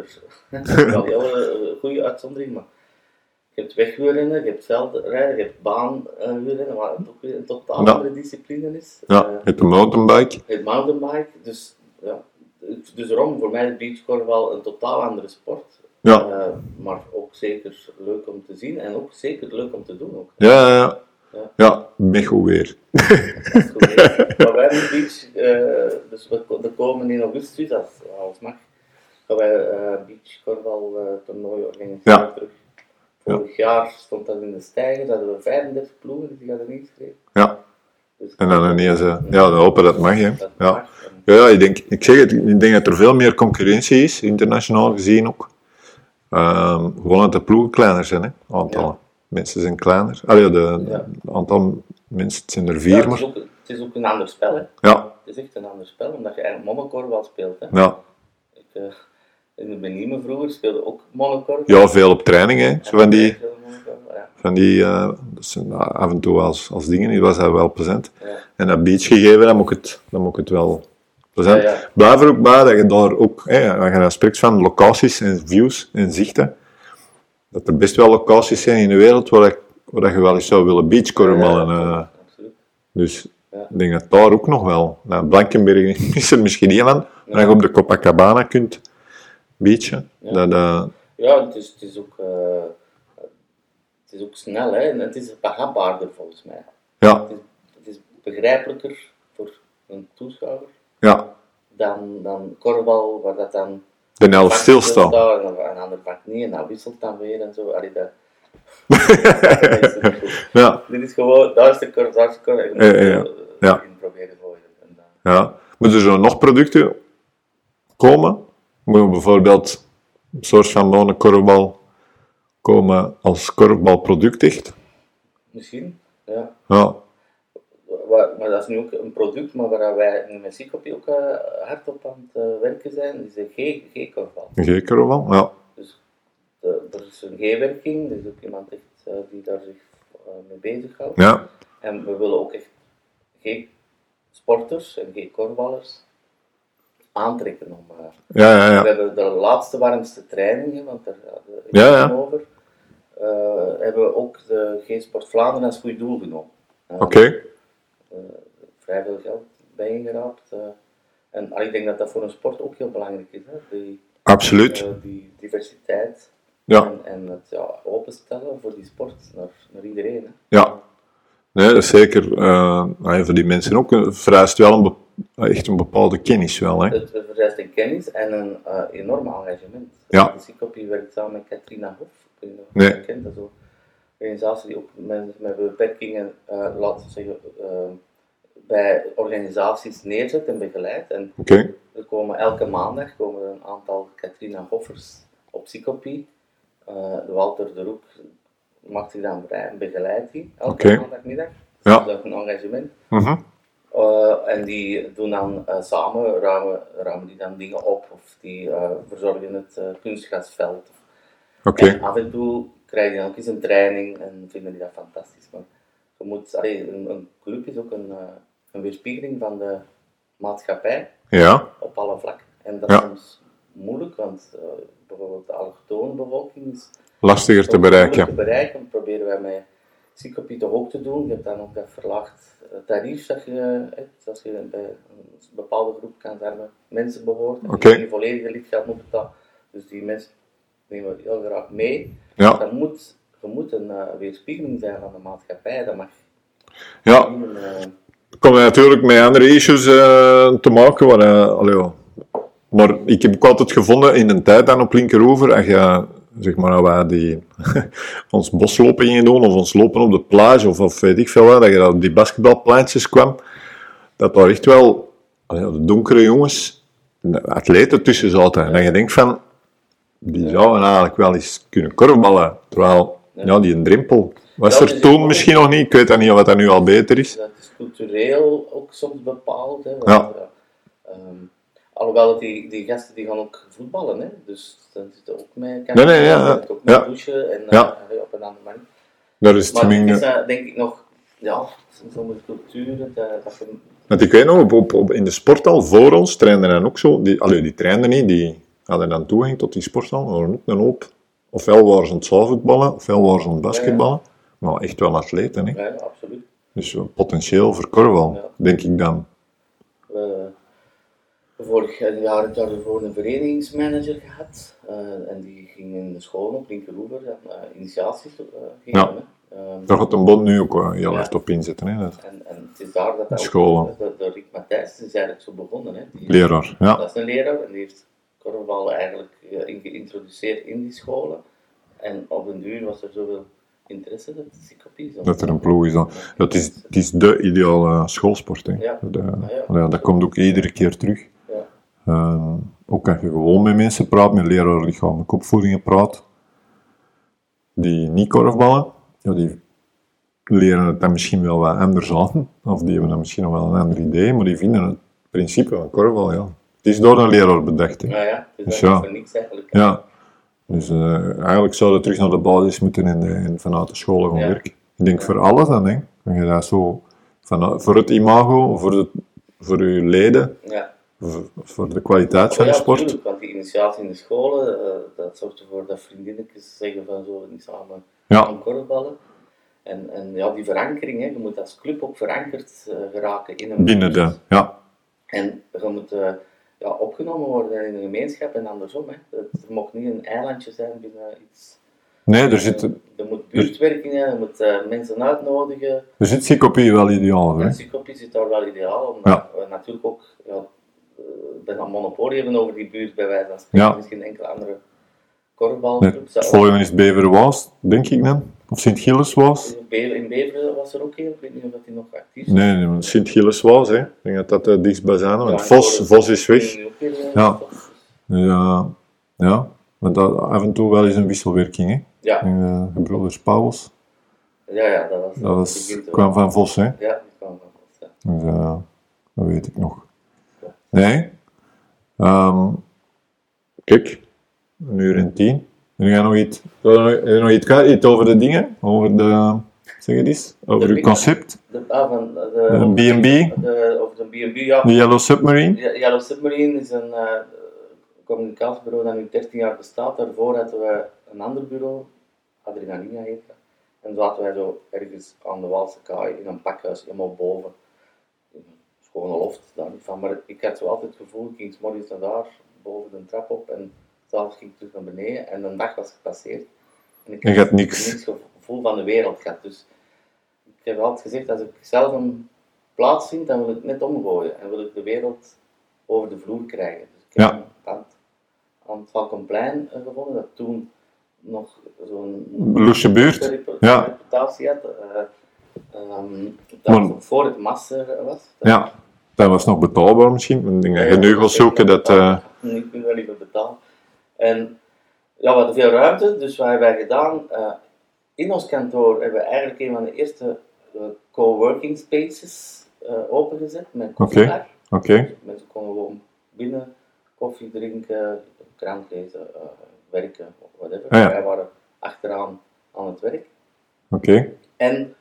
Speaker 3: je er wel hele goede uitzonderingen. Maar je hebt wegwielrennen, je hebt veldrijden, je hebt baanwielrennen, waar het ook weer een totaal
Speaker 1: Ja.
Speaker 3: andere discipline is. Eh,
Speaker 1: Ja, met de mountainbike.
Speaker 3: het mountainbike, dus ja. Dus daarom, voor mij is beachcore wel een totaal andere sport.
Speaker 1: Ja.
Speaker 3: Eh, maar ook zeker leuk om te zien en ook zeker leuk om te doen ook.
Speaker 1: Ja, ja, ja.
Speaker 3: Ja.
Speaker 1: Ja, ben goed weer.
Speaker 3: Maar wij hebben beach, eh, dus we, ko- we komen in augustus, als alles mag, gaan wij eh beach korfbal eh, toernooi organiseren
Speaker 1: Ja.
Speaker 3: terug. Vorig jaar stond dat in de stijger, dat hadden we 35 ploegen die hadden ingeschreven.
Speaker 1: Ja.
Speaker 3: Dus
Speaker 1: En dan ineens, eh, ja, dan hopen dat mag, hè.
Speaker 3: dat
Speaker 1: Ja.
Speaker 3: mag.
Speaker 1: Ja,
Speaker 3: En
Speaker 1: ja, ik denk, ik zeg het, ik denk dat er veel meer concurrentie is, internationaal gezien ook. Ehm, gewoon dat de ploegen kleiner zijn, hè. Aantallen. Mensen zijn kleiner. Allee, ja, de,
Speaker 3: Ja.
Speaker 1: het aantal mensen, het zijn er
Speaker 3: ja,
Speaker 1: vier,
Speaker 3: het,
Speaker 1: maar...
Speaker 3: is ook, het is ook een ander spel, hè.
Speaker 1: Ja,
Speaker 3: Het is echt een ander spel, omdat je eigenlijk monnokorfbal speelt, hè.
Speaker 1: ja.
Speaker 3: Ik, eh, in de Beniemen vroeger speelde ook monnokorfbal.
Speaker 1: Ja, veel op training, hè. Zo van die,
Speaker 3: Ja,
Speaker 1: van die eh, dat zijn af en toe als, als dingen, die was dat wel plezant.
Speaker 3: ja.
Speaker 1: En dat beach gegeven, dan moet ik het, dan moet ik het wel plezant.
Speaker 3: Ja, ja.
Speaker 1: Blijf er ook bij dat je daar ook, hè, als je dan spreekt van locaties en views en zichten, dat er best wel locaties zijn in de wereld waar, ik- waar je wel eens zou willen beachcormalen. eh.
Speaker 3: absoluut.
Speaker 1: dus
Speaker 3: Ja.
Speaker 1: ik denk dat daar ook nog wel. Nou, Blankenberg is er misschien niet van, maar als je op de Copacabana kunt beachen, dat, eh,
Speaker 3: Ja, het is, het is, ook, eh, het is ook snel hè? en het is behapbaarder volgens mij.
Speaker 1: ja,
Speaker 3: Het is, het is begrijpelijker voor een toeschouwer
Speaker 1: ja,
Speaker 3: dan, dan korfbal, waar dat dan
Speaker 1: de helft
Speaker 3: vak
Speaker 1: stilstaan.
Speaker 3: stilstaat en een- een ander vak niet en dat wisselt dan weer en zo. Allee, dat... dat is niet goed.
Speaker 1: Ja,
Speaker 3: Dit is gewoon, daar is de korf, daar is de korf.
Speaker 1: Ja, ja, ja.
Speaker 3: Eh,
Speaker 4: Ja.
Speaker 3: in proberen gooien. En, eh,
Speaker 1: Ja. Moeten er zo nog producten komen? Moet er bijvoorbeeld een soort van monenkorfbal komen als korfbalproduct echt?
Speaker 3: misschien, ja.
Speaker 1: Ja.
Speaker 3: Wa- maar dat is nu ook een product, maar waar wij in Mexicopie ook eh, hard op aan het eh, werken zijn, is de G- G-korfbal.
Speaker 1: Een G-korfbal? Ja.
Speaker 3: Dus de- er is een G-werking, er is ook iemand echt, eh, die daar zich eh, mee bezighoudt.
Speaker 1: Ja.
Speaker 3: En we willen ook echt G-sporters en G-korfballers aantrekken om... eh,
Speaker 1: Ja, ja,
Speaker 3: We
Speaker 1: ja.
Speaker 3: hebben de laatste warmste trainingen, want daar gaat het
Speaker 1: Ja, ja.
Speaker 3: over. eh, hebben we ook de G-Sport Vlaanderen als goed doel genomen. Eh,
Speaker 1: Oké.
Speaker 3: Vrij veel geld bij ingeraapt. eh. en ah, ik denk dat dat voor een sport ook heel belangrijk is. Hè? Die,
Speaker 1: Absoluut.
Speaker 3: eh, die diversiteit
Speaker 1: Ja.
Speaker 3: en, en het ja, openstellen voor die sport naar, naar iedereen. Hè?
Speaker 1: Ja, nee, dat is zeker. eh, nou ja, voor die mensen ook eh, vereist wel een be- echt een bepaalde kennis wel. Hè?
Speaker 3: Het vereist een kennis en een eh, enorm engagement.
Speaker 1: Ja.
Speaker 3: Dus ik op je werkt samen met Katrina Hof. Ik weet niet of je
Speaker 1: Nee.
Speaker 3: haar kent, dat is ook een organisatie die ook mensen met beperkingen, eh laten we zeggen, eh, bij organisaties neerzet en begeleidt. En
Speaker 1: Oké,
Speaker 3: er komen elke maandag komen er een aantal Katrina Hoffers op psychopie. Eh, Walter de Roek maakt zich dan vrij en begeleidt die elke
Speaker 1: Oké.
Speaker 3: maandagmiddag.
Speaker 1: Ja.
Speaker 3: Dus dat is een engagement.
Speaker 1: Mhm.
Speaker 3: Eh, en die doen dan eh, samen, ruimen, ruimen die dan dingen op of die eh, verzorgen het eh, kunstgrasveld.
Speaker 1: oké.
Speaker 3: En af en toe krijgen die dan ook eens een training en vinden die dat fantastisch. Maar je moet, allee, een, een club is ook een, eh, een weerspiegeling van de maatschappij
Speaker 1: Ja,
Speaker 3: op alle vlakken. En dat
Speaker 1: Ja.
Speaker 3: is soms moeilijk, want eh, bijvoorbeeld de allochtone bevolking is
Speaker 1: lastiger te
Speaker 3: moeilijk
Speaker 1: bereiken.
Speaker 3: te bereiken. Dat proberen wij met Psychopie toch ook te doen. Je hebt dan ook dat verlaagd eh, tarief dat je eh, hebt, als je bij een bepaalde groep kan zijn met mensen behoort. En
Speaker 1: Oké.
Speaker 3: je je volledige lidgeld moet betalen. Dus die mensen nemen we heel graag mee.
Speaker 1: Ja,
Speaker 3: Dat moet, je moet een eh, weerspiegeling zijn van de maatschappij. Dat mag
Speaker 1: ja.
Speaker 3: niet een, eh,
Speaker 1: Komen natuurlijk met andere issues eh, te maken. Waar, eh, allee, ja. maar ik heb ook altijd gevonden in een tijd dan op Linkeroever, als je zeg maar, waar die, ons boslopen gingen doen, of ons lopen op de plage, of, of weet ik veel wat, dat je dan op die basketbalplaatjes kwam, dat daar echt wel allee, ja, de donkere jongens, de atleten tussen zaten. En dat je denkt van, die zouden eigenlijk wel eens kunnen korfballen. Terwijl, ja, die een drempel was
Speaker 3: Ja,
Speaker 1: er
Speaker 3: dus
Speaker 1: toen
Speaker 3: ik-
Speaker 1: misschien nog niet. Ik weet dan niet of dat nu al beter is.
Speaker 3: dat is cultureel ook soms bepaald. Hè, want,
Speaker 1: Ja.
Speaker 3: eh, ehm, alhoewel, die, die gasten die gaan ook voetballen, hè, dus dan zitten ook mee.
Speaker 1: Nee, nee, ja, ja.
Speaker 3: ook mee
Speaker 1: Ja.
Speaker 3: douchen en eh,
Speaker 1: Ja.
Speaker 3: allee, op een andere manier.
Speaker 1: Daar is het
Speaker 3: Maar het
Speaker 1: minder.
Speaker 3: is eh, denk ik nog, ja, soms om de cultuur, dat, eh, dat je-
Speaker 1: Want ik weet nog, op, op, op- in de sporthal voor ons trainden dan ook zo. Die, allee, die trainden niet, die hadden dan toegang tot die sporthal. Maar er waren ook een hoop. Ofwel waren ze aan het zaalvoetballen, ofwel waren ze aan het basketballen. Maar echt wel atleten, hè.
Speaker 3: ja, absoluut.
Speaker 1: Dus eh, potentieel voor korfbal,
Speaker 3: Ja.
Speaker 1: denk ik dan.
Speaker 3: eh vorig jaar heb ik daarvoor een verenigingsmanager gehad. eh, en die ging in de school op Linkeroever eh, initiaties eh, geven.
Speaker 1: Ja.
Speaker 3: hè. Ehm,
Speaker 1: Daar gaat een bond nu ook wel heel
Speaker 3: Ja.
Speaker 1: hard op inzetten, hè. Dat,
Speaker 3: En, en het is daar dat dat
Speaker 1: Scholen.
Speaker 3: ook- dat- dat Rick Matthijs is eigenlijk zo begonnen. Hè? Die-
Speaker 1: leraar, ja.
Speaker 3: Dat is een leraar en die heeft korfbal eigenlijk eh, in- geïntroduceerd in die scholen. En op een duur was er zoveel interesse dat het zich op is.
Speaker 1: Dat er een ploeg is dan. Dat is, het is de ideale schoolsport, hè.
Speaker 3: Ja.
Speaker 1: Dat, eh,
Speaker 3: Ah, ja.
Speaker 1: ja, dat komt ook iedere keer terug.
Speaker 3: Ja.
Speaker 1: Ehm, ook als je gewoon met mensen praat, met leraren lichamelijke opvoedingen praat, die niet korfballen, ja, die leren het dan misschien wel wat anders aan. Of die hebben dan misschien nog wel een ander idee, maar die vinden het principe van korfbal, ja. Het is door een leraar bedacht, hè.
Speaker 3: Nou ja, het is
Speaker 1: Dus ja.
Speaker 3: voor niks eigenlijk.
Speaker 1: Ja. Dus eh, eigenlijk zouden we terug naar de basis moeten en, eh, en vanuit de scholen gaan
Speaker 3: Ja.
Speaker 1: werken. Ik denk voor alles dan, hè. Als je dat zo... vanuit- voor het imago, voor, de, voor je leden,
Speaker 3: Ja.
Speaker 1: voor, voor de kwaliteit van
Speaker 3: Ja,
Speaker 1: de sport.
Speaker 3: tuurlijk, want die initiatie in de scholen, eh, dat zorgt ervoor dat vriendinnetjes zeggen van zo, niet samen
Speaker 1: Ja.
Speaker 3: gaan korfballen. En, en ja, die verankering, hè, je moet als club ook verankerd eh, geraken in een
Speaker 1: Binnen de, ja.
Speaker 3: En je moet eh, ja, opgenomen worden in een gemeenschap en andersom. Hè. Het mag niet een eilandje zijn binnen iets.
Speaker 1: Nee, er zit,
Speaker 3: Er moet buurtwerking zijn, je moet eh, mensen uitnodigen.
Speaker 1: er zit psychopie wel ideaal voor,
Speaker 3: En
Speaker 1: hè.
Speaker 3: Psychopie zit daar wel ideaal, omdat
Speaker 1: Ja.
Speaker 3: we natuurlijk ook ja, eh, bijna een monopolie hebben over die buurt bij wijze van spreken.
Speaker 1: Ja.
Speaker 3: Misschien enkele andere
Speaker 1: Nee,
Speaker 3: korfbalclubs.
Speaker 1: het
Speaker 3: zou ook-
Speaker 1: volgende is Beverwaas, denk ik dan. Of Sint-Gilles was?
Speaker 3: In, Be in Beveren was er ook heel, ik weet niet of dat die nog actief is.
Speaker 1: Nee, nee Sint-Gilles was, hè. Ik denk dat dat het dichtstbij zijn.
Speaker 3: Ja,
Speaker 1: Want Vos,
Speaker 3: voor-
Speaker 1: Vos is weg.
Speaker 3: die ook heel, eh,
Speaker 1: Ja.
Speaker 3: was.
Speaker 1: Ja, ja. Want dat af en toe wel eens een wisselwerking, hè.
Speaker 3: Ja,
Speaker 1: En, eh, de broeders Pauwels,
Speaker 3: ja, ja, dat was
Speaker 1: dat was,
Speaker 3: begint wel.
Speaker 1: kwam van Vos, hè.
Speaker 3: Ja, die kwam van Vos, ja.
Speaker 1: Dus, eh, dat weet ik nog. Nee. Ehm, kijk, een uur en tien. En jij nog iets, wil je nog- heb je nog iets, kwijt? iets over de dingen? Over de, zeg het eens, over
Speaker 3: De
Speaker 1: uw concept? Eh,
Speaker 3: De, ah, van de,
Speaker 1: Een B&B,
Speaker 3: de- Of de B&B, ja.
Speaker 1: de Yellow Submarine?
Speaker 3: Ja, Yellow Submarine is een eh, communicatiebureau dat nu 13 jaar bestaat. Daarvoor hadden we een ander bureau, Adrenalina heet dat. En zaten wij zo ergens aan de Waalse kaai in een pakhuis, helemaal boven. In een schone loft daar niet van. Maar ik had zo altijd het gevoel, ik ging 's morgens naar daar, boven de trap op. En s'avonds ging ik terug naar beneden. En een dag was gepasseerd. En ik
Speaker 1: Je gaat niks.
Speaker 3: niks gevoel van de wereld gehad. Dus ik heb altijd gezegd, als ik zelf een plaats vind, dan wil ik net omgooien. En wil ik de wereld over de vloer krijgen. Dus ik heb
Speaker 1: Ja.
Speaker 3: een pand aan het Valkenplein eh, gevonden, dat toen nog zo'n
Speaker 1: Loesje buurt?
Speaker 3: repu-
Speaker 1: ja.
Speaker 3: reputatie had. eh, ehm, dat
Speaker 1: Maar-
Speaker 3: het voor het master was. Dat-
Speaker 1: Ja. Dat was nog betaalbaar misschien. want Ik denk dat je nu gaat zoeken dat... eh,
Speaker 3: Ik wil wel liever betalen. En ja, we hadden veel ruimte, dus wat hebben wij gedaan? Eh, in ons kantoor hebben we eigenlijk een van de eerste eh, coworking spaces eh, opengezet met koffiebar.
Speaker 1: Oké.
Speaker 3: Dus mensen konden gewoon binnen koffie drinken, krant lezen, eh, werken, whatever.
Speaker 1: Ah, ja.
Speaker 3: Wij waren achteraan aan het werk.
Speaker 1: Oké.
Speaker 3: En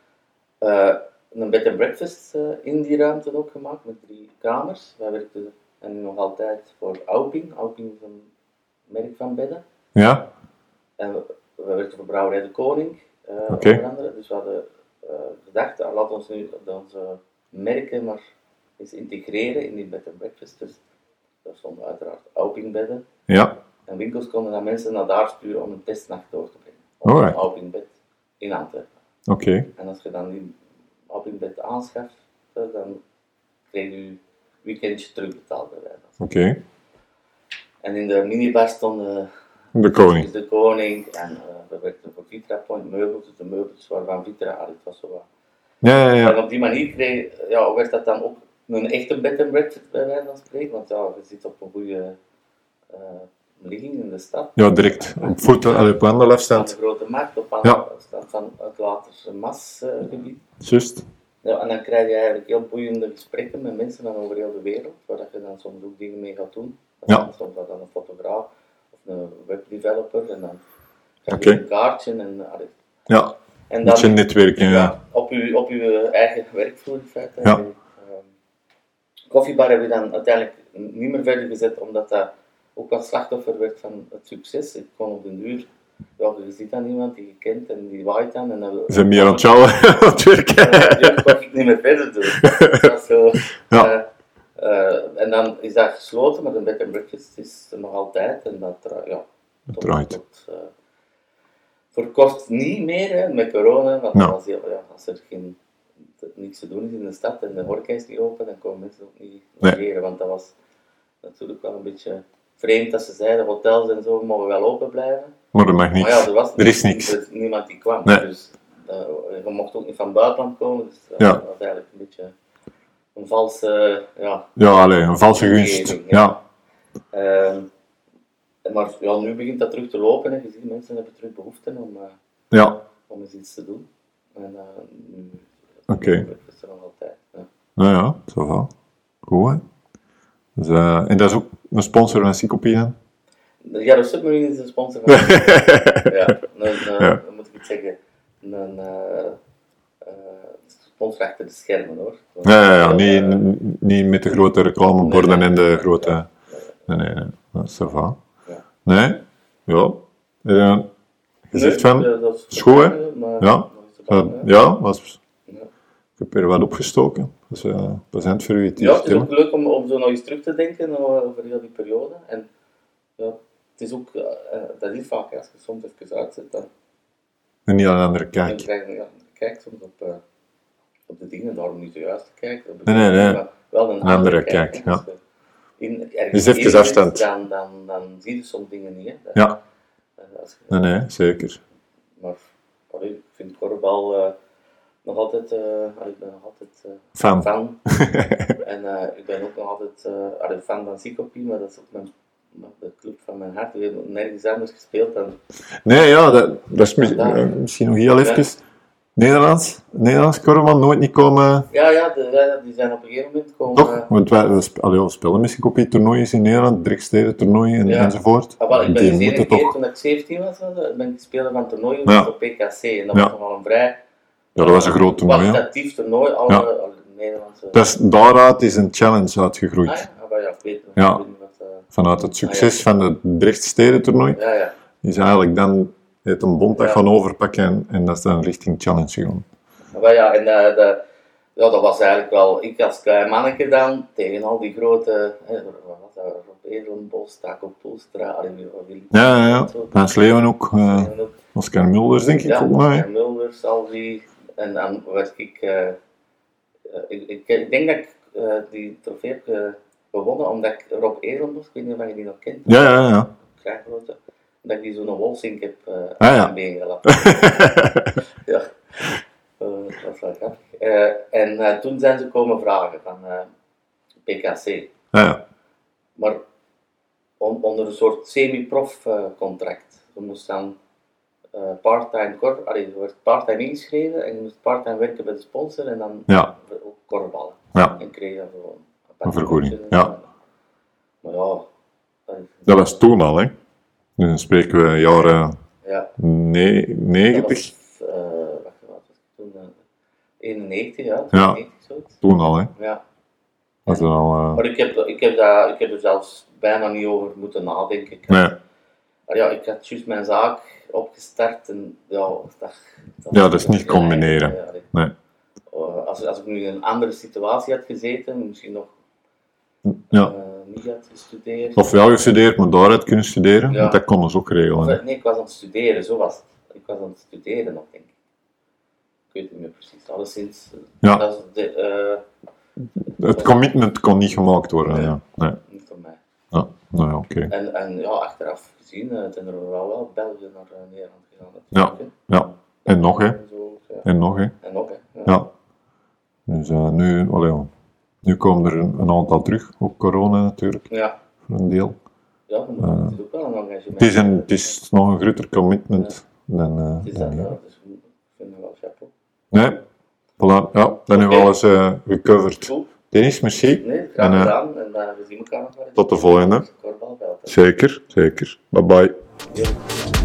Speaker 3: eh, een bed and breakfast eh, in die ruimte ook gemaakt met drie kamers. Wij werkten en nog altijd voor Auping. Auping is een merk van bedden.
Speaker 1: Ja.
Speaker 3: En we, we werkten voor Brouwerij de Koning, eh,
Speaker 1: Oké.
Speaker 3: onder andere. Dus we hadden eh, gedacht, ah, laat ons nu dat onze merken maar eens integreren in die bed and breakfast. Dus daar stonden uiteraard Auping bedden.
Speaker 1: Ja.
Speaker 3: En winkels konden dan mensen naar daar sturen om een testnacht door te brengen. Op
Speaker 1: Alright.
Speaker 3: een Auping bed in Antwerpen.
Speaker 1: Oké.
Speaker 3: En als je dan die op in bed aanschaft, eh, dan krijg je je weekendje terugbetaald bij wijze van spreken.
Speaker 1: Oké.
Speaker 3: En in de minibar stonden
Speaker 1: De koning.
Speaker 3: dus de koning en eh, we werkten voor Vitra Point meubels, dus de meubels waarvan Vitra ah, dit was zo wat.
Speaker 1: Ja, ja, ja.
Speaker 3: En op die manier kreeg, ja, werd dat dan ook een echte bed and breakfast bij wijze van spreken, want ja, je zit op een goede eh, ligging in de stad.
Speaker 1: Ja, direct. Op voeten, allee, op
Speaker 3: Aan de
Speaker 1: wandelafstand.
Speaker 3: grote markt, op aan
Speaker 1: Ja.
Speaker 3: afstand van het laterse masgebied.
Speaker 1: Juist.
Speaker 3: Ja, en dan krijg je eigenlijk heel boeiende gesprekken met mensen van over heel de wereld, waar dat je dan soms ook dingen mee gaat doen. Dan
Speaker 1: Ja.
Speaker 3: Soms was dat een fotograaf of een webdeveloper en dan krijg je
Speaker 1: Oké.
Speaker 3: een kaartje en, allee.
Speaker 1: Ja.
Speaker 3: en dan
Speaker 1: Beetje netwerken, ja.
Speaker 3: op, je, op je eigen werkvloer in feite.
Speaker 1: Ja.
Speaker 3: En, ehm, koffiebar hebben we dan uiteindelijk niet meer verder gezet, omdat dat ook wat slachtoffer werd van het succes. Ik kon op den duur, ja, je ziet dan iemand die je kent en die waait dan. En dan
Speaker 1: Ze zijn meer aan het sjouwen, aan het werken.
Speaker 3: ja, dat mag ik niet meer verder doen. Dat is zo.
Speaker 1: Ja.
Speaker 3: Eh, eh, en dan is dat gesloten, maar een bed and breakfast is er nog altijd. En dat, tra- ja, tot-
Speaker 1: draait.
Speaker 3: tot, eh, voor kort niet meer, hè, met corona. Want
Speaker 1: Ja.
Speaker 3: als, heel, ja, als er geen, niks te doen is in de stad en de horeca is niet open, dan komen mensen ook niet
Speaker 1: Nee.
Speaker 3: logeren. Want dat was natuurlijk wel een beetje vreemd dat ze zeiden, hotels en zo mogen wel open blijven.
Speaker 1: Maar er mag
Speaker 3: Maar Ah ja,
Speaker 1: niks.
Speaker 3: er, was
Speaker 1: Er is niks.
Speaker 3: was niemand die kwam.
Speaker 1: Nee.
Speaker 3: Dus eh, je mocht ook niet van buitenland komen. Dus eh,
Speaker 1: Ja.
Speaker 3: dat was eigenlijk een beetje een valse. eh, ja.
Speaker 1: Ja, allee, een valse gunst. Ja.
Speaker 3: Ehm, maar ja, nu begint dat terug te lopen. Hè. Je ziet, mensen hebben terug behoefte om, eh,
Speaker 1: Ja.
Speaker 3: om eens iets te doen. En eh, nu
Speaker 1: Oké.
Speaker 3: dat is er nog altijd. Ja.
Speaker 1: Nou ja, zo wel. Goed, hè. Dus, eh, en dat is ook een sponsor van Sycopie dan?
Speaker 3: De Yellow Submarine is een sponsor van ja, een, eh,
Speaker 1: Ja.
Speaker 3: hoe moet ik het zeggen, een eh, eh, sponsor achter de schermen hoor.
Speaker 1: Ja, ja, ja.
Speaker 3: Eh,
Speaker 1: Niet, n- niet met de grote reclameborden en de grote... Nee, nee, nee. Dat is zo wel.
Speaker 3: Ja.
Speaker 1: Nee? Ja. Eh, Je zegt van...
Speaker 3: Nee, eh, dat eh,
Speaker 1: is goed, hè?
Speaker 3: maar-
Speaker 1: Ja.
Speaker 3: maar is het
Speaker 1: Eh,
Speaker 3: wel, hè?
Speaker 1: ja, was,
Speaker 3: Ja.
Speaker 1: ik heb er wat opgestoken. Dus eh present voor u het
Speaker 3: Ja,
Speaker 1: hier
Speaker 3: het is ook
Speaker 1: stellen.
Speaker 3: leuk om, om zo nog eens terug te denken eh, over heel die periode. En ja, het is ook, eh, eh, dat is vaak, hè, als je soms even uitzet, dan,
Speaker 1: En niet aan een andere
Speaker 3: dan
Speaker 1: kijk.
Speaker 3: krijg je ja, je kijkt soms op, eh, op de dingen, daarom niet zojuist te kijken. op de
Speaker 1: Nee, nee,
Speaker 3: dingen,
Speaker 1: nee.
Speaker 3: maar Wel een
Speaker 1: andere
Speaker 3: andere,
Speaker 1: kijk,
Speaker 3: hè.
Speaker 1: ja.
Speaker 3: Als je In, ergens
Speaker 1: Dus even
Speaker 3: in zit,
Speaker 1: afstand.
Speaker 3: Dan, dan, dan zie je soms dingen niet. Hè. Dat-
Speaker 1: Ja.
Speaker 3: eh, als je-
Speaker 1: Nee, nee, zeker.
Speaker 3: Maar allee, ik vind korfbal eh, nog altijd, eh, ik ben nog altijd eh,
Speaker 1: Fan.
Speaker 3: fan. en eh, ik ben ook nog altijd eh, allee, fan van Sikopie, maar dat is ook mijn, mijn- de club van mijn hart. Ik heb nog nergens anders gespeeld dan
Speaker 1: Nee, ja, dat, dat is mis- eh, misschien nog heel
Speaker 3: Ja.
Speaker 1: even. Nederlands, Nederlands korfbal nooit niet komen.
Speaker 3: Ja, ja, de- ja, die zijn op een gegeven moment komen.
Speaker 1: Toch?
Speaker 3: eh,
Speaker 1: Want wij we sp- allee, we spelen misschien op die toernooien in Nederland, Driksteden toernooien en,
Speaker 3: Ja.
Speaker 1: enzovoort.
Speaker 3: ah, wel, ik ben
Speaker 1: die
Speaker 3: dus de ene
Speaker 1: moeten
Speaker 3: keer
Speaker 1: toch.
Speaker 3: toen ik 17 was, was dat, ben ik speler van toernooien
Speaker 1: Ja.
Speaker 3: op PKC. En dat
Speaker 1: Ja.
Speaker 3: was nogal een vrij
Speaker 1: Ja, dat was een groot toernooi. hè.
Speaker 3: kwalitatief toernooi. Alle,
Speaker 1: Ja.
Speaker 3: alle Nederlandse.
Speaker 1: Dat is, daaruit is een challenge uitgegroeid.
Speaker 3: Ah, ja, ah, wel, ja, ik weet het nog.
Speaker 1: Ja.
Speaker 3: Ik weet niet wat, eh,
Speaker 1: Vanuit het succes van het Drichtssteden toernooi
Speaker 3: ja, ja.
Speaker 1: is eigenlijk dan het een bond dat
Speaker 3: Ja.
Speaker 1: gaan overpakken en, en dat is dan richting challenge gegaan.
Speaker 3: Ah, wel, ja, en eh, de- ja, dat was eigenlijk wel, ik als klein manneke dan, tegen al die grote, eh, wat was dat, Rob Edelenbos, Taco Poelstra, allee, wie- wie-
Speaker 1: Ja, ja, ja. Hans Leeuwen ook, eh,
Speaker 3: En ook
Speaker 1: Oscar Mulders denk ik
Speaker 3: ja,
Speaker 1: ook nog. hè.
Speaker 3: en Mulders, al die. En dan werd ik, eh, eh, ik, ik. ik denk dat ik eh, die trofee heb eh, gewonnen omdat ik Rob Erenbos, ik weet niet of je die nog kent,
Speaker 1: Ja, ja, ja.
Speaker 3: kraaggrote, eh, dat ik die zo'n wolsink heb eh aan
Speaker 1: Ah, ja.
Speaker 3: mijn been gelapt. ja, Eh, dat was wel grappig. Eh, en eh, toen zijn ze komen vragen van eh, PKC
Speaker 1: ja, ja.
Speaker 3: maar on- onder een soort semi-prof eh, contract. Je moest dan eh part-time kor- allee, je werd part-time ingeschreven en je moest part-time werken bij de sponsor en dan
Speaker 1: Ja.
Speaker 3: ook korballen.
Speaker 1: Ja.
Speaker 3: En kreeg je dan gewoon
Speaker 1: Een vergoeding,
Speaker 3: kontje.
Speaker 1: ja.
Speaker 3: Maar ja, allee,
Speaker 1: Dat was toen al, hè. Nu dan spreken we jaren
Speaker 3: ja.
Speaker 1: ne- 90.
Speaker 3: Dat was, eh, wacht, wat was het toen? eh, 91, ja.
Speaker 1: Ja.
Speaker 3: 92, zoiets.
Speaker 1: Toen al, hè.
Speaker 3: Ja.
Speaker 1: Was er al, eh,
Speaker 3: Maar ik heb, ik, heb daar, ik heb er zelfs bijna niet over moeten nadenken. Ik had-
Speaker 1: Nee.
Speaker 3: Ah Ja, ik had juist mijn zaak opgestart en ja, dat, dat,
Speaker 1: Ja, dat is niet combineren.
Speaker 3: Ja, dat-
Speaker 1: Nee.
Speaker 3: Eh, als, als ik nu in een andere situatie had gezeten, misschien nog
Speaker 1: Ja.
Speaker 3: eh, niet had gestudeerd.
Speaker 1: Of wel gestudeerd, maar daaruit kunnen studeren.
Speaker 3: Ja.
Speaker 1: want Dat kon ons ook regelen. hè.
Speaker 3: Of, eh, nee, ik was aan het studeren, zo was het. Ik was aan het studeren nog, denk ik. Ik weet het niet meer precies. Alleszins, eh,
Speaker 1: Ja.
Speaker 3: dat is de, eh,
Speaker 1: Het commitment kon niet gemaakt worden.
Speaker 3: Nee.
Speaker 1: Ja. Nee.
Speaker 3: niet voor mij.
Speaker 1: Ja. Nou ja, oké.
Speaker 3: En, en ja, achteraf gezien eh, zijn er wel wel Belgen naar eh, Nederland gegaan.
Speaker 1: Ja,
Speaker 3: natuurlijk,
Speaker 1: ja. En nog, hè.
Speaker 3: En zo, ja.
Speaker 1: En nog, hè.
Speaker 3: En nog, hè. Ja.
Speaker 1: Ja. Dus eh, nu, allee, ja. nu komen er een, een aantal terug. Ook corona natuurlijk,
Speaker 3: ja.
Speaker 1: voor een deel.
Speaker 3: Ja, je moet-
Speaker 1: Eh,
Speaker 3: het is ook wel een engagement.
Speaker 1: Het is, een, het is nog een groter commitment dan, eh,
Speaker 3: Het is
Speaker 1: dan
Speaker 3: dat
Speaker 1: hier.
Speaker 3: wel, dus ik vind het wel chapeau.
Speaker 1: Nee. Voilà. Ja, dan hebben we
Speaker 3: Oké.
Speaker 1: alles eh, gecoverd.
Speaker 3: Goed,
Speaker 1: Dennis, merci.
Speaker 3: nee, graag
Speaker 1: En, eh,
Speaker 3: gedaan. En eh, we zien elkaar nog wel eens.
Speaker 1: tot de volgende.
Speaker 3: Korfbalveld.
Speaker 1: Zeker, zeker. Bye bye.
Speaker 3: Ja.